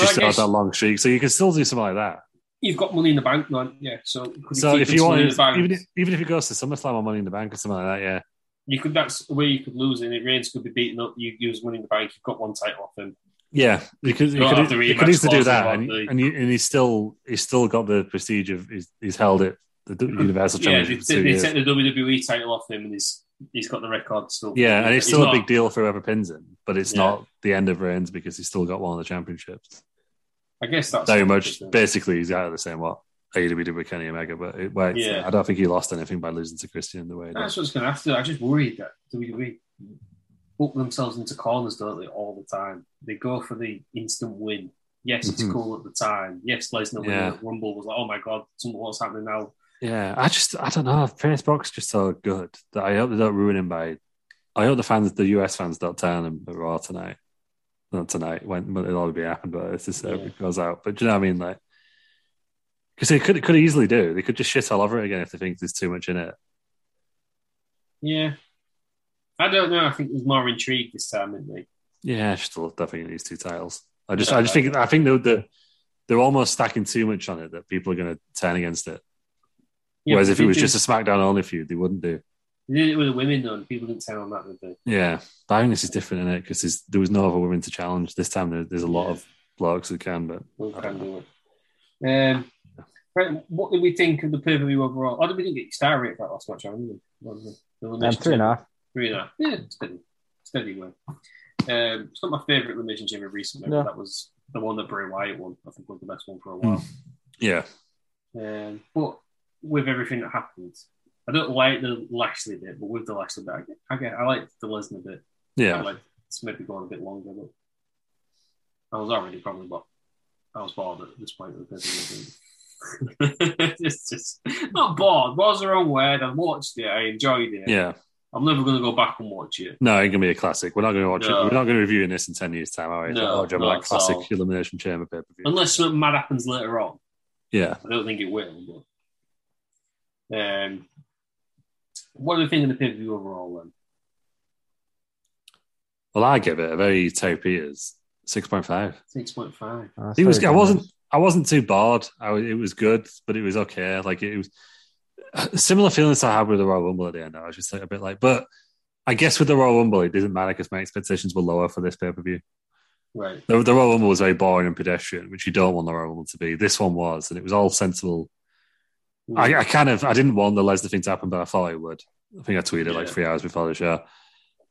S1: Mm-hmm. Well, I
S3: she still had
S1: guess-
S3: that long streak. So, you can still do something like that.
S1: You've got money in the bank, man. Yeah. So, could
S3: So,
S1: keep
S3: if
S1: this
S3: you want,
S1: money in the bank?
S3: even if, even if it goes to SummerSlam or Money in the Bank or something like that, yeah.
S1: you could that's the way you could lose, and it rains could be beaten up. You use money in the bank. You've got one title off him.
S3: Yeah, you could, you
S1: Not
S3: could, e,
S1: after
S3: you
S1: rematch
S3: could easily do
S1: clause
S3: that,
S1: and
S3: and,
S1: what the-
S3: and, you, and he's still he's still got the prestige of he's, he's held it the d- Universal
S1: Mm-hmm. Yeah, they,
S3: Championship for two
S1: they
S3: years.
S1: take the WWE title off him, and he's he's got the record still.
S3: yeah, and it's still
S1: not-
S3: a big deal for whoever pins him, but it's
S1: Yeah.
S3: not the end of Reigns because he's still got one of the championships.
S1: I guess that's
S3: Very much, basically, he's out of the same what AEW did with Kenny Omega, but it worked.
S1: Yeah.
S3: I don't think he lost anything by losing to Christian the way. He did.
S1: That's what's going to happen. I just worried that WWE book E themselves into corners, don't they, all the time? They go for the instant win. Yes, it's
S3: Mhm.
S1: cool at the time. Yes, Lesnar winning
S3: Yeah.
S1: at Rumble was like, oh my God, some- what's happening now?
S3: Yeah, I just I don't know. Pierce Brock's just so good that I hope they don't ruin him by. I hope the fans, the US fans, don't turn him at Raw tonight. Not tonight when when it'll already be happened, but it's just uh, it goes out. But do you know what I mean? Like, because they could could easily do. They could just shit all over it again if they think there's too much in it.
S1: Yeah. I don't know. I think there's more intrigue this time, isn't there?
S3: Yeah, I just love that thing in these two titles. I just
S1: Yeah,
S3: I just
S1: I-
S3: think I think they're, they're they're almost stacking too much on it that people are going to turn against it.
S1: Yeah,
S3: Whereas
S1: but
S3: if it
S1: they
S3: was
S1: do-
S3: just a SmackDown only feud, they wouldn't do.
S1: They did it with the women, though, and people didn't tell on that, did they?
S3: Yeah, but I think this is different in it because there was no other women to challenge this time. There, there's a lot of blokes who can, but
S1: Who can do it. Um, right, what did we think of the pay per view overall? Or did we didn't get your star rate for that last match, haven't we? What was it? The
S2: Um,
S1: elimination
S2: three and a half.
S1: Three and a half. Yeah, it's steady. Steady win. Um, it's not my favourite elimination chamber recently,
S3: No.
S1: but that was the one that Bray Wyatt won. I think was the best one for a while.
S3: yeah, Hmm.
S1: Um, but with everything that happened, I don't like the Lashley bit, but with the Lashley bit, I get, I, get, I like the Lesnar bit.
S3: Yeah.
S1: I like it's maybe going a bit longer, but I was already probably, but I was bored at this point. Of the business. <laughs> it's just not bored. Was the wrong word. I watched it. I enjoyed it.
S3: Yeah.
S1: I'm never going to go back and watch it.
S3: no, it's gonna be a classic. We're not gonna watch it.
S1: No.
S3: We're not gonna review this in ten years' time, are we?
S1: No,
S3: oh, do you remember
S1: not
S3: that
S1: at
S3: classic
S1: all.
S3: elimination chamber pay per view?
S1: Unless something mad happens later on.
S3: Yeah,
S1: I don't think it will, but um, what do we think of the pay per view overall then?
S3: well, I give it a very Terry Peters six point five.
S1: Six point five.
S3: It was. I wasn't. I wasn't too bored. I was, it was good, but it was okay. Like it was similar feelings I had with the Royal Rumble at the end. I was just like a bit like, but I guess with the Royal Rumble, it doesn't matter because my expectations were lower for this pay per view.
S1: Right.
S3: The, the Royal Rumble was very boring and pedestrian, which you don't want the Royal Rumble to be. This one was, and it was all sensible. I, I kind of I didn't want the Lesnar thing to happen, but I thought it would. I think I tweeted like
S1: Yeah.
S3: three hours before the show.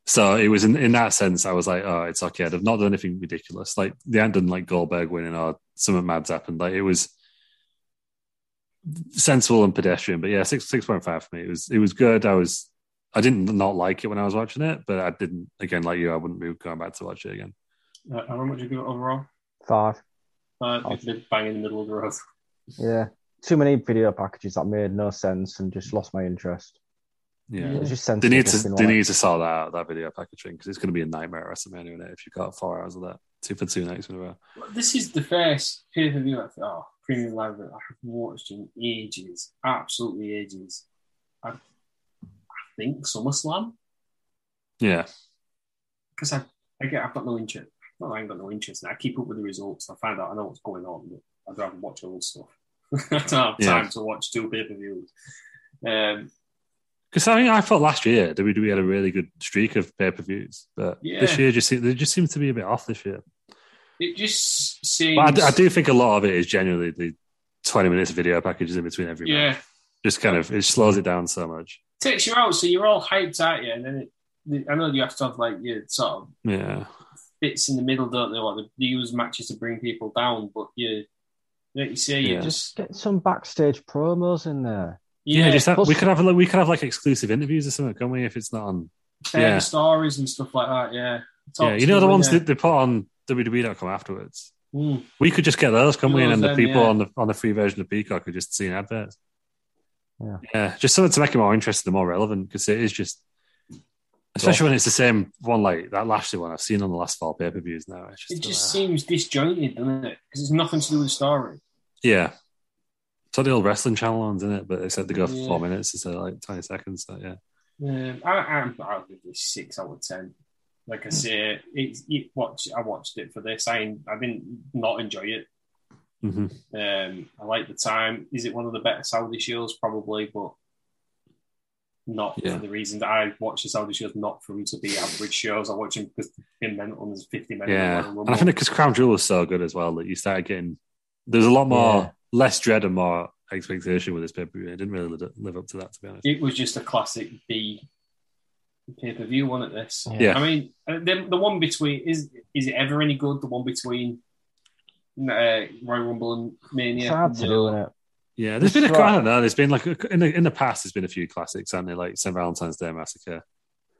S3: So it was in, in that sense, I was like, oh, it's okay. They've not done anything ridiculous. Like they hadn't done like Goldberg winning or something mad's happened. Like it was sensible and pedestrian. But yeah, six six point five for me. It was it was good. I was I didn't not like it when I was watching it, but I didn't again like you, I wouldn't be going back to watch it again.
S1: Uh, how much do you give it overall?
S2: Five.
S1: Uh, it's a bit bang in the middle of the road. <laughs>
S2: Yeah. Too many video packages that made no sense and just lost my interest.
S3: Yeah,
S2: It was just
S3: they
S2: sensible
S3: need
S2: just
S3: to
S2: in
S3: they
S2: like-
S3: need to sort that out that video packaging because it's going to be a nightmare at WrestleMania isn't it, if you've got four hours of that two for two nights in a row.
S1: This is the first pay per view I've oh, premium live that I've watched in ages, absolutely ages. I, I think SummerSlam
S3: Yeah,
S1: because I, I get I've got no interest. Well, I ain't got no interest, and I keep up with the results. I find out I know what's going on, but I'd rather watch old stuff. <laughs> I don't have time
S3: Yeah.
S1: to watch two pay per views. Um,
S3: because I mean I thought last year WWE had a really good streak of pay per views, but
S1: Yeah.
S3: this year just seem- they just seem to be a bit off this year.
S1: it just seems.
S3: But I d- I, do think a lot of it is genuinely the twenty minutes of video packages in between every
S1: yeah.
S3: match. Just kind of it slows it down so much.
S1: takes you out, so you're all hyped, aren't you? And then it, I know you have to have like your sort of
S3: Yeah,
S1: bits in the middle, don't they? Like they use matches to bring people down, but you, like you say, you just
S2: Just get some backstage promos in there.
S3: yeah.
S1: Yeah.
S3: just that, we
S1: Plus-
S3: could have a, we could have like exclusive interviews or something, can we? If it's not on,
S1: share the stories and stuff like that. Yeah,
S3: yeah, you know the ones that
S1: that
S3: they put on WWE.com afterwards.
S1: Mm.
S3: We could just get those, couldn't we? And then the
S1: Those, um,
S3: people
S1: yeah.
S3: on the on the free version of Peacock could just see an advert.
S2: Yeah.
S3: just something to make it more interesting and more relevant because it is just, especially when it's the same one like that Lashley one I've seen on the last four pay per views now. It's just, uh,
S1: it just seems disjointed, doesn't it? Because it's nothing to do with the story.
S3: yeah. It's like the old wrestling channel ones, isn't it? But they said they go for
S1: Yeah.
S3: four minutes instead of like 20 seconds. So, yeah.
S1: Um, I, I'm, I'll give this six out of ten. Like I say, it's it, watch. I watched it for this. I I didn't not enjoy it.
S3: Mm-hmm.
S1: Um, I like the time. Is it one of the better Saudi shows? Probably, but not
S3: Yeah.
S1: for the reason that I watch the Saudi shows, not for them to be average shows. I watch them because they're mental and there's 50 men. in the
S3: Yeah,
S1: Royal
S3: and I
S1: Rumble.
S3: think because Crown Jewel was so good as well that you started getting there's a lot more
S1: Yeah.
S3: less dread and more expectation with this pay per view. It didn't really li- live up to that, to be honest.
S1: it was just a classic B pay per view one at this.
S3: Yeah.
S1: I mean, uh, the, the one between is is it ever any good? The one between uh, Royal Rumble and Mania.
S2: It's hard to do, isn't it?
S3: Yeah, there's been a I don't know. There's been like a- in the in the past, there's been a few classics, haven't there? Like St. Valentine's Day Massacre.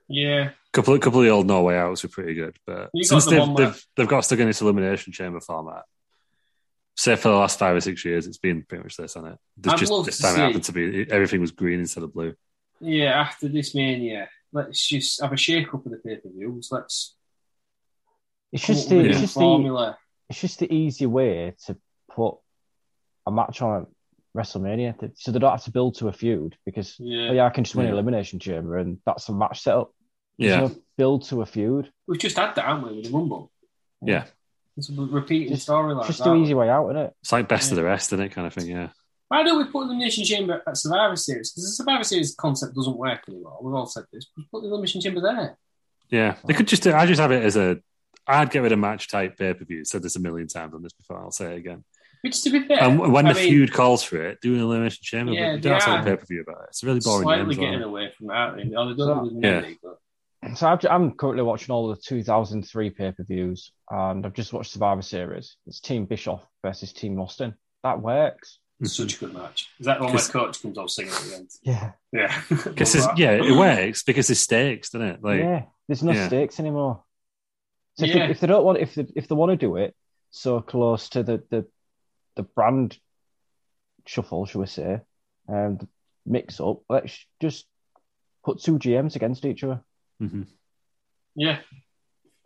S1: Yeah.
S3: Couple of, couple of the old Norway outs were pretty good, but
S1: You got
S3: since
S1: the
S3: they've,
S1: one where-
S3: they've they've got stuck in this elimination chamber format, say for the last five or six years, it's been pretty much this on it. There's
S1: I'd
S3: just
S1: love
S3: this
S1: to
S3: time
S1: see-
S3: it happened to be everything was green instead of blue.
S1: Yeah, after this mania, let's just have a shake up of the pay per views. Let's.
S2: It's
S1: come
S2: just
S1: up with
S2: the-
S1: a
S2: it's
S1: new
S2: just the-
S1: formula.
S2: It's just the easy way to put a match on at WrestleMania, so they don't have to build to a feud because
S1: Yeah.
S2: oh, yeah, I can just win
S1: Yeah.
S2: an elimination chamber and that's a match setup. There's
S3: Yeah.
S2: no build to a feud.
S1: We've just had that, haven't we, with the Rumble?
S3: Yeah,
S1: It's a repeating storyline.
S2: Just
S1: that
S2: the
S1: one.
S2: easy way out, isn't it?
S3: it's like best of the rest, isn't it? Kind of thing. Yeah,
S1: Why don't we put the Elimination Chamber at Survivor Series? Because the Survivor Series concept doesn't work anymore. We've all said this. But put the Elimination Chamber there.
S3: yeah. They could just. do- I just have it as a. I'd get rid of match type pay per view. Said this a million times on this before. I'll say it again.
S1: Which, to be fair,
S3: And when
S1: I
S3: the
S1: mean,
S3: feud calls for it, do an elimination chamber,
S1: Yeah,
S3: but you
S1: they
S3: don't have to
S1: are
S3: have a pay per view about it. It's a really boring.
S1: slightly
S3: Names,
S1: getting away from that. They Oh, they don't do the
S3: Yeah.
S1: mini, but-
S2: So I've, I'm currently watching all the 2003 pay per views, and I've just watched Survivor Series. It's Team Bischoff versus Team Austin. That works.
S1: Such a good match. Is that the one where Coach comes off singing at the end?
S2: Yeah.
S1: Yeah. <laughs>
S3: Because it's-
S1: <clears throat>
S3: yeah, it works because there's stakes, doesn't it? Like,
S2: yeah, there's no
S3: yeah.
S2: stakes anymore. So if,
S1: Yeah.
S2: they, if they don't want, if they, if they want to do it so close to the the, the brand shuffle, shall we say, and the mix up, let's just put two GMs against each other.
S3: mm-hmm.
S1: Yeah.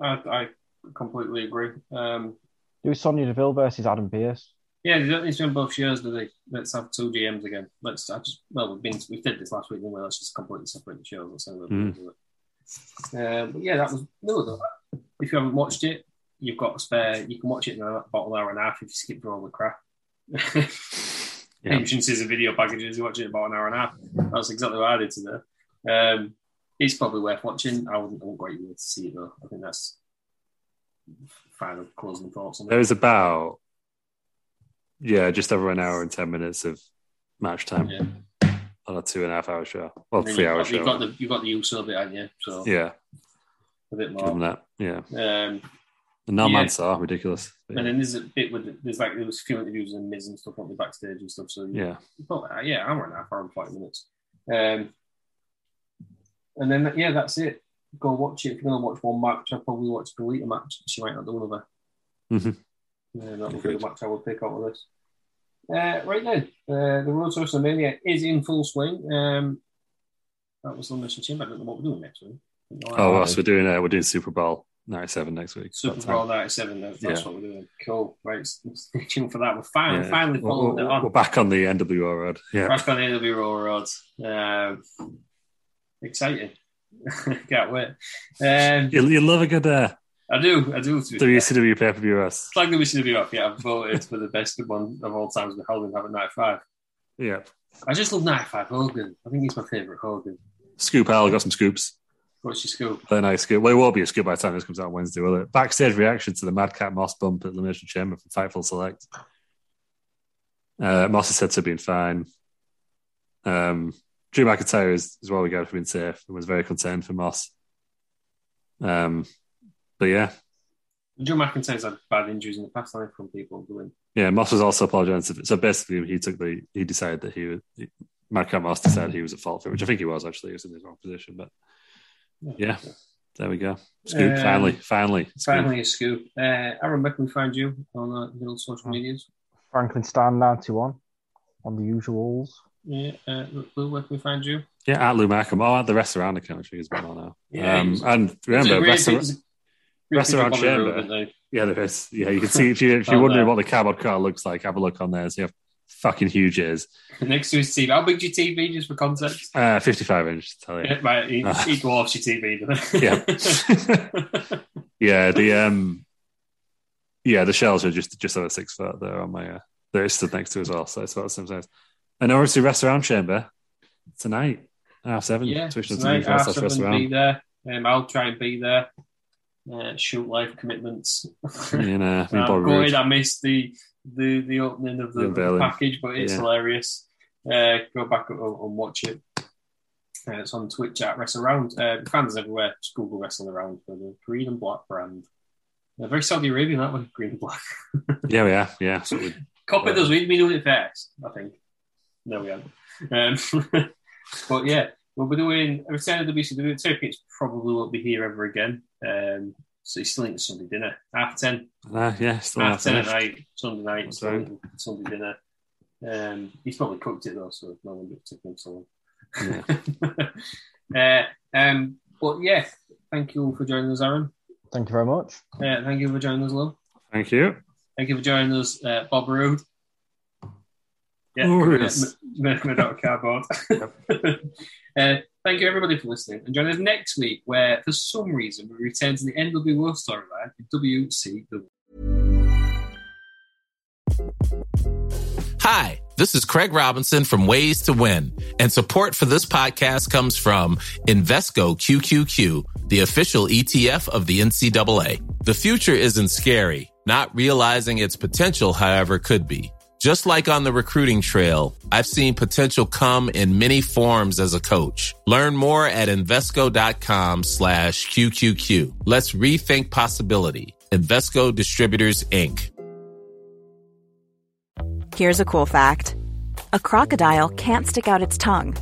S1: I, I completely agree. Um,
S2: Do Sonya Deville versus Adam Pearce.
S1: yeah, they don't need to win both shows, do they? Let's have two GMs again. Let's. I just. Well, we've been. We did this last week, didn't we? Let's just completely separate the shows. Let's have a
S3: Mm.
S1: do it. Um, but yeah, that was. No, no, if you haven't watched it, you've got a spare. You can watch it in about an hour and a half if you skip through all the crap.
S3: <laughs> Yeah.
S1: Patience is a video packages. You watch it in about an hour and a half. That's exactly what I did today. Um, it's probably worth watching. I wouldn't, I wouldn't wait to see it though. I think that's final closing thoughts on it.
S3: There was about yeah, just over an hour and ten minutes of match time
S1: Yeah.
S3: on a two and a half hour show, well,
S1: And then
S3: Oh, three
S1: you've
S3: hour
S1: got, You've got
S3: show.
S1: the you've got the use of it, haven't you? So
S3: Yeah,
S1: a bit
S3: give
S1: more.
S3: them that. Yeah,
S1: Um,
S3: and now
S1: Oh. yeah.
S3: Mansour, ridiculous. But
S1: And then there's a bit with there's like there was a few interviews and Miz and stuff on the backstage and stuff. So
S3: Yeah.
S1: but, uh, yeah, hour and a half, hour and five minutes. Um, and then yeah, that's it. Go watch it. If you're gonna watch one match, I'd probably watch the Lita match. She might not do another.
S3: Mhm.
S1: Yeah, that would be the match I would pick out of this. Uh, right then, uh, the Road to WrestleMania is in full swing. Um, that was the mission chamber. I don't know what we're doing next week.
S3: Oh, well, so we're doing uh, we're doing Super Bowl '97 next week.
S1: Super
S3: That time.
S1: Bowl 97, that's, that's
S3: Yeah.
S1: what we're doing. Cool. Right, stay tuned for that. We're finally,
S3: Yeah.
S1: finally
S3: We're-
S1: following
S3: we're,
S1: it on.
S3: we're back on the NWO road. Yeah,
S1: Back on the NWO rods. Um, exciting. <laughs> Can't wait. Um,
S3: you, you love a good uh,
S1: I do, I do. To be fair.
S3: WCW pay per view. us.
S1: Flag the Mission of Europe, yeah, I've voted for the best one of all times with Hogan having 95.
S3: Yeah,
S1: I just love 95 Hogan. I think he's my favourite Hogan.
S3: Scoop Al got some scoops.
S1: What's your scoop?
S3: Very nice scoop. Well, it will be a scoop by the time this comes out Wednesday, will it? Backstage reaction to the Madcap Moss bump at Elimination Chamber from Fightful Select. Uh, Moss is said to have been fine. Um, Drew McIntyre is, is well regarded for being safe and was very concerned for Moss. Um, but yeah,
S1: Drew McIntyre's had bad injuries in the past, I think, from people doing.
S3: yeah, Moss was also apologising. So basically, he took the he decided that he was he- Madcap Moss decided he was at fault for it, which I think he was actually. He was in the wrong position, but yeah, there we go. Scoop
S1: Um,
S3: finally, finally, scoop.
S1: Finally, a scoop. Uh, Aaron, where can we find you on uh, the old social
S3: Mm.
S1: medias?
S2: Franklin Stan 91 on the usuals.
S1: Yeah, uh, Lou, where can we find you?
S3: Yeah, at Lou Malcolm. Oh, at the restaurant country as well now.
S1: Yeah,
S3: um,
S1: he's-
S3: and
S1: It's a
S3: remember,
S1: great-
S3: restaurant,
S1: it's a great
S3: restaurant
S1: picture of Bobby Roode,
S3: chamber.
S1: isn't it?
S3: Yeah, there is. Yeah, you can see if you
S1: <laughs>
S3: if you're
S1: Out there.
S3: wondering what the cardboard car looks like, have a look on there. See how fucking huge it is.
S1: <laughs> Next to his TV. How big's your TV, just for context?
S3: Uh, 55 inch. Tell you.
S1: Yeah, right, he, he dwarfs your TV, doesn't he?
S3: Ah.
S1: <laughs>
S3: Yeah. <laughs> yeah, the um, yeah, the shells are just just over six foot. They're on my. Uh, they're stood next to as well, so it's about the same size. And obviously, restaurant chamber tonight, half seven.
S1: yeah,
S3: Twitch.tv
S1: tonight,
S3: forward slash
S1: Arsenal
S3: Restaurant.
S1: be there. Um, I'll try and be there. Uh, shoot live commitments. <laughs>
S3: Me and, uh, me and
S1: I'm
S3: Bobby
S1: going.
S3: Roode.
S1: I missed the the the opening of
S3: The
S1: the, of the
S3: unveiling.
S1: package, but it's
S3: Yeah.
S1: hilarious. Uh, go back and, and watch it. Uh, it's on Twitch at Wrestle Around. Uh, fans everywhere, just Google Wrestle Around for the green and black brand. Uh, very Saudi Arabian, that one, green and black. <laughs>
S3: Yeah, we are. Yeah, that's what we-
S1: Copy
S3: Uh,
S1: those. We've been doing it first, I think. No, we haven't. Um, <laughs> but yeah, We'll be doing a return of the WCW. Tickets probably won't be here ever again. Um, so you still need Sunday dinner. Half ten.
S3: Ah, yeah, still
S1: half
S3: half
S1: ten at
S3: finished.
S1: night, Sunday night,
S3: What's wrong?
S1: Sunday, Sunday dinner. Um, he's probably cooked it though, so no wonder it took him so long. <laughs> uh, um, but yeah, thank you all for joining us, Aaron.
S2: Thank you very much.
S1: Uh, thank you for joining us, Lou.
S3: Thank you.
S1: Thank you for joining us, uh, Bob Rood. Yeah,
S3: No
S1: M-
S3: worries.
S1: M- M- M- cardboard. <laughs> uh, thank you, everybody, for listening. And join us next week, where for some reason we return to the NWO storyline in WCW.
S6: Hi, this is Craig Robinson from Ways to Win, and support for this podcast comes from Invesco QQQ, the official ETF of the NCAA. The future isn't scary, not realizing its potential, however, could be. Just like on the recruiting trail, I've seen potential come in many forms as a coach. Learn more at Invesco.com slash QQQ. Let's rethink possibility. Invesco Distributors, Inc.
S7: Here's a cool fact a crocodile can't stick out its tongue.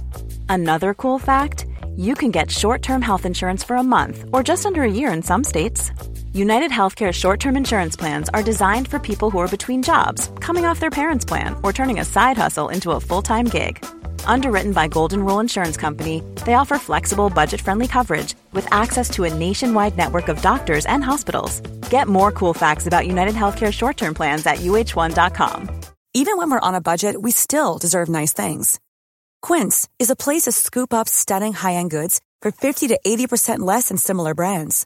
S7: Another cool fact you can get short term health insurance for a month or just under a year in some states. United Healthcare short term insurance plans are designed for people who are between jobs, coming off their parents' plan, or turning a side hustle into a full time gig. Underwritten by Golden Rule Insurance Company, they offer flexible, budget friendly coverage with access to a nationwide network of doctors and hospitals. Get more cool facts about United Healthcare short term plans at uh1.com.
S8: Even when we're on a budget, we still deserve nice things. Quince is a place to scoop up stunning high-end goods for 50 to 80% less than similar brands.